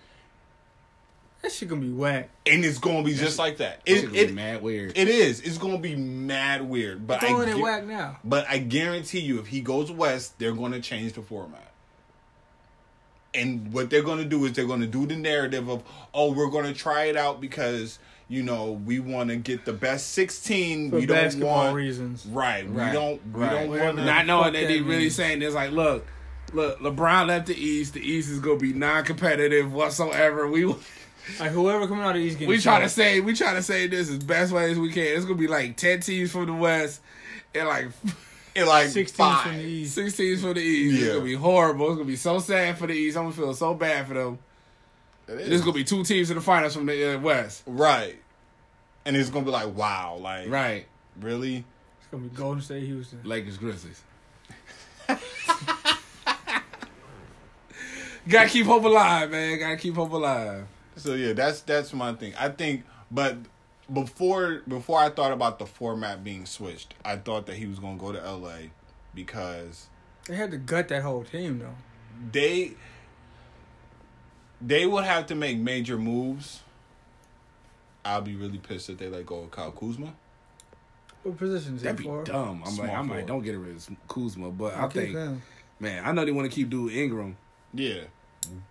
S2: That shit gonna be whack.
S1: and it's going to be just like that.
S3: It,
S1: It,
S3: shit
S1: it,
S3: it, mad weird.
S1: it is. It's going to be mad weird. But I
S2: Throwing it
S1: gu-
S2: whack now.
S1: But I guarantee you, if he goes west, they're going to change the format. And what they're going to do is they're going to do the narrative of, oh, we're going to try it out because, you know, we want to get the best 16.
S2: For
S1: we don't
S2: basketball
S1: want.
S2: reasons.
S1: Right.
S3: Right.
S1: We don't, we
S3: Right.
S1: don't want
S3: Not knowing that
S2: that
S3: they really
S2: means.
S3: saying this, like, look, look, LeBron left the East. The East is gonna be non-competitive whatsoever. We *laughs*
S2: Like whoever coming out of these games.
S3: we try to say we try to say this as best way as we can. It's gonna be like ten teams from the West and like *laughs*
S1: it like
S2: 16
S1: five.
S2: from the East.
S3: six teams from the East. It's
S1: Yeah.
S3: gonna be horrible. It's gonna be so sad for the East. I'm gonna feel so bad for them. There's gonna be two teams in the finals from the uh, West.
S1: Right. And it's going to be like, wow. Like,
S3: Right,
S1: really?
S2: It's gonna be Golden State, Houston.
S3: Lakers, Grizzlies. Gotta keep hope alive, man. Gotta keep hope alive.
S1: So yeah, that's that's my thing. I think, but before before I thought about the format being switched, I thought that he was gonna go to L.A. because
S2: They had to gut that whole team though.
S1: they they would have to make major moves. I'll be really pissed if they let go of Kyle Kuzma.
S2: What positions
S3: That'd be
S2: for?
S3: dumb. I'm like,
S1: Small
S3: I might
S1: forward.
S3: don't get rid of Kuzma, but I
S2: Okay,
S3: think,
S2: fam.
S3: man, I know they want to keep dude Ingram.
S1: Yeah,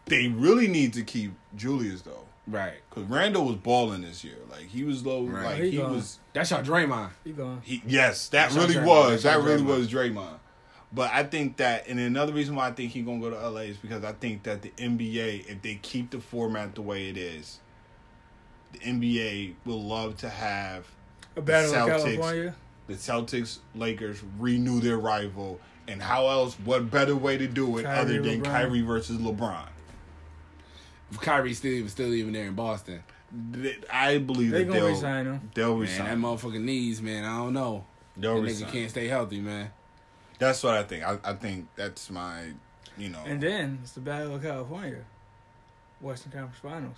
S1: they really need to keep Julius though,
S3: Right.
S1: because Randall was balling this year. Like he was low.
S3: Right.
S1: Like
S2: He
S1: he
S2: gone.
S1: was.
S3: That's your Draymond.
S2: He gone.
S1: He, yes, that
S3: That's
S1: really
S3: not Draymond.
S1: was.
S3: That's
S1: That
S3: not
S1: really
S3: Draymond.
S1: was Draymond. But I think that, and another reason why I think he's gonna go to LA is because I think that the NBA, if they keep the format the way it is, the NBA will love to have
S2: A battle in
S1: Celtics.
S2: California.
S1: the Celtics Lakers renew their rival. And how else? What better way to do it
S2: Kyrie,
S1: other than
S2: LeBron.
S1: Kyrie versus LeBron?
S3: If Kyrie still even still even there in Boston.
S1: Th- I believe that
S2: They gonna
S1: they'll
S2: resign him.
S1: They'll
S3: Man, that
S1: resign.
S3: motherfucking knees, man. I don't know.
S1: They'll
S3: That nigga
S1: resign.
S3: can't stay healthy, man.
S1: That's what I think. I, I think that's my, you know.
S2: And then it's the battle of California. Western Conference Finals.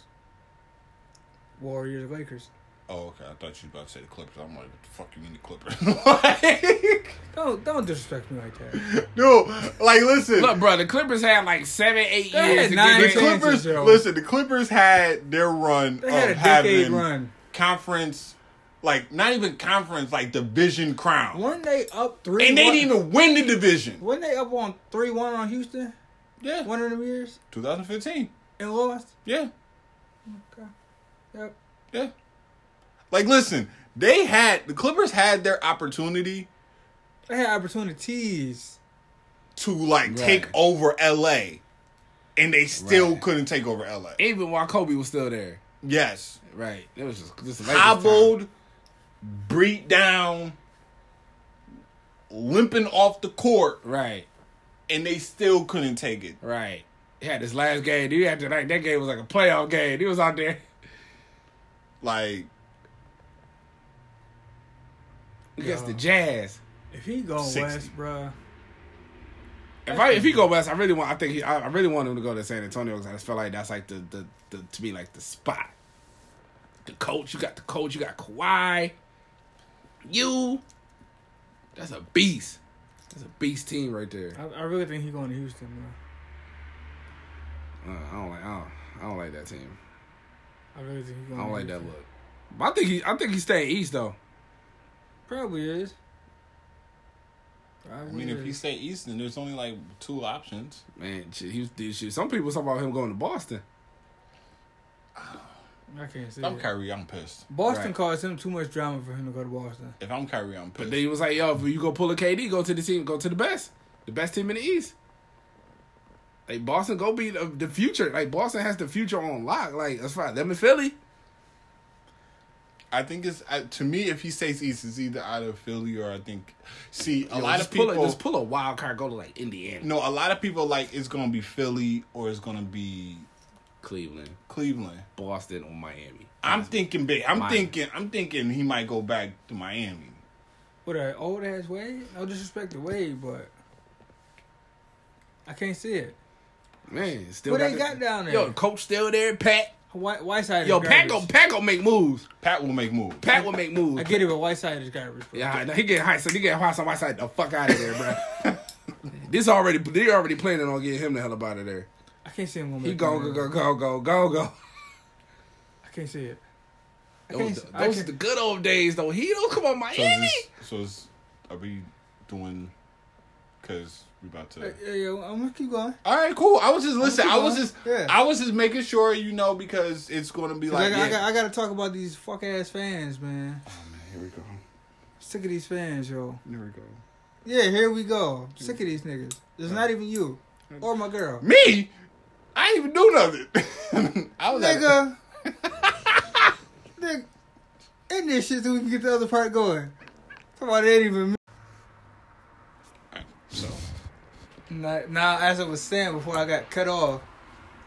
S2: Warriors Lakers.
S1: Oh, okay. I thought you was about to say the Clippers. I'm like, what the fuck you mean the *laughs* Clippers?
S2: Don't don't disrespect me like that.
S1: no, like listen,
S3: *laughs* Look, bro, the Clippers had like seven, eight
S2: They
S3: years
S2: had
S3: to
S2: nine
S1: the
S3: get there.
S2: chances,
S1: Clippers.
S2: yo.
S1: Listen, the Clippers had their run
S2: They
S1: of
S2: had a decade
S1: having
S2: run.
S1: conference, like not even conference, like division crown,
S2: Weren't they up three?
S1: and they
S2: one-
S1: didn't even win the division.
S2: Weren't they up on three one on Houston?
S1: Yeah,
S2: One of them years
S1: 2015.
S2: and lost.
S1: Yeah,
S2: Yep.
S1: yeah. Like listen, they had the Clippers had their opportunity
S2: They had opportunities.
S1: to like take
S3: Right.
S1: over LA, and they still
S3: Right.
S1: couldn't take over LA.
S3: Even while Kobe was still there.
S1: Yes.
S3: Right. It was just, just the Lakers time.
S1: hobbled, beat down, limping off the court,
S3: Right,
S1: and they still couldn't take it.
S3: right. He had this last game. He had to, like, that game was like a playoff game. He was out there. *laughs*
S1: Like,
S3: against the
S2: Yeah.
S3: Jazz.
S2: If he go
S1: 60.
S2: west, bruh,
S3: If I if he go west, I really want. I think he, I, I really want him to go to San Antonio because I just feel like that's like the, the the to me like the spot. The coach, you got the coach, you got Kawhi. You, that's a beast. That's a beast team right there.
S2: I, I really think he going to Houston, bro.
S3: Uh, I don't like. I don't, I don't like that team.
S2: I really think he
S3: I
S2: going.
S3: don't
S2: to
S3: like that
S2: Houston.
S3: look. But I think he. I think he's staying east though.
S2: Probably is.
S1: I mean, if you stay Eastern, there's only like two options.
S3: Man, shit, he, was- shit, some people talk about him going to Boston.
S2: I can't see
S1: If I'm
S2: it.
S1: Kyrie, I'm pissed.
S2: Boston
S3: Right.
S2: caused him too much drama for him to go to Boston.
S1: If I'm Kyrie, I'm
S3: But
S1: pissed.
S3: then he was like, "Yo, if you go pull a KD, go to the team, go to the best, the best team in the East." Like Boston, go be the, the future. Like Boston has the future on lock. Like that's fine. Them in Philly,
S1: I think it's I, to me if he stays East, it's either out of Philly or I think. See, a
S3: Yo,
S1: lot
S3: just
S1: of people
S3: pull a, just pull a wild card, go to like Indiana,
S1: no, a lot of people like it's gonna be Philly or it's gonna be
S3: Cleveland,
S1: Cleveland.
S3: Boston, or Miami.
S1: I'm thinking big. I'm
S3: Miami.
S1: thinking. I'm thinking he might go back to Miami.
S2: What a old ass Wade? No disrespect to Wade, but I can't see it.
S3: Man, still
S2: What they
S3: the-
S2: got down there?
S3: Yo, coach still there. Pat.
S2: White Whiteside.
S3: Yo,
S2: is
S3: Pat go
S2: garbage.
S3: Pat go make moves.
S1: Pat will make moves.
S3: Pat will make moves.
S2: I get it, but Whiteside is garbage. Bro.
S3: Yeah, I know. he get high, so he get high. So I said, "The fuck out of there, *laughs* bro." this already, they already planning on getting him the hell up out of there.
S2: I can't see him going.
S3: He
S2: back
S3: go
S2: there.
S3: go go go go go go.
S2: I can't see it. I can't.
S3: Those,
S2: I
S3: those are
S2: can't-
S3: the good old days, though. He don't come on
S1: So, is
S3: Miami.
S1: this, so is, are we doing because we about to.
S2: Yeah, yeah, I'm gonna keep going.
S1: All right, cool. I was just listening. I
S2: keep
S1: was
S2: going.
S1: just,
S2: Yeah.
S1: I was just making sure you know because it's going to be
S2: 'Cause
S1: like,
S2: I, got-
S1: yeah.
S2: I, got, I gotta talk about these fuck ass fans, man.
S1: Here we go.
S2: Sick of these fans, yo.
S1: Here we go.
S2: Yeah, here we go. Sick of these niggas. It's not even you or my girl.
S1: Me? I didn't even do nothing. *laughs* I was at-
S2: Nigga. *laughs* Nigga. End this shit so we can get the other part going. Somebody ain't even.
S1: so
S2: Now, now, as I was saying before I got cut off,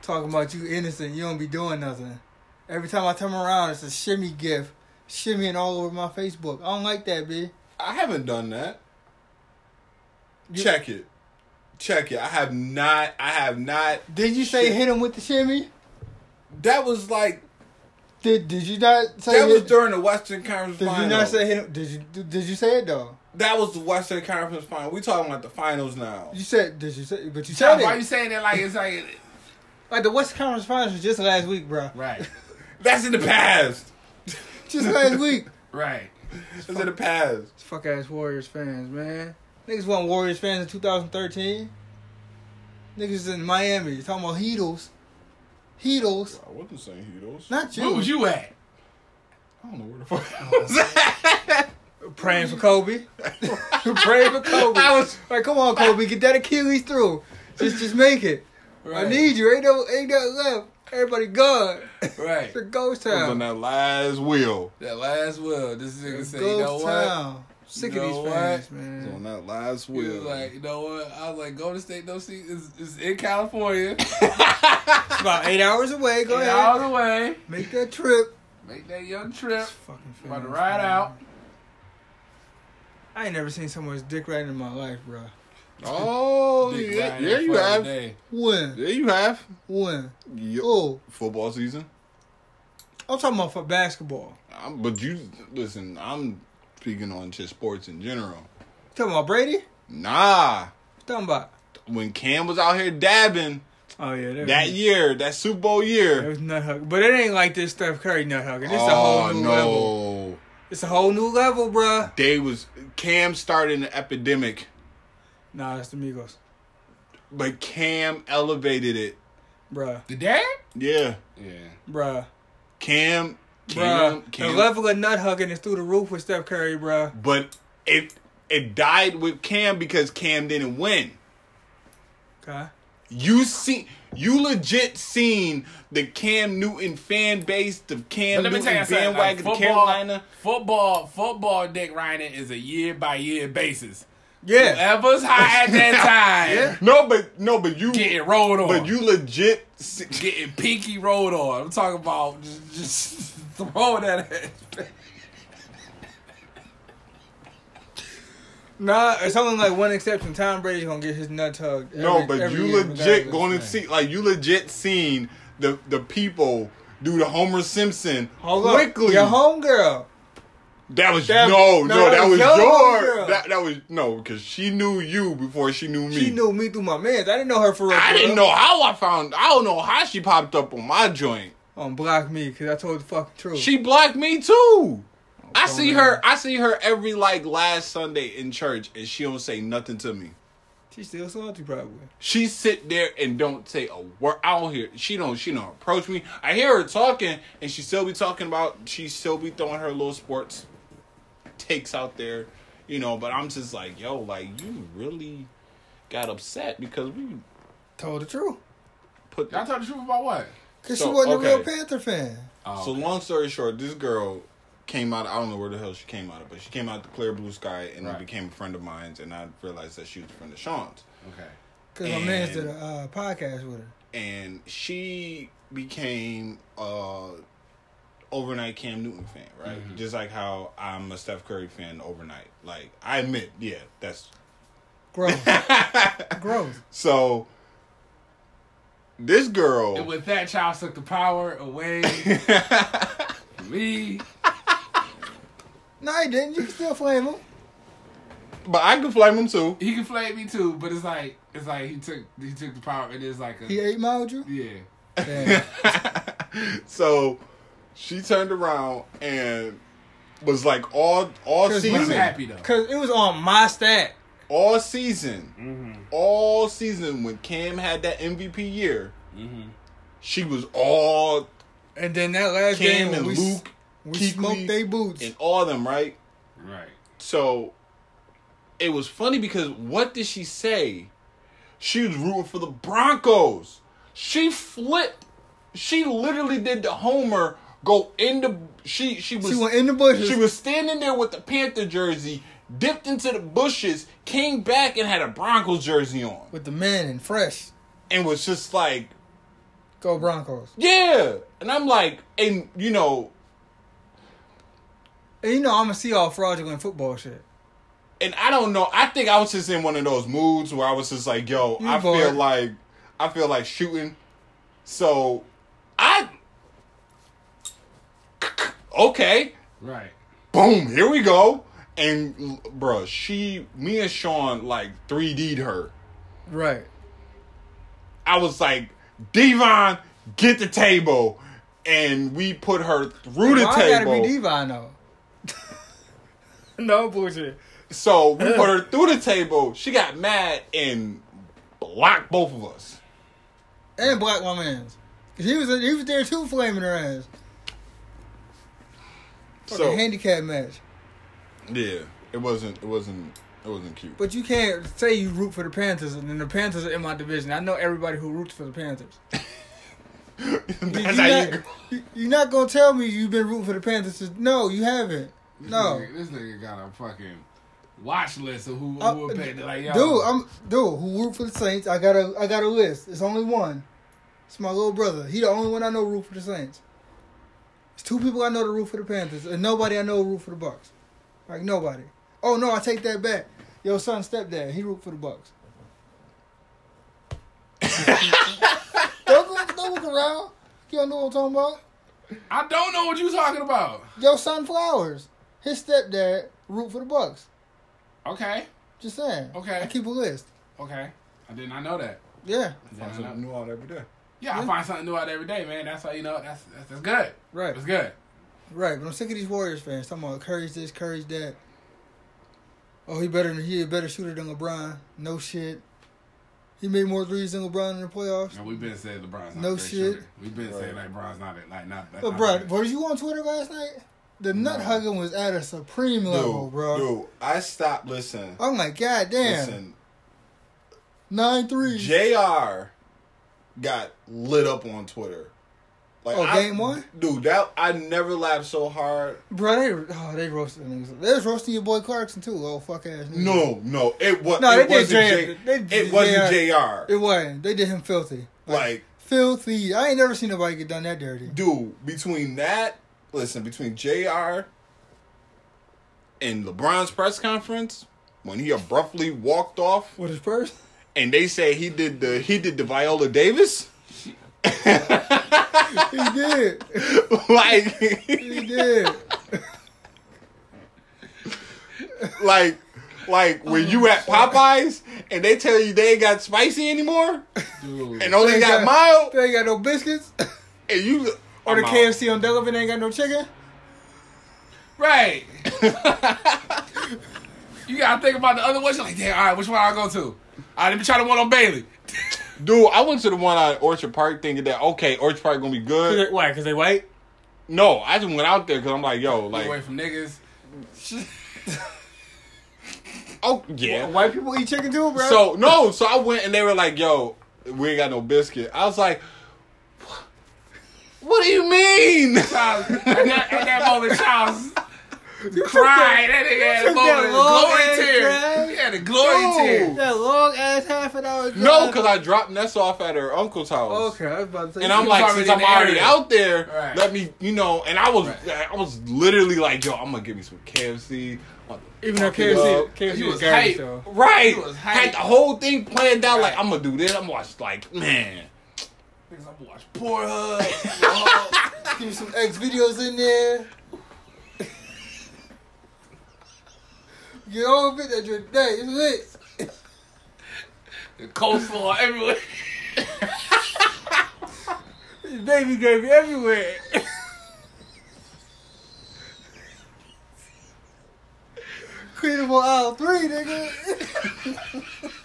S2: talking about you innocent, you don't be doing nothing. Every time I turn around, it's a shimmy gift, shimmying all over my Facebook. I don't like that, bitch.
S1: I haven't done that.
S2: You-
S1: Check it. Check it. I have not. I have not.
S2: Did you say
S1: Shit.
S2: hit him with the shimmy?
S1: That was like
S2: Did Did you not say
S1: that was
S2: hit-
S1: during the Western Conference
S2: Did you
S1: final.
S2: not say hit him? Did you Did did you say it though?
S1: that was the Western Conference final. We talking about the finals now.
S2: You said Did you say? But you
S3: Chad,
S2: said
S3: why you
S2: it.
S3: saying that like it's like
S2: Like the West Conference Finals was just last week, bro.
S3: right,
S1: That's in the past.
S2: Just *laughs* last week.
S3: right?
S1: That's in the past.
S2: It's fuck ass Warriors fans, man. Niggas weren't Warriors fans in 2013. Niggas in Miami talking about Heatles. Heatles.
S1: I wasn't saying Heatles.
S2: Not you.
S3: Where was you at?
S1: I don't know where the fuck *laughs* I was at.
S2: Praying for Kobe. *laughs* Praying for Kobe.
S1: I was.
S2: Like, come on, Kobe, get that Achilles through. Just just make it. I
S3: Right.
S2: need you. Ain't no ain't nothing left. Everybody gone.
S3: Right.
S2: It's a ghost
S1: I was on
S2: town.
S1: that last wheel.
S3: That last will. This nigga said, you know
S2: Ghost
S3: what?
S2: town. Sick
S3: You
S2: of
S3: know
S2: these
S3: what?
S2: fans,
S1: I was on
S2: man.
S1: that last
S3: He
S1: wheel.
S3: was like, you know what? I was like, Golden State, no see, is, is in California.
S2: It's about eight hours away. Go
S3: Go all
S2: ahead.
S3: the way.
S2: Make that trip.
S3: Make that young trip.
S2: Fucking
S3: About to
S2: fans,
S3: ride
S2: man.
S3: out.
S2: I ain't never seen so much dick riding in my life, bro.
S1: oh,
S3: *laughs* Dick
S1: yeah,
S3: riding
S1: yeah, you
S3: for the
S1: have.
S3: day.
S2: When?
S1: Yeah, you have.
S2: When?
S1: Yo,
S2: Oh,
S1: Football season.
S2: I'm talking about for basketball.
S1: I'm, but you listen. I'm speaking on just sports in general.
S2: talking about Brady?
S1: Nah,
S2: talking about?
S1: when Cam was out here dabbing
S2: Oh, yeah. There
S1: that
S2: was,
S1: year, that Super Bowl
S2: There
S1: year.
S2: was nut hug. But it ain't like this Steph Curry nut hugging. It's a
S1: oh
S2: whole new
S1: no,
S2: level. It's a whole new level, bruh.
S1: they was Cam started an epidemic,
S2: Nah, it's the Migos.
S1: but Cam elevated it.
S2: Bruh.
S3: The dad?
S1: Yeah,
S3: Yeah.
S2: Bruh.
S1: Cam, Cam,
S2: Bruh. The
S1: Cam.
S2: level of nut hugging is through the roof with Steph Curry, bruh.
S1: but it it died with Cam because Cam didn't win.
S2: Okay.
S1: You see, you legit seen the Cam Newton fan base, the Cam
S3: But let me
S1: Newton
S3: tell you something. Like,
S1: bandwagon,
S3: football,
S1: the Carolina.
S3: football, football dick riding is a year by year basis.
S2: Yeah.
S3: Whoever's high
S1: *laughs*
S3: at that time,
S1: No, but no, but you,
S3: getting rolled on.
S1: but you legit. See,
S3: getting pinky rolled on. I'm talking about just, just *laughs* throwing that at
S2: Nah, it's only like one exception. Tom Brady's gonna get his nut hugged.
S1: no,
S2: every-
S1: but
S2: every
S1: you
S2: year
S1: legit
S2: regardless.
S1: going to see, like you legit seen the the people do the Homer Simpson
S2: Hold up.
S1: quickly.
S2: Your homegirl.
S1: that was
S2: That-
S1: no, no, that was
S2: your
S1: your.
S2: girl.
S1: That, that was no, because she knew you before she knew me.
S2: She knew me through my mans. I didn't know her for real.
S1: I
S2: for
S1: didn't
S2: real.
S1: know how I found. I don't know how she popped up on my joint.
S2: Um, block me because I told the fucking truth.
S1: She blocked me too. I
S2: don't
S1: see
S2: know.
S1: her. I see her every like last Sunday in church, and she don't say nothing to me.
S2: she still salty probably.
S1: She sit there and don't say a word. I don't hear. She don't. She don't approach me. I hear her talking, and she still be talking about. She still be throwing her little sports takes out there, you know. But I'm just like, yo, like you really got upset because we
S2: Told the truth
S1: put.
S3: Y'all talk the truth about what?
S2: because she
S1: So,
S2: wasn't a real
S1: okay.
S2: Panther fan.
S1: So
S3: Oh,
S1: long story short, this girl came out. I don't know where the hell she came out of, but she came out the clear blue sky and
S3: Right.
S1: became a friend of mine. And I realized that she was a friend of Sean's.
S3: okay.
S2: Because my man's
S1: And-
S2: did a uh, podcast with her.
S1: And she became a overnight Cam Newton fan, right?
S3: Mm-hmm.
S1: Just like how I'm a Steph Curry fan overnight. Like I admit, yeah, that's
S2: Gross,
S1: *laughs*
S2: gross.
S1: so. This girl,
S3: And with that, child took the power away
S1: *laughs*
S3: from me.
S2: No, he didn't. You can still flame him.
S1: but I can flame him too.
S3: He can flame me too, but it's like it's like he took he took the power. It is like a
S2: He
S3: yeah.
S2: eight miled you.
S1: *laughs*
S2: Damn.
S1: so she turned around and was like all all
S2: Cause
S3: But I'm
S1: season.
S3: happy though.
S2: Cause it was on my stat.
S1: all season,
S3: Mm-hmm.
S1: all season when Cam had that MVP year,
S3: Mm-hmm.
S1: she was all
S2: And then that last
S1: Cam
S2: game, when
S1: and
S2: we,
S1: Luke
S2: we
S1: Kuechly,
S2: smoked they boots.
S1: and all of them, right?
S3: Right.
S1: So it was funny because what did she say? She was rooting for the Broncos. She flipped. She literally did the homer go in the she she was
S2: she went in the bushes.
S1: she was standing there with the Panther jersey, dipped into the bushes, came back and had a Broncos jersey on.
S2: with the men and fresh.
S1: And was just like,
S2: Go Broncos.
S1: yeah. And I'm like, and you know,
S2: And you know I'm gonna see all fraudulent football shit.
S1: and I don't know. I think I was just in one of those moods where I was just like, yo,
S2: You
S1: I feel
S2: bored.
S1: like I feel like shooting. So I okay.
S3: Right.
S1: Boom, here we go. And bruh, she me and Sean like 3D'd her.
S2: Right.
S1: I was like, Devon, get the table. And we put her through the
S2: Why I gotta
S1: table.
S2: be Devon though? *laughs* no bullshit.
S1: so we put her through the table. She got mad and blocked both of us.
S2: And black woman's. He was he was there too, flaming her ass.
S1: So
S2: Fucking handicap match.
S1: Yeah, it wasn't. It wasn't. It wasn't cute. *laughs*
S2: But you can't say you root for the Panthers and then the Panthers are in my division. I know everybody who roots for the *laughs* Panthers. You-
S1: That's
S2: you
S1: how you.
S2: not,
S1: go.
S2: you- you not gonna tell me you've been rooting for the Panthers. since- No, you haven't.
S3: This
S2: No,
S3: Nigga, this nigga got a fucking watch list of who, who
S2: Uh,
S3: would pay. Like, yo,
S2: dude, I'm dude who root for the Saints. I got a I got a list. It's only one. It's my little brother. He the only one I know root for the Saints. It's two people I know that root for the Panthers, and nobody I know root for the Bucks. Like nobody. Oh no, I take that back. Your son stepdad, he root for the Bucks. *laughs* don't, look, don't look around. You don't know what I'm talking about.
S3: I don't know what you talking about.
S2: Your son Flowers, his stepdad root for the Bucks.
S3: Okay.
S2: Just saying.
S3: Okay.
S2: I keep a list.
S3: Okay. I did not know that.
S2: Yeah.
S3: I did not know.
S1: New out every day.
S3: Yeah, I find something new out every day, man. That's how you know. That's that's, that's good.
S2: Right.
S3: That's good.
S2: Right, but I'm sick of these Warriors fans talking about courage this, courage that. Oh, he better he a better shooter than LeBron. No shit. He made more threes than LeBron in the playoffs.
S3: And we've been saying LeBron's not
S2: No
S3: a great
S2: shit.
S3: shooter. We've been saying
S1: Right.
S3: like LeBron's not a- like not. that's
S2: But
S3: not
S2: bro,
S3: good.
S2: were you on Twitter last night? The nut
S1: No.
S2: hugging was at a supreme
S1: Dude,
S2: level, bro. Oh,
S1: dude, I stopped. Listen,
S2: I'm like, god damn.
S1: listen.
S2: Nine threes.
S1: Jr. got lit up on Twitter. Like
S2: Oh,
S1: I-
S2: game one?
S1: dude. That I never laughed so hard.
S2: bro, they oh they roasted them niggas. They was roasting your boy Clarkson too, little fuck ass nigga.
S1: No, no, it was.
S2: No,
S1: it
S2: they did
S1: wasn't
S2: J-
S1: J-
S2: they did
S1: It wasn't
S2: JR.
S1: Jr.
S2: It wasn't. They did him filthy.
S1: Like,
S2: Filthy. I ain't never seen nobody get done that dirty.
S1: dude, between that, listen, between Jr. and LeBron's press conference when he abruptly walked off
S2: With his purse? *laughs*
S1: and they say he did the he did the Viola Davis. *laughs*
S2: he did.
S1: like *laughs*
S2: He did.
S1: like
S2: Oh
S1: like when you at Popeyes and they tell you they ain't got spicy anymore
S3: Dude.
S1: and only
S2: They
S1: got
S2: got-
S1: mild
S2: They ain't got no biscuits.
S1: and you
S2: Or the
S1: I'm out.
S2: KFC on Delavan ain't got no chicken.
S3: Right. *laughs* you gotta think about the other ones. You're like, damn, all right, which one I go to? All right, let me try the one on Bailey.
S1: Dude, I went to the one out at Orchard Park thinking that okay, Orchard Park gonna be good.
S2: Why? Because they white?
S1: No, I just went out there because I'm like, yo,
S3: Get away
S1: like,
S3: from niggas.
S1: oh yeah.
S2: White people eat chicken too, bro.
S1: So no, so I went and they were like, yo, we ain't got no biscuit. I was like, what do you mean? *laughs*
S3: Child, at, that, at that moment, Charles cried. That nigga had a
S2: took that
S3: moment of
S2: long
S3: glory
S2: ass
S3: tear.
S2: drive.
S3: He had a glory
S1: No.
S3: tear.
S2: that long ass half an hour.
S1: No, because I dropped Ness off at her uncle's house.
S2: Okay, I was about to say.
S1: And I'm
S3: was
S1: like, since
S3: already in
S1: I'm
S3: the
S1: already
S3: area.
S1: out there,
S3: Right.
S1: let me, you know. And I was, I was literally like, yo, I'm gonna give me some KFC. I'm
S2: even though
S1: fucking
S2: KFC,
S1: up.
S2: KFC
S3: You
S2: is
S3: was
S2: garbage
S3: hype.
S2: though.
S1: right?
S3: He was hyped.
S1: Had the whole thing planned out. Like,
S3: Right.
S1: I'm gonna do this. I'm watching. Like, man,
S3: Niggas, I'm gonna watch Pornhub.
S2: Give me some X videos in there. *laughs* Get all of it that drink. Hey, it's lit.
S3: the coleslaw everywhere.
S2: It's baby gravy everywhere. Creative on aisle three, nigga. *laughs*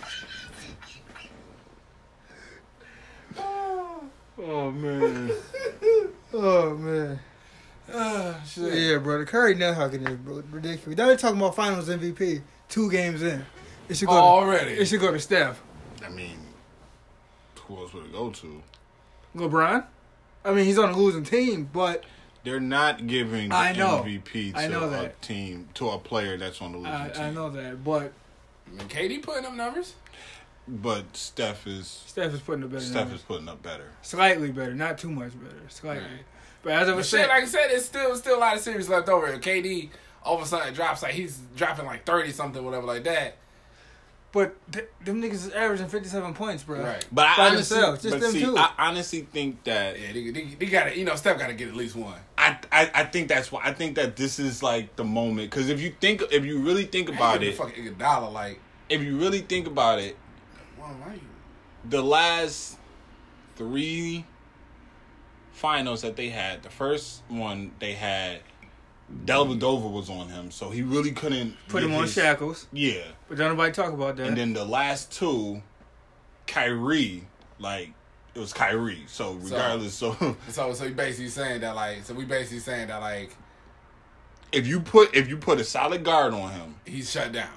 S1: Oh man.
S2: oh man.
S3: Ah, shit.
S2: Yeah, bro. The Curry net hugging is bro- ridiculous. Now they're talking about Finals MVP. Two games in, it should go.
S3: Already.
S2: To, it should go to Steph.
S1: I mean, who else would it go to?
S2: LeBron. I mean, he's on a losing team, but
S1: They're not giving the
S2: I know.
S1: MVP to
S2: I know
S1: a
S2: that.
S1: team to a player that's on the losing
S2: I,
S1: team.
S2: I know that. But
S3: I mean, KD putting up numbers.
S1: But Steph is
S2: Steph is putting a better.
S1: Steph
S2: number.
S1: is putting up better.
S2: slightly better, not too much better, slightly.
S3: Right.
S2: But as I
S3: But
S2: was
S3: shit,
S2: saying,
S3: like I said, it's still still a lot of series left over. If KD all of a sudden drops, like he's dropping like thirty something, whatever, like that.
S2: but th- them niggas is averaging fifty-seven points, bro.
S3: Right.
S1: But I
S2: By
S1: honestly,
S2: themselves, just
S1: but
S2: them
S1: see,
S2: two.
S1: I honestly think that
S3: Yeah, they, they, they gotta, you know, Steph gotta get at least one.
S1: I, I I think that's why I think that this is like the moment because if you think if you really think about it,
S3: fucking Iguodala, like
S1: if you really think about it,
S3: one like
S1: the last three finals that they had, the first one they had, Delvedova was on him, so he really couldn't
S2: Put
S1: get
S2: him on
S1: his-
S2: shackles,
S1: Yeah,
S2: but don't nobody talk about that.
S1: and then the last two, Kyrie, like it was Kyrie. So regardless, so *laughs*
S3: So so you basically saying that like so we basically saying that like
S1: if you put if you put a solid guard on him
S3: he's shut down.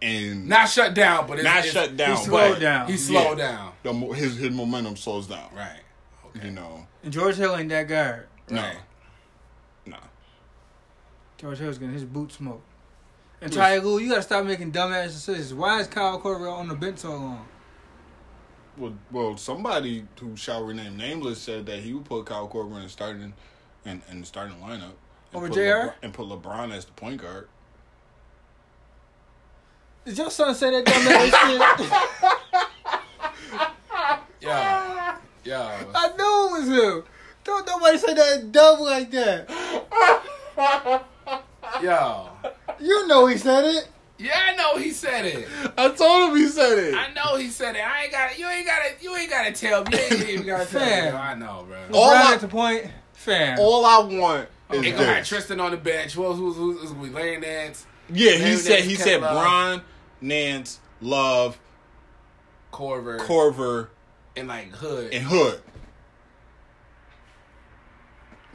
S1: and
S3: Not shut down, but it's,
S1: not
S3: it's-
S1: shut down,
S2: he slowed
S1: but
S2: down.
S3: He slowed down.
S1: the mo- his his momentum slows down.
S3: Right. Okay.
S1: You know,
S2: and George Hill ain't that guy.
S1: no,
S3: Right.
S1: no.
S2: George Hill's getting his boot smoked. And Ty Lue, you gotta stop making dumbass decisions. Why is Kyle Korver on the bench so long?
S1: Well, well, somebody who shall remain nameless said that he would put Kyle Korver in starting, in, in the starting lineup. and
S2: Over
S1: put
S2: JR?
S1: LeBron- and put LeBron as the point guard. *laughs*
S2: Did your son say that *laughs* dumbass shit?
S3: Yeah. Yeah.
S2: I know it was him. Don't nobody say that dumb like that.
S3: Yo.
S2: You know he said it.
S3: Yeah, I know he said it.
S1: I told him he said it.
S3: I know he said it. I ain't got to you ain't got to you ain't got to tell me. You ain't even got to tell me.
S2: Fam.
S3: No, I know, bro.
S1: All
S2: All
S1: I-
S2: at the point, fam.
S1: All I want is
S3: They gonna have
S1: this.
S3: Tristan on the bench. Who else? Who's who's, who's gonna be laying that?
S1: Yeah, he
S3: Maybe
S1: said
S3: that's
S1: he said
S3: Kevin Love.
S1: Bron, Nance, Love,
S3: Corver
S1: Corver,
S3: and like Hood.
S1: and Hood.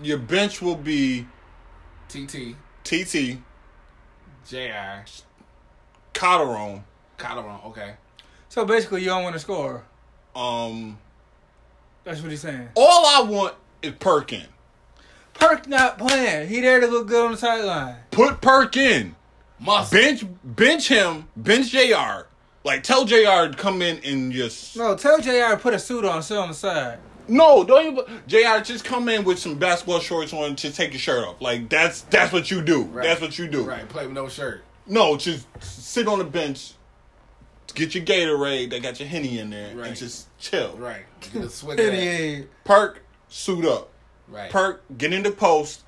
S1: Your bench will be
S3: TT,
S1: TT,
S3: JR,
S1: Cotteron,
S3: Colorado. Okay.
S2: so basically, you don't want to score.
S1: um.
S2: That's what he's saying.
S1: All I want is Perkin.
S2: Perk not playing. He there to look good on the sideline.
S1: Put Perk in.
S3: Must
S1: bench bench him, bench Jr. Like tell Jr. to come in and just
S2: No, tell Jr. to put a suit on, sit on the side.
S1: no, don't even Jr. Just come in with some basketball shorts on, just take your shirt off. Like that's that's what you do.
S3: Right.
S1: That's what you do.
S3: right. Play with no shirt.
S1: No, just sit on the bench, get your Gatorade. They got your henny in there,
S3: Right.
S1: and just chill.
S3: Right. *laughs* Get a swig of that.
S2: Idiot.
S1: Perk suit up.
S3: Right.
S1: Perk get in the post.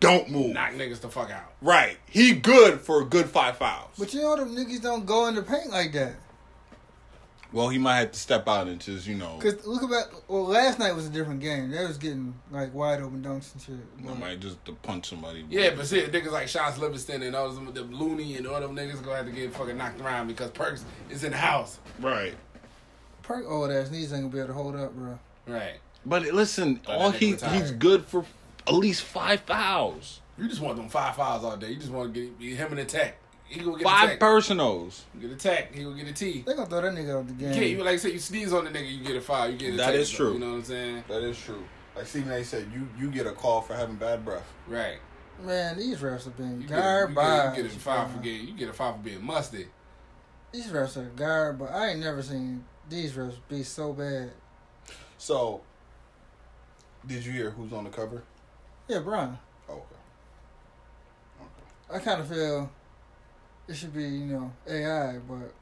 S1: Don't move.
S3: Knock niggas the fuck out.
S1: Right, he good for a good five fouls.
S2: But you know them niggas don't go in the paint like that.
S1: well, he might have to step out and just you know.
S2: Cause look about well, last night was a different game. They was getting like wide open dunks and shit.
S1: I might just to punch somebody.
S3: Yeah, but shit, niggas like Shots Livingston and all them, them Looney and all them niggas gonna have to get fucking knocked around because Perks is in the house.
S1: right.
S2: Perk old ass knees ain't gonna be able to hold up, bro.
S3: Right.
S1: But listen,
S3: Oh, that
S1: all
S3: nigga
S1: he
S3: retired.
S1: he's good for at least five fouls,
S3: You just want them five fives all day. You just want to get get him an attack. He gonna get
S1: five
S3: attacked.
S1: personals.
S3: get attacked. He gonna get a T.
S2: They gonna throw that nigga out the game.
S3: Yeah, you like I said, you sneeze on the nigga, you get a five. You get a
S1: That
S3: tackle,
S1: is true.
S3: You know what I'm saying?
S1: That is true. Like Stephen A. said, you you get a call for having bad breath.
S3: Right.
S2: Man, these refs have been
S3: You get, you,
S2: garbage.
S3: get, you get a five for
S2: bro.
S3: getting. You get a five for being musty.
S2: These refs are garbage. I ain't never seen these refs be so bad.
S1: So, did you hear who's on the cover?
S2: Yeah, Brian.
S1: Oh, okay.
S2: I kind of feel it should be you know AI, but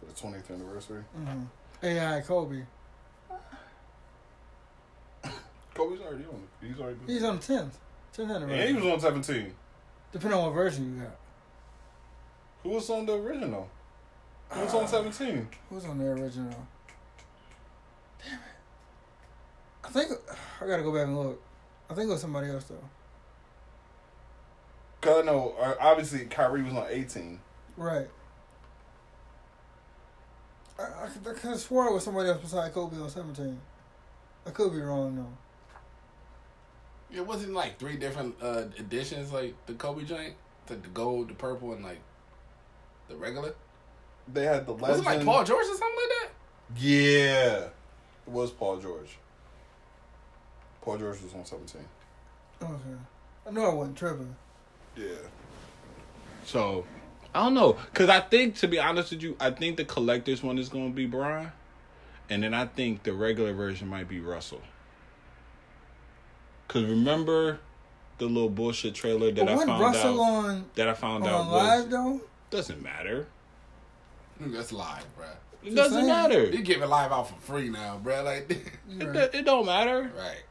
S1: For the twentieth anniversary,
S2: mhm. AI Kobe.
S1: Kobe's already on. it. He's already. Been-
S2: He's on the tenth. Tenth
S1: yeah, he
S2: anniversary.
S1: was on seventeen.
S2: Depending on what version you got.
S1: Who was on the original? Who was on seventeen?
S2: Who's on the original? Damn it. I think I gotta go back and look. I think it was somebody else though.
S4: Cause no, uh, obviously Kyrie was on eighteen.
S2: Right. I, I, could- I could have swore it was somebody else beside Kobe on 17. I could be wrong, though.
S3: It wasn't like three different uh editions, like the Kobe joint, the, the gold, the purple, and like the regular.
S4: They had the legend.
S3: Was it like Paul George or something like
S4: Yeah, it was Paul George. Paul George was on seventeen.
S2: Okay. I know I wasn't tripping.
S4: Yeah.
S1: So I don't know, cause I think to be honest with you, I think the collector's one is gonna be Brian, and then I think the regular version might be Russell. Cause remember the little bullshit trailer that
S2: But
S1: I
S2: when
S1: found
S2: Russell
S1: out
S2: on,
S1: that I found out
S2: on
S1: was,
S2: live, though,
S1: doesn't matter.
S3: that? That's live, bro.
S1: It doesn't
S2: saying.
S1: matter.
S3: You
S1: It,
S3: give it live out for free now, bro. Like, *laughs*
S2: you're right.
S1: do- it don't matter.
S3: right.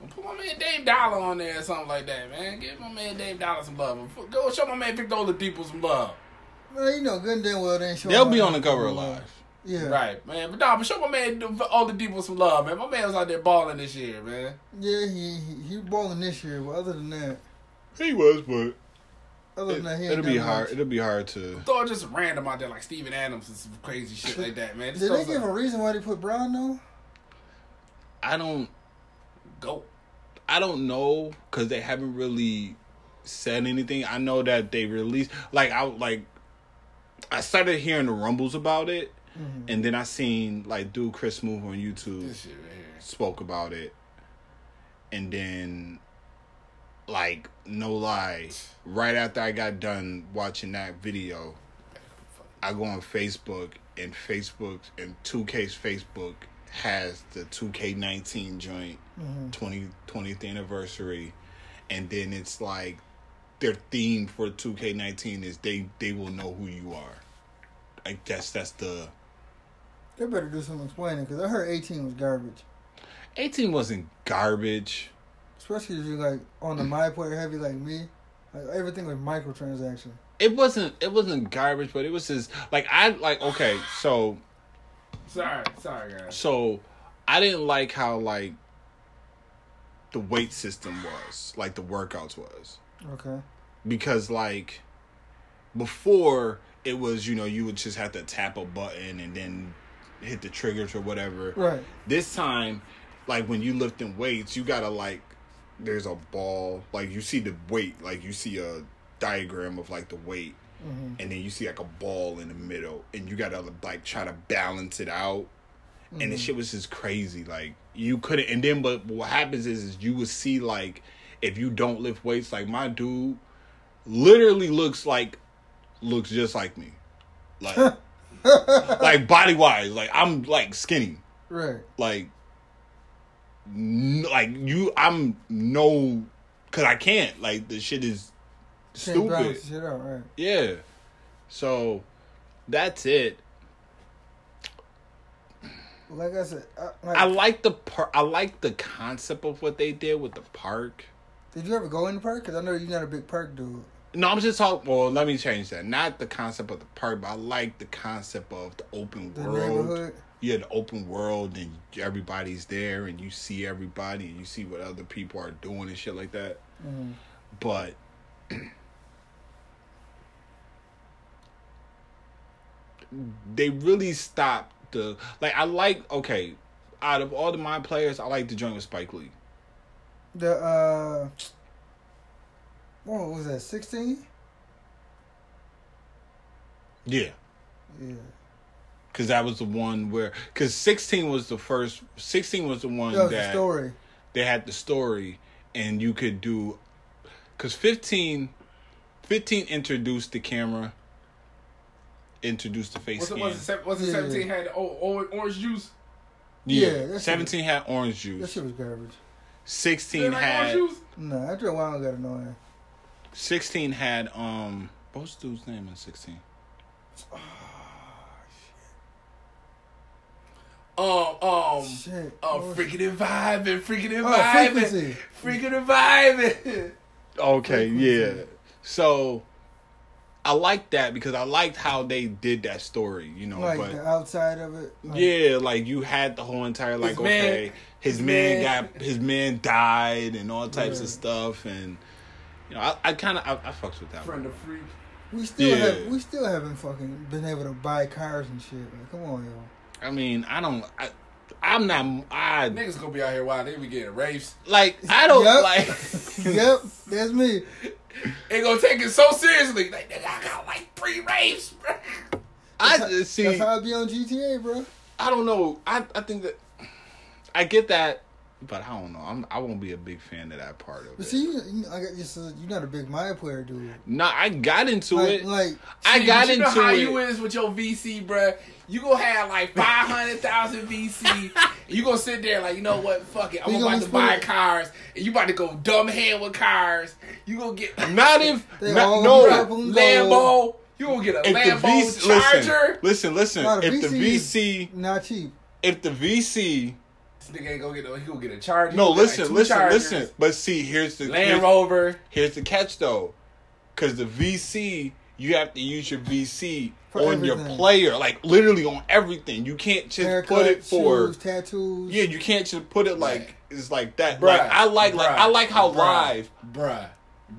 S3: Well, Put my man Dave Dollar on there or something like that, man. Give my man Dave Dollar some love. Go show my man Victor Oladipo some love.
S2: Man, you know, good and damn well they ain't showing
S1: They'll
S2: my
S1: be
S2: man
S1: on the cover of
S2: Kobe
S1: live.
S2: Yeah.
S3: Right, man. But nah, but show my man Oladipo some love, man. My man was out there balling this year, man.
S2: Yeah, he, he, he balling this year, but other than that,
S1: He was, but
S2: other than that, he
S1: it,
S2: ain't
S1: will be
S2: done
S1: hard.
S2: much.
S1: It'll be hard to.
S3: Throw just random out there like Steven Adams and some crazy shit like that, man. Just
S2: Did
S3: throw
S2: they give
S3: some-
S2: a reason why they put Brown, though?
S1: I don't.
S3: go?
S1: I don't know because they haven't really said anything. I know that they released like I like I started hearing the rumbles about it, and then I seen like dude Chris Move on YouTube
S3: This shit right here.
S1: spoke about it, and then like no lie, right after I got done watching that video, I go on Facebook and Facebook's and 2K's Facebook has the 2K19 joint 20 20th anniversary and then it's like their theme for 2K19 is they they will know who you are. I guess that's the
S2: They better do some explaining, because I heard 18 was garbage.
S1: 18 wasn't garbage.
S2: Especially if you're, like, on the My Player heavy like me. Like, everything was microtransaction.
S1: It wasn't it wasn't garbage, but it was just like I like okay, so
S3: Sorry, sorry, guys.
S1: So I didn't like how like the weight system was, like the workouts was.
S2: Okay.
S1: Because like before it was, you know, you would just have to tap a button and then hit the triggers or whatever.
S2: Right.
S1: This time, like when you lifting weights, you gotta like there's a ball, like you see the weight, like you see a diagram of like the weight
S2: Mm-hmm.
S1: and then you see like a ball in the middle, and you gotta like try to balance it out. And the shit was just crazy. Like you couldn't. And then, but what happens is, is you would see like if you don't lift weights, like my dude, literally looks like looks just like me, like like body wise. Like I'm like skinny,
S2: Right.
S1: like n- like you. I'm no, cause I can't. Like the shit is
S2: Can't
S1: stupid.
S2: balance the shit out, right.
S1: Yeah. So that's it.
S2: Like I said, I, like,
S1: I like the par- I like the concept of what they did with the park.
S2: did you ever go in the park? Because I know you're not a big park dude.
S1: No, I'm just talking. Well, let me change that. Not the concept of the park, but I like the concept of the open
S2: The
S1: world.
S2: neighborhood.
S1: You had the open world, and everybody's there, and you see everybody, and you see what other people are doing and shit like that.
S2: Mhm.
S1: But *clears throat* they really stopped the like. I like okay. Out of all the my players, I like to join with Spike Lee.
S2: The, uh, what was that, 16?
S1: Yeah.
S2: Yeah.
S1: Cause that was the one where, cause sixteen was the first. Sixteen was the one
S2: That was the
S1: that
S2: story.
S1: they had the story, and you could do, cause 15, 15 introduced the camera, introduced the face
S3: Was it
S1: scan.
S3: was it, se- was it
S2: Yeah.
S3: seventeen had the o- o- orange juice?
S2: Yeah,
S1: yeah,
S2: that shit-
S1: seventeen had orange
S2: That
S1: juice.
S2: shit was garbage.
S1: Sixteen
S3: They like
S1: had
S3: orange juice?
S2: Nah, after a while it
S1: *sighs*
S2: got annoying.
S1: sixteen had um. What's the dude's name in sixteen?
S3: Um, um,
S2: Shit. Oh,
S3: uh,
S2: What was-
S3: freaking and vibing, freaking and
S2: Oh,
S3: vibing,
S2: frequency.
S3: freaking and *laughs* vibing.
S1: Okay, yeah. So, I liked that because I liked how they did that story. You know,
S2: Like
S1: but.
S2: the outside of it. Like,
S1: Yeah, like you had the whole entire like
S3: His man-
S1: okay, his
S3: his
S1: man
S3: man-
S1: got his man died and all types of stuff and You know, I, I kind of I, I fucks with that. One.
S3: Friend of freak.
S2: We still
S1: Yeah.
S2: have we still haven't fucking been able to buy cars and shit. Like, come on, y'all.
S1: I mean, I don't. I, I'm not. I
S3: Niggas gonna be out here wild. They be getting rapes.
S1: like. I don't
S2: Yup. *laughs*
S1: like.
S2: yep, that's me.
S3: They gonna take it so seriously. Like, nigga, I got like three rapes, bro.
S1: *laughs* I just see.
S2: That's how I be on GTA, bro.
S1: I don't know. I I think that I get that, but I don't know. I'm I won't be a big fan of that part of
S2: But
S1: it.
S2: see, you, you I got just uh, you're not a big Maya player, dude.
S1: no, I got into
S2: Like,
S1: it.
S2: like
S1: I
S3: See,
S1: got
S3: but you
S1: into
S3: know how
S1: it.
S3: you is with your VC, bruh. You gonna have
S1: *laughs*
S3: like five hundred thousand VC. you gonna sit there like, you know what? Fuck it. I'm
S2: You
S3: about
S2: gonna
S3: to buy
S2: spend it.
S3: cars, and you about to go dumb head with cars. You gonna get
S1: not if
S2: They
S1: not-
S2: all
S1: no.
S2: rap
S3: Lambo.
S2: Lambo.
S3: You gonna get a
S1: If
S3: Lambo
S1: the VC,
S3: Charger?
S1: listen, listen,
S2: Nah,
S1: listen.
S2: the
S1: If the
S2: VC is-
S1: VC,
S2: not cheap.
S1: if the VC,
S3: This nigga ain't gonna get a. He gonna get a Charger.
S1: no,
S3: He gonna get,
S1: listen,
S3: like, two
S1: listen,
S3: Chargers,
S1: listen. But see, here's the
S3: Land
S1: here's-
S3: Rover.
S1: Here's the catch though, because the VC you have to use your VC
S2: For
S1: on your
S2: everything.
S1: player, like literally on everything. You can't just put
S2: Haircut,
S1: it for
S2: shoes, tattoos.
S1: yeah. You can't just put it like it's like that.
S3: Bruh,
S1: like I like like I
S3: bruh,
S1: like how
S3: bruh,
S1: live.
S3: bruh,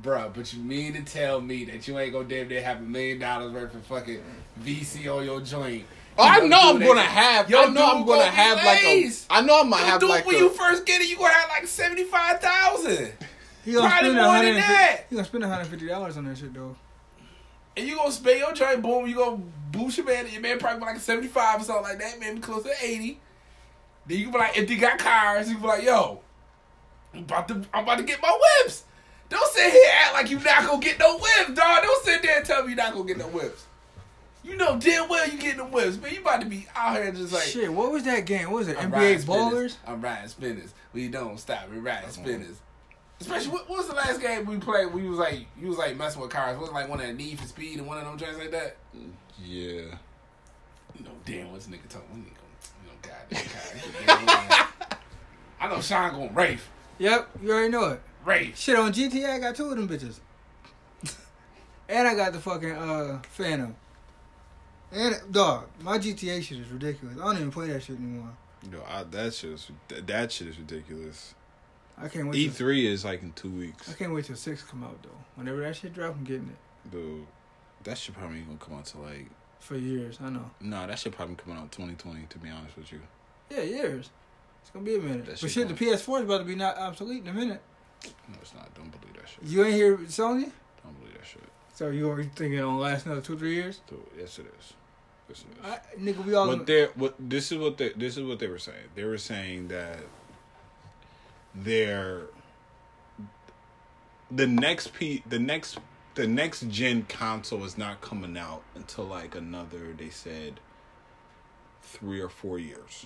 S3: bruh. But you mean to tell me that you ain't gonna damn near have a million dollars worth of fucking VC on your joint?
S1: Oh, I
S3: You
S1: know
S3: do
S1: I'm
S3: that
S1: gonna
S3: shit.
S1: have.
S3: Yo,
S1: I know I'm
S3: dude
S1: gonna
S3: be
S1: have like a.
S3: lazy.
S1: I know I'm gonna
S3: Yo,
S1: have
S3: dude,
S1: like
S3: when
S1: a.
S3: you first get it, you gonna have like seventy five thousand,
S2: he gonna
S3: probably
S2: spend
S3: more than
S2: 150
S3: that.
S2: He gonna spend 150 dollars on that shit though.
S3: and you gonna spend your joint. Boom, you gonna boost your man. and Your man probably be like seventy five or something like that, maybe close to eighty. Then you can be like, if they got cars, you can be like, yo, I'm about to, I'm about to get my whips. Don't sit here and act like you not gonna get no whips, dog. Don't sit there and tell me you not gonna get no whips. You know damn well you getting the whips, man. You about to be out here just like
S2: shit, what was that game? What was it?
S3: I'm riding
S2: NBA
S3: spinners.
S2: Ballers.
S3: I'm riding spinners. We don't stop. We riding spinners. Especially what, what was the last game we played? We was like you was like messing with cars. Wasn't like one of that Need for Speed and one of them joints like that.
S1: yeah.
S3: No damn, what's nigga talking? We ain't gonna, you know, goddamn car. *laughs* I know Sean going Rafe,
S2: Yep, you already know it.
S3: Rafe.
S2: Shit on GTA, I got two of them bitches, and I got the fucking uh Phantom. And dog, my GTA shit is ridiculous. I don't even play that shit anymore.
S1: No, I, that shit is that, that shit is ridiculous.
S2: I can't wait.
S1: E
S2: till-
S1: three is like in two
S2: I
S1: weeks,
S2: can't wait till six come out though. Whenever that shit drop, I'm getting it
S1: dude. That should probably ain't gonna come out to like
S2: for years. I know.
S1: no. That should probably come out twenty twenty. To be honest with you.
S2: Yeah, years. It's gonna be a minute.
S1: That
S2: but
S1: shit
S2: shit, the
S1: gonna-
S2: PS4 is about to be not obsolete in a minute.
S1: No, it's not. Don't believe that shit.
S2: You ain't here, Sony.
S1: Don't believe that shit.
S2: So you already think it'll last another two, three years?
S1: Dude, yes, it is. Yes, it is.
S2: I, nigga, we all.
S1: what
S2: gonna-
S1: they what this is what they this is what they were saying. They were saying that their the next p the next the next gen console is not coming out until like another they said three or four years.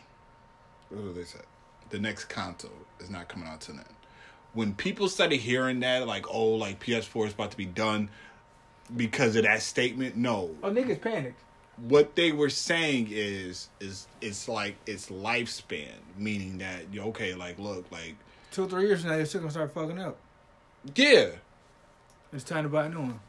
S1: That's what they said. The next console is not coming out till then. When people started hearing that, like, oh, like PS4 is about to be done because of that statement, no
S2: oh, niggas panicked.
S1: what they were saying is is it's like it's lifespan, meaning that you- okay, like look, like
S2: Two, three years from now, they're still gonna start fucking up.
S1: yeah,
S2: It's time to buy a new one.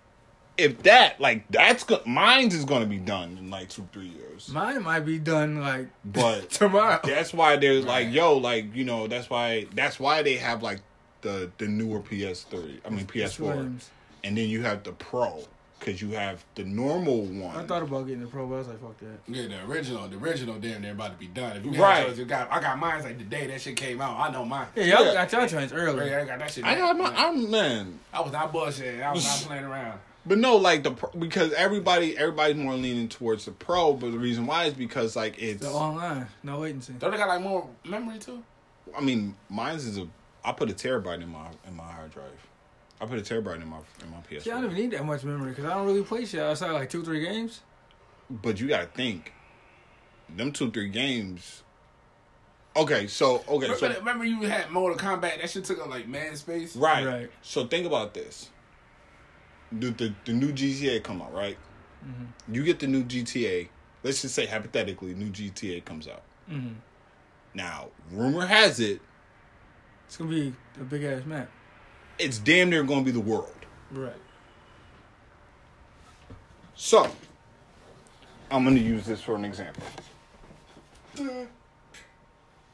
S1: if that like that's go- mine's is gonna be done in like two three years,
S2: Mine might be done like *laughs*
S1: but
S2: tomorrow.
S1: that's why they're like yo, like you know that's why that's why they have like the the newer PS3, I mean PS4,
S2: Slims.
S1: and then you have the Pro because you have the normal one.
S2: I thought about getting the Pro, but I was like, fuck that.
S3: Yeah, the original, the original damn near about to be done. If you got
S1: Right.
S3: yours, you got I got mine like the day that shit came out. I know mine.
S2: Yeah, y'all
S1: Yeah.
S2: got y'all joints early.
S3: Ray, I got that shit.
S1: I got my I'm man.
S3: I was not bullshitting. I was not *laughs* playing around.
S1: But no, like the pro- because everybody everybody's more leaning towards the pro, but the reason why is because like it's
S2: The online, no latency.
S3: Don't they got like more memory too?
S1: I mean mine's is a I put a terabyte in my in my hard drive. I put a terabyte in my in my PS.
S2: See, I don't even need that much memory because I don't really play shit outside like two, three games.
S1: But you gotta think, them two three games. Okay, so okay,
S3: Remember,
S1: so
S3: that- remember you had Mortal Kombat? That shit took up like man space.
S1: right.
S2: Right.
S1: So think about this. The the, the new GTA come out right. You get the new GTA. Let's just say hypothetically, new GTA comes out.
S2: Mhm.
S1: Now, rumor has it
S2: It's gonna be a big ass map.
S1: it's damn near going to be the world.
S2: Right.
S1: So, I'm going to use this for an example.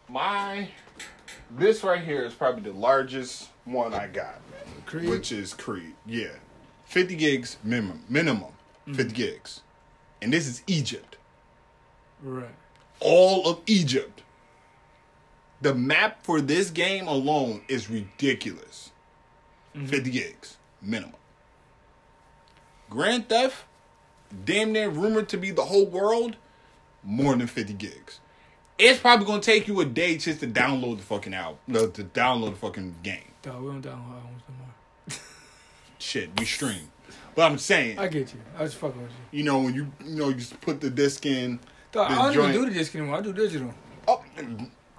S1: My, this right here is probably the largest one I got.
S2: Creed.
S1: which is Creed. Yeah, fifty gigs minimum. Minimum fifty gigs, and this is Egypt.
S2: Right.
S1: All of Egypt. The map for this game alone is ridiculous. Fifty gigs minimum. Grand Theft, damn near rumored to be the whole world, more than fifty gigs. It's probably gonna take you a day just to download the fucking album, no, to download the fucking game.
S2: Dog, we don't download albums no more.
S1: Shit, we stream. But I'm saying,
S2: I get you. I was fucking with you.
S1: you know, when you you know you just put the disc in.
S2: Dog, I
S1: This
S2: don't even
S1: joint-
S2: do the disc anymore. I do digital.
S1: Oh,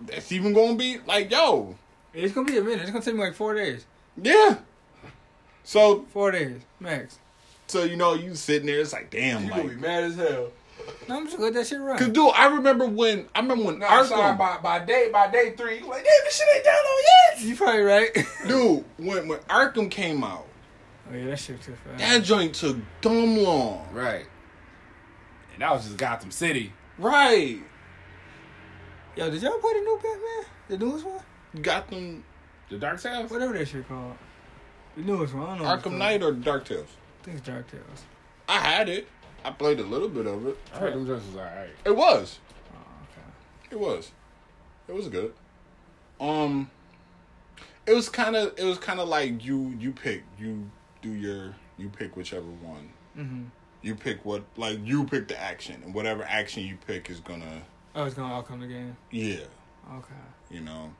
S1: that's even gonna be like yo,
S2: It's gonna be a minute. It's gonna take me like four days.
S1: yeah. So
S2: Four days max.
S1: so you know you sitting there, it's like damn,
S6: You gonna be
S1: like.
S6: mad as hell.
S2: No, I'm just gonna let that shit
S1: Cause
S2: run.
S1: dude, I remember when I remember when
S6: No, I'm sorry.
S1: Arkham,
S6: By, by day, by day three, you like, damn, this shit ain't downloaded yet.
S2: You probably right. *laughs*
S1: dude, when when Arkham came out,
S2: oh yeah, that shit took fast.
S1: that joint took dumb long,
S3: Right. And that was just Gotham City.
S1: right?
S2: Yo, did y'all play the new Batman? The newest one?
S1: Got them
S3: The Dark Souls?
S2: Whatever that shit called. The newest one. I don't know. what it's
S6: Mm-hmm.
S1: Arkham
S2: called.
S1: Knight or Dark Tales.
S2: I think it's Dark Tales.
S1: I had it. I played a little bit of it.
S3: I heard them just was alright.
S1: It was.
S2: Oh, okay.
S1: It was. It was good. Um it was kind of it was kind of like you you pick you do your you pick whichever one.
S2: Mm-hmm.
S1: You pick what like you pick the action and whatever action you pick is going to
S2: Oh, it's gonna all come together.
S1: yeah,
S2: Okay.
S1: you know.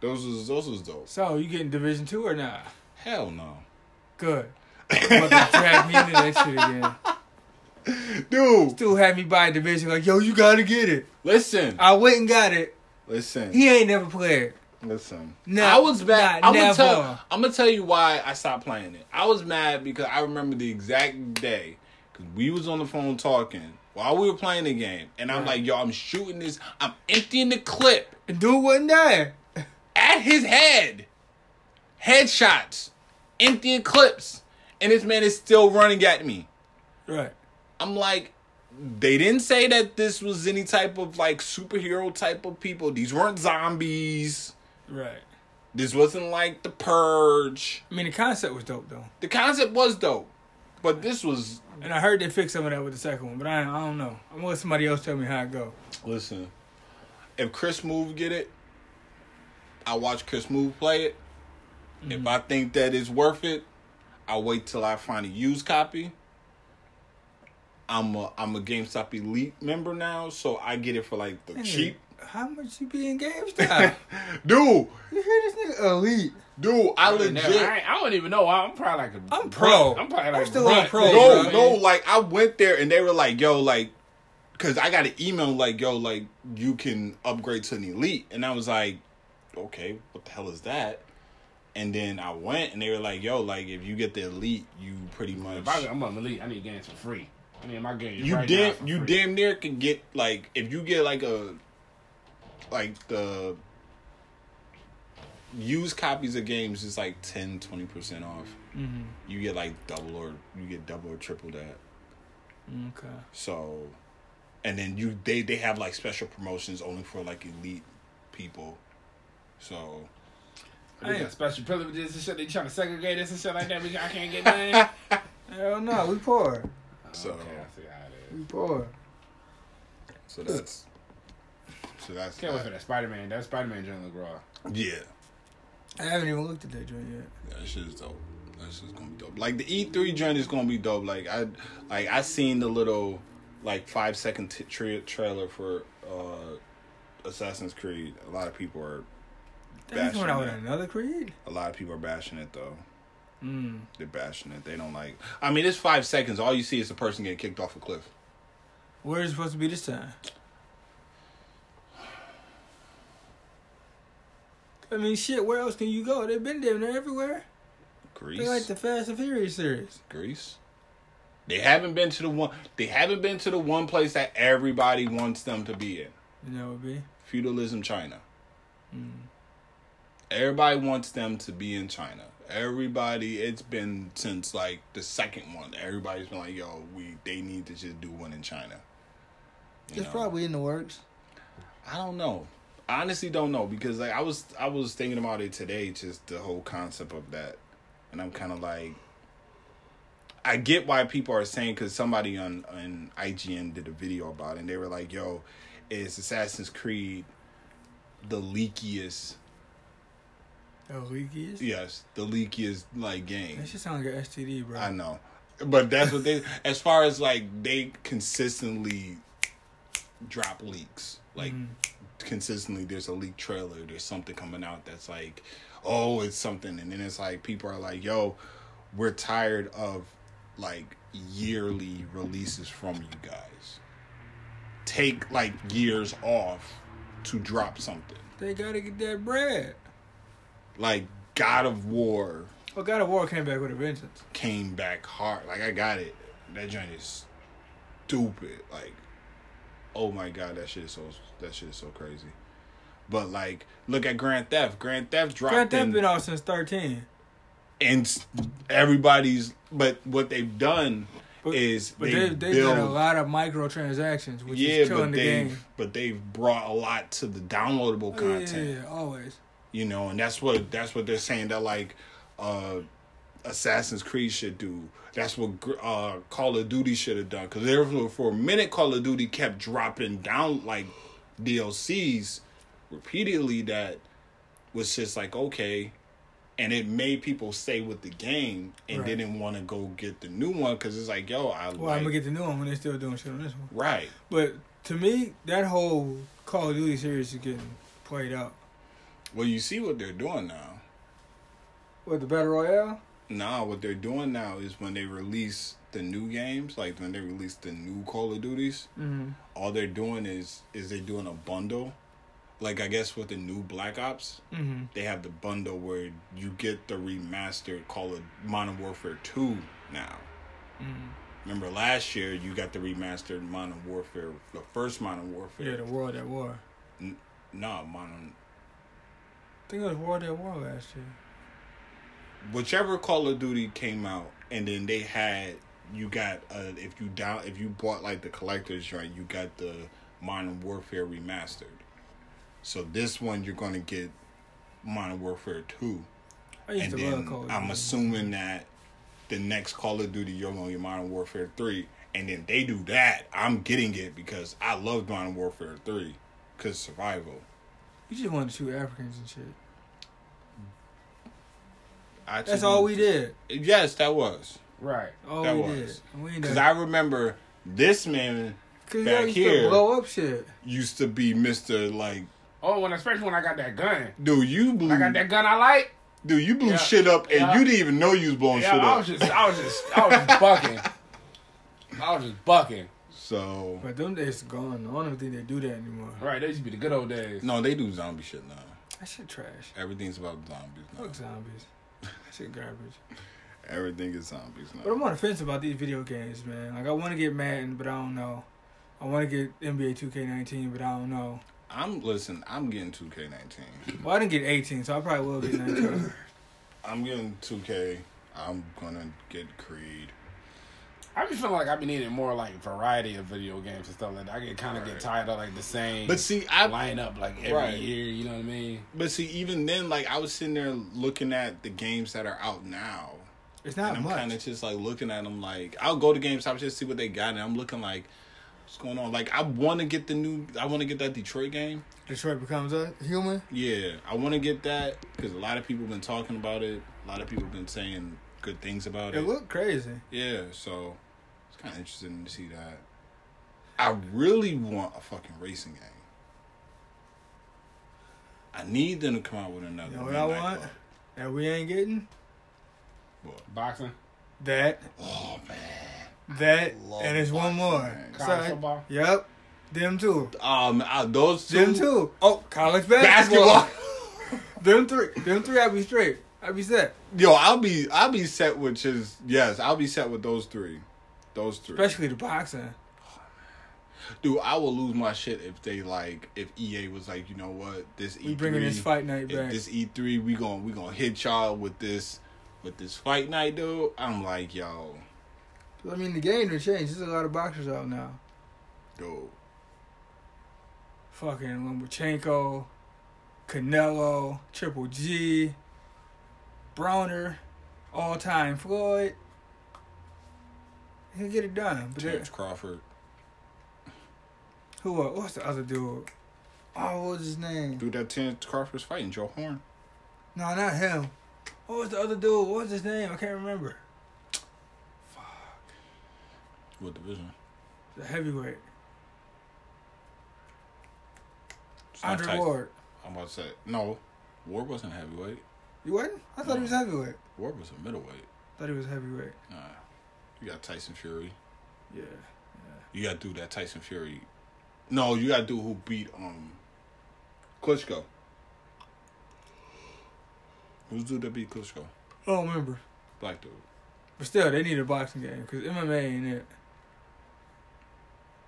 S1: Those was those was dope.
S2: So you getting Division Two or not?
S1: Hell no.
S2: Good. *coughs* Fucking drag me into that shit again.
S1: *laughs* Dude,
S2: Still had me buy Division like, yo, you gotta get it.
S1: listen.
S2: I went and got it.
S1: Listen.
S2: He ain't never played.
S1: Listen.
S2: No,
S1: I was mad.
S2: nah,
S1: I'm gonna
S2: never.
S1: tell. I'm gonna tell you why I stopped playing it. I was mad because I remember the exact day because we was on the phone talking while we were playing the game, and I'm like, "Yo, I'm shooting this. I'm emptying the clip
S2: And dude wasn't there. *laughs*
S1: at his head, headshots, emptying clips, and this man is still running at me."
S2: Right.
S1: I'm like, they didn't say that this was any type of like superhero type of people. These weren't zombies.
S2: Right.
S1: This wasn't like the purge.
S2: I mean, the concept was dope though,
S1: The concept was dope, but this was
S2: and I heard they fixed some of that with the second one, but I, I don't know. I'm gonna let somebody else tell me how it go.
S1: listen. If Chris Move get it, I watch Chris Move play it. If I think that it's worth it, I wait till I find a used copy. I'm a I'm a GameStop Elite member now, so I get it for like the cheap.
S2: How much you be in *laughs* GameStop?
S1: Dude,
S2: you hear this nigga elite?
S1: dude, I
S3: Now,
S1: legit
S3: I, ain't- I don't even know. I'm probably like a.
S2: I'm pro.
S3: I'm probably
S2: I'm
S3: like
S2: still on
S3: brunt.
S2: pro,
S1: no,
S2: bro.
S1: no, like I went there and they were like, yo, like, cause I got an email like, yo, like you can upgrade to an elite, and I was like, okay, what the hell is that? And then I went and they were like, yo, like if you get the elite, you pretty much
S3: If I, I'm on elite. I need games for free. I mean, my games.
S1: you
S3: right now
S1: damn
S3: for
S1: you
S3: free.
S1: damn near can get like if you get like a like the used copies of games is like 10 20% off
S3: Mm-hmm.
S1: you get like double or you get double or triple that
S2: Okay.
S1: So, and then you they they have like special promotions only for like elite people. So
S3: I ain't got special privileges and shit. They trying to segregate us and shit like that. We, I can't get none.
S2: Hell no, we poor.
S1: so
S3: okay, I see how it is.
S2: We poor.
S1: so that's so that's
S3: Can't wait for that Spider Man. That Spider Man joint look raw.
S1: yeah.
S2: I haven't even looked at that joint yet.
S1: That shit is dope. That shit's gonna be dope. Like the E three joint is gonna be dope. Like I like I seen the little like five second t- tra- trailer for uh Assassin's Creed. A lot of people are
S2: That's
S1: bashing
S2: coming out with
S1: it.
S2: another Creed.
S1: A lot of people are bashing it though.
S2: Mm.
S1: They're bashing it. They don't like. I mean, it's five seconds. All you see is a person getting kicked off a cliff.
S2: Where is it supposed to be this time? I mean, shit. Where else can you go? They've been there. They're everywhere.
S1: Greece.
S2: They like the Fast and Furious series.
S1: Greece. They haven't been to the one. They haven't been to the one place that everybody wants them to be in.
S2: You know, would be.
S1: Feudalism, China.
S2: Hmm.
S1: Everybody wants them to be in China. Everybody. It's been since like the second one. Everybody's been like, "Yo, we they need to just do one in China." You
S2: It's
S1: know?
S2: probably in the works.
S1: I don't know. I honestly don't know because like I was I was thinking about it today, just the whole concept of that. and I'm kind of like, I get why people are saying because somebody on on IGN did a video about it, and they were like, "Yo, is Assassin's Creed the leakiest?
S2: Oh, leaky is?
S1: Yes, the leakiest like game."
S2: That shit sound like an STD, bro.
S1: I know, but that's what they. as far as like they consistently drop leaks, like consistently, there's a leak trailer. There's something coming out that's like, oh, it's something, and then it's like people are like, yo, we're tired of like yearly releases from you guys. Take like years off to drop something,
S2: They gotta get that bread.
S1: like. God of War
S2: Oh, God of War came back with a vengeance.
S1: came back hard. Like I got it. That joint is stupid. Like, oh my god, that shit is so that shit is so crazy. But like, look at Grand Theft. Grand Theft dropped
S2: Grand Theft
S1: in-
S2: been out since 13.
S1: and s- everybody's. But what they've done
S2: But-
S1: is they
S2: But they, they, have
S1: build.
S2: done a lot of microtransactions, which
S1: yeah,
S2: is killing
S1: but
S2: the
S1: they
S2: game.
S1: but they've brought a lot to the downloadable
S2: Oh, yeah,
S1: content.
S2: yeah, yeah, always.
S1: you know and that's what that's what they're saying that like uh assassin's creed should do that's what gr- uh call of duty should have done because there for, for a minute call of duty kept dropping down like dlcs repeatedly that was just like okay and it made people stay with the game and
S2: Right.
S1: didn't want to go get the new one because it's like yo i
S2: Well,
S1: like
S2: I'm gonna get the new one when they're still doing shit on this one.
S1: right
S2: But to me, that whole Call of Duty series is getting played out.
S1: well you see what they're doing now
S2: What the battle royale?
S1: Nah, what they're doing now is when they release the new games, like when they release the new Call of Duties,
S2: Mm-hmm.
S1: all they're doing is is they're doing a bundle. Like I guess with the new Black Ops,
S2: Mm-hmm.
S1: they have the bundle where you get the remastered Call of Modern Warfare Two now.
S2: Mm-hmm.
S1: Remember last year you got the remastered Modern Warfare, the first Modern
S2: Yeah,
S1: Warfare.
S2: the World at War.
S1: nah, Modern
S2: I think it was World at War last year.
S1: whichever Call of Duty came out, and then they had you got uh, if you down if you bought like the collector's joint, you got the Modern Warfare remastered. So this one you're gonna get Modern Warfare two,
S2: I used
S1: and
S2: to love
S1: then
S2: Call of
S1: I'm
S2: Duty.
S1: assuming that the next Call of Duty you're gonna get Modern Warfare three, and then they do that, I'm getting it because I love Modern Warfare three, cause survival.
S2: you just wanted to shoot Africans and shit.
S1: I
S2: That's
S1: just-
S2: all we did.
S1: Yes, that was.
S6: Right.
S2: All
S1: That
S2: we
S1: was.
S2: did. And we ain't
S1: Because
S2: done-
S1: I remember this man
S2: Cause
S1: back
S2: y'all used to
S1: here-
S2: blow up shit.
S1: used to be Mr. Like,
S6: Oh, and especially when I got that gun.
S1: dude, you blew,
S6: I got that gun I like.
S1: dude, you blew
S6: Yeah.
S1: shit up, and
S6: Yeah.
S1: you didn't even know you was blowing
S6: Yeah,
S1: shit
S6: I
S1: up.
S6: was just, I was just, I was just bucking. I was just bucking.
S1: so
S2: But them days gone. I don't think they do that anymore.
S6: Right, that used to be the good old days.
S1: no, they do zombie shit now.
S2: That shit trash.
S1: Everything's about zombies now.
S2: Fuck zombies. That shit garbage.
S1: Everything is zombies
S2: But
S1: now.
S2: I'm on the fence about these video games, man. Like I want to get Madden, but I don't know. I want to get NBA 2K19, but I don't know.
S1: I'm listen. I'm getting 2K19.
S2: Well, I didn't get 18, so I probably will
S1: *coughs*
S2: get 19.
S1: I'm getting 2K. I'm gonna get Creed.
S6: I be feeling like I be needing more like variety of video games and stuff like that. I get kind of get tired of like the same
S1: But see, I
S6: lineup like every
S1: Right.
S6: year. You know what I mean?
S1: but see even then, like I was sitting there looking at the games that are out now.
S2: It's not
S1: And I'm
S2: much.
S1: kind of just like looking at them like I'll go to GameStop just see what they got, and I'm looking like, what's going on? Like I want to get the new, I want to get that Detroit game.
S2: Detroit becomes a human.
S1: Yeah, I want to get that because a lot of people been talking about it. A lot of people been saying good things about
S2: It
S1: it.
S2: looked crazy.
S1: yeah, so it's kind of interesting to see that. I really want a fucking racing game. I need them to come out with another.
S2: You know what I
S1: Midnight
S2: want?
S1: Club.
S2: That we ain't getting
S6: Boxing,
S2: that,
S1: Oh man.
S2: that,
S1: Love
S2: and it's one
S1: boxing,
S2: more.
S1: man.
S6: college
S2: Sorry.
S6: football.
S2: Yep, them two,
S1: Um, I, those two.
S2: them two. Oh, college basketball.
S1: Basketball. *laughs*
S2: them three, them three. I be straight. I be set.
S1: Yo, I'll be I'll be set with just yes, I'll be set with those three. Those three.
S2: Especially the boxing.
S1: E Dude, I will lose my shit if they like if EA was like, you know what, this E
S2: We bringing this fight night
S1: if
S2: back.
S1: this E three we gon' we gonna hit y'all with this with this fight night dude. I'm like, yo,
S2: I mean, the game has changed. There's a lot of boxers out now.
S1: dude.
S2: Fucking Lomachenko, Canelo, Triple G, Browner. all time Floyd. He'll get it done. But then,
S1: Terrence Crawford.
S2: who else? What's the other dude? Oh, what was his name?
S1: Dude, that Terrence Crawford's fighting Joe Horn.
S2: No, not him. What was the other dude? What was his name? I can't remember.
S1: What division?
S2: The heavyweight.
S1: It's not
S2: Andre
S1: Tyson.
S2: Ward.
S1: I'm about to say no. Ward wasn't heavyweight.
S2: You wasn't? I thought he was heavyweight.
S1: Ward was a middleweight.
S2: Thought he was heavyweight.
S1: Nah. You got Tyson Fury.
S2: Yeah.
S1: You got to do that Tyson Fury. No, you got to do who beat um Klitschko. Who's dude that beat Klitschko?
S2: I don't remember.
S1: Black dude.
S2: But still, they need a boxing game because MMA ain't it.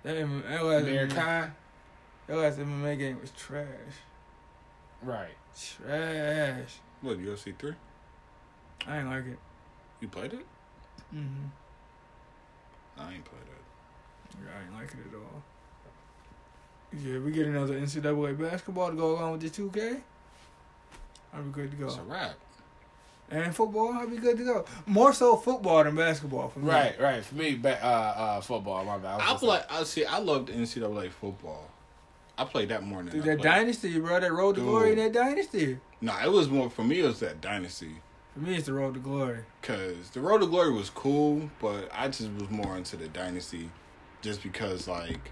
S2: That, MMA, that, last MMA,
S3: Mankind.
S2: that last MMA game was trash.
S3: Right.
S2: Trash.
S1: What UFC three?
S2: I ain't like it.
S1: You played it?
S2: Mm-hmm.
S1: I ain't played it.
S2: I ain't like it at all. Yeah, we get another NCAA basketball to go along with the 2K. I'll be good to go.
S1: It's a wrap.
S2: And football, I'll be good to go. More so football than basketball for me.
S3: Right, right. For me, ba- uh, uh, football. My bad.
S1: I
S3: was
S1: play.
S3: gonna
S1: I see. I loved NCAA football. I played that more than
S2: Dude,
S1: I
S2: that
S1: played-
S2: dynasty, bro. That road to glory in that dynasty.
S1: No, it was more for me. It was that dynasty
S2: For me, it's the road to glory.
S1: because the Road to Glory was cool, but I just was more into the dynasty, just because like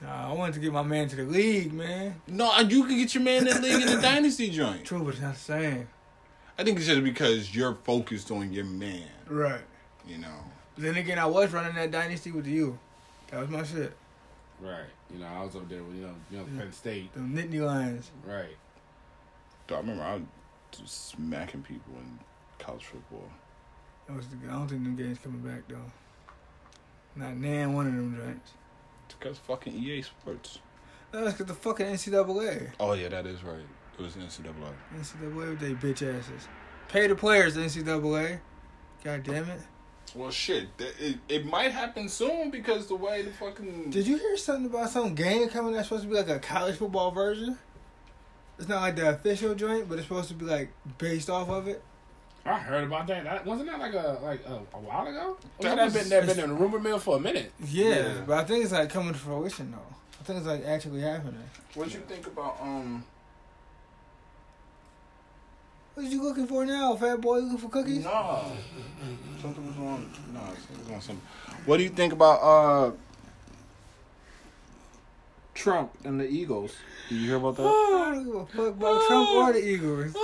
S2: Nah, I wanted to get my man to the league, man.
S1: no, you could get your man that league in the dynasty joint.
S2: True, but it's not the same.
S1: I think it's just because you're focused on your man.
S2: Right.
S1: You know,
S2: Then again, I was running that dynasty with you. That was my shit.
S3: say- Right. You know, I was up there with you know, you know, Penn State.
S2: The Nittany Lions.
S3: Right.
S1: Dude, I remember I was just smacking people in college football.
S2: That was the, I don't think them games coming back though. Not nan one of them joints.
S1: It's because fucking EA Sports.
S2: No, it's 'cause the fucking NCAA.
S1: Oh yeah, that is right. It was NCAA.
S2: NCAA with they bitch asses. Pay the players, NCAA. God damn it.
S1: Well, shit, th- it, it might happen soon because the way the fucking
S2: Did you hear something about some game coming that's supposed to be like a college football version? It's not like the official joint, but it's supposed to be like based off of it.
S3: I heard about that. that wasn't that like a like a, a while ago?
S1: That
S3: That, that
S1: was-
S3: been that been in the rumor mill for a minute.
S2: Yeah,
S1: Yeah.
S2: but I think it's like coming to fruition though. I think it's like actually happening.
S1: What you think about um?
S2: What are you looking for now, fat boy? Looking for cookies?
S1: No, something was on. No, something was on something. What do you think about uh? Trump and the Eagles. Did you hear *sighs* about that?
S2: I don't give a fuck about Trump or the Eagles.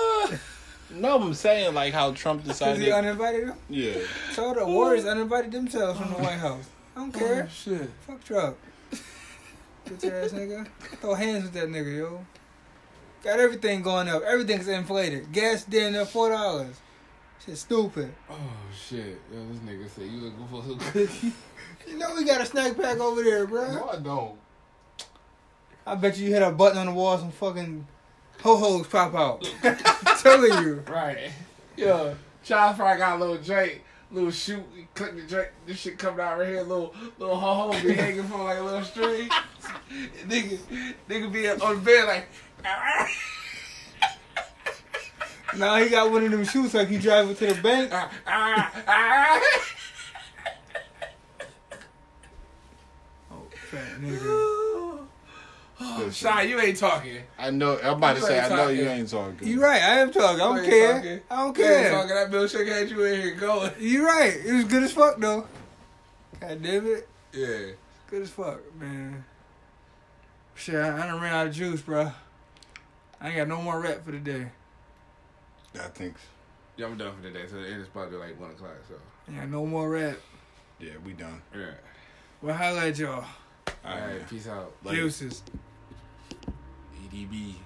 S1: no, I'm saying like how Trump
S2: *laughs* Cause
S1: decided.
S2: he uninvited them.
S1: yeah,
S2: So the Warriors uninvited themselves from the White House. I don't care.
S3: Shit.
S2: Fuck Trump. Bitch ass nigga. Throw hands with that nigga, yo. Got everything going up. Everything's inflated. Gas damn near four dollars. Shit stupid.
S3: Oh shit. Yo, this nigga said you looking for some *laughs* cookies.
S2: You know we got a snack pack over there, bruh.
S3: I don't.
S2: I bet you, you hit a button on the wall, some fucking ho hos pop out. *laughs* telling you.
S3: Right. Yo, Charles probably got a little drink, little shoot, he click the drink, this shit coming out right here, little little ho *laughs* ho be hanging from like a little string. *laughs* nigga, nigga be on the bed like, *laughs*
S2: Now he got one of them shoes like he driving to the bank.
S3: ah, ah, ah.
S2: Oh, fat nigga.
S3: Shy, you ain't talking.
S1: I know. I'm about to
S3: You
S1: say. I
S3: ain't
S1: know you
S3: talking.
S1: ain't talking.
S2: You right, I am talking. I
S3: You
S2: don't
S3: ain't
S2: care.
S3: talking.
S2: I don't
S3: You
S2: care.
S3: ain't talking. That milkshake had you in here going.
S2: You right. It was good as fuck though. God damn it.
S3: Yeah.
S2: Good as fuck, man. Shit, I, I done ran out of juice, bro. I ain't got no more rep for the day.
S1: I think.
S3: Yeah, I'm done for today. So it is probably like one o'clock. So
S2: I ain't got no more rep.
S1: Yeah, we done.
S3: yeah.
S2: Well, highlight y'all.
S1: All right.
S3: peace out.
S1: Later.
S3: E
S2: Juices.
S3: EDB.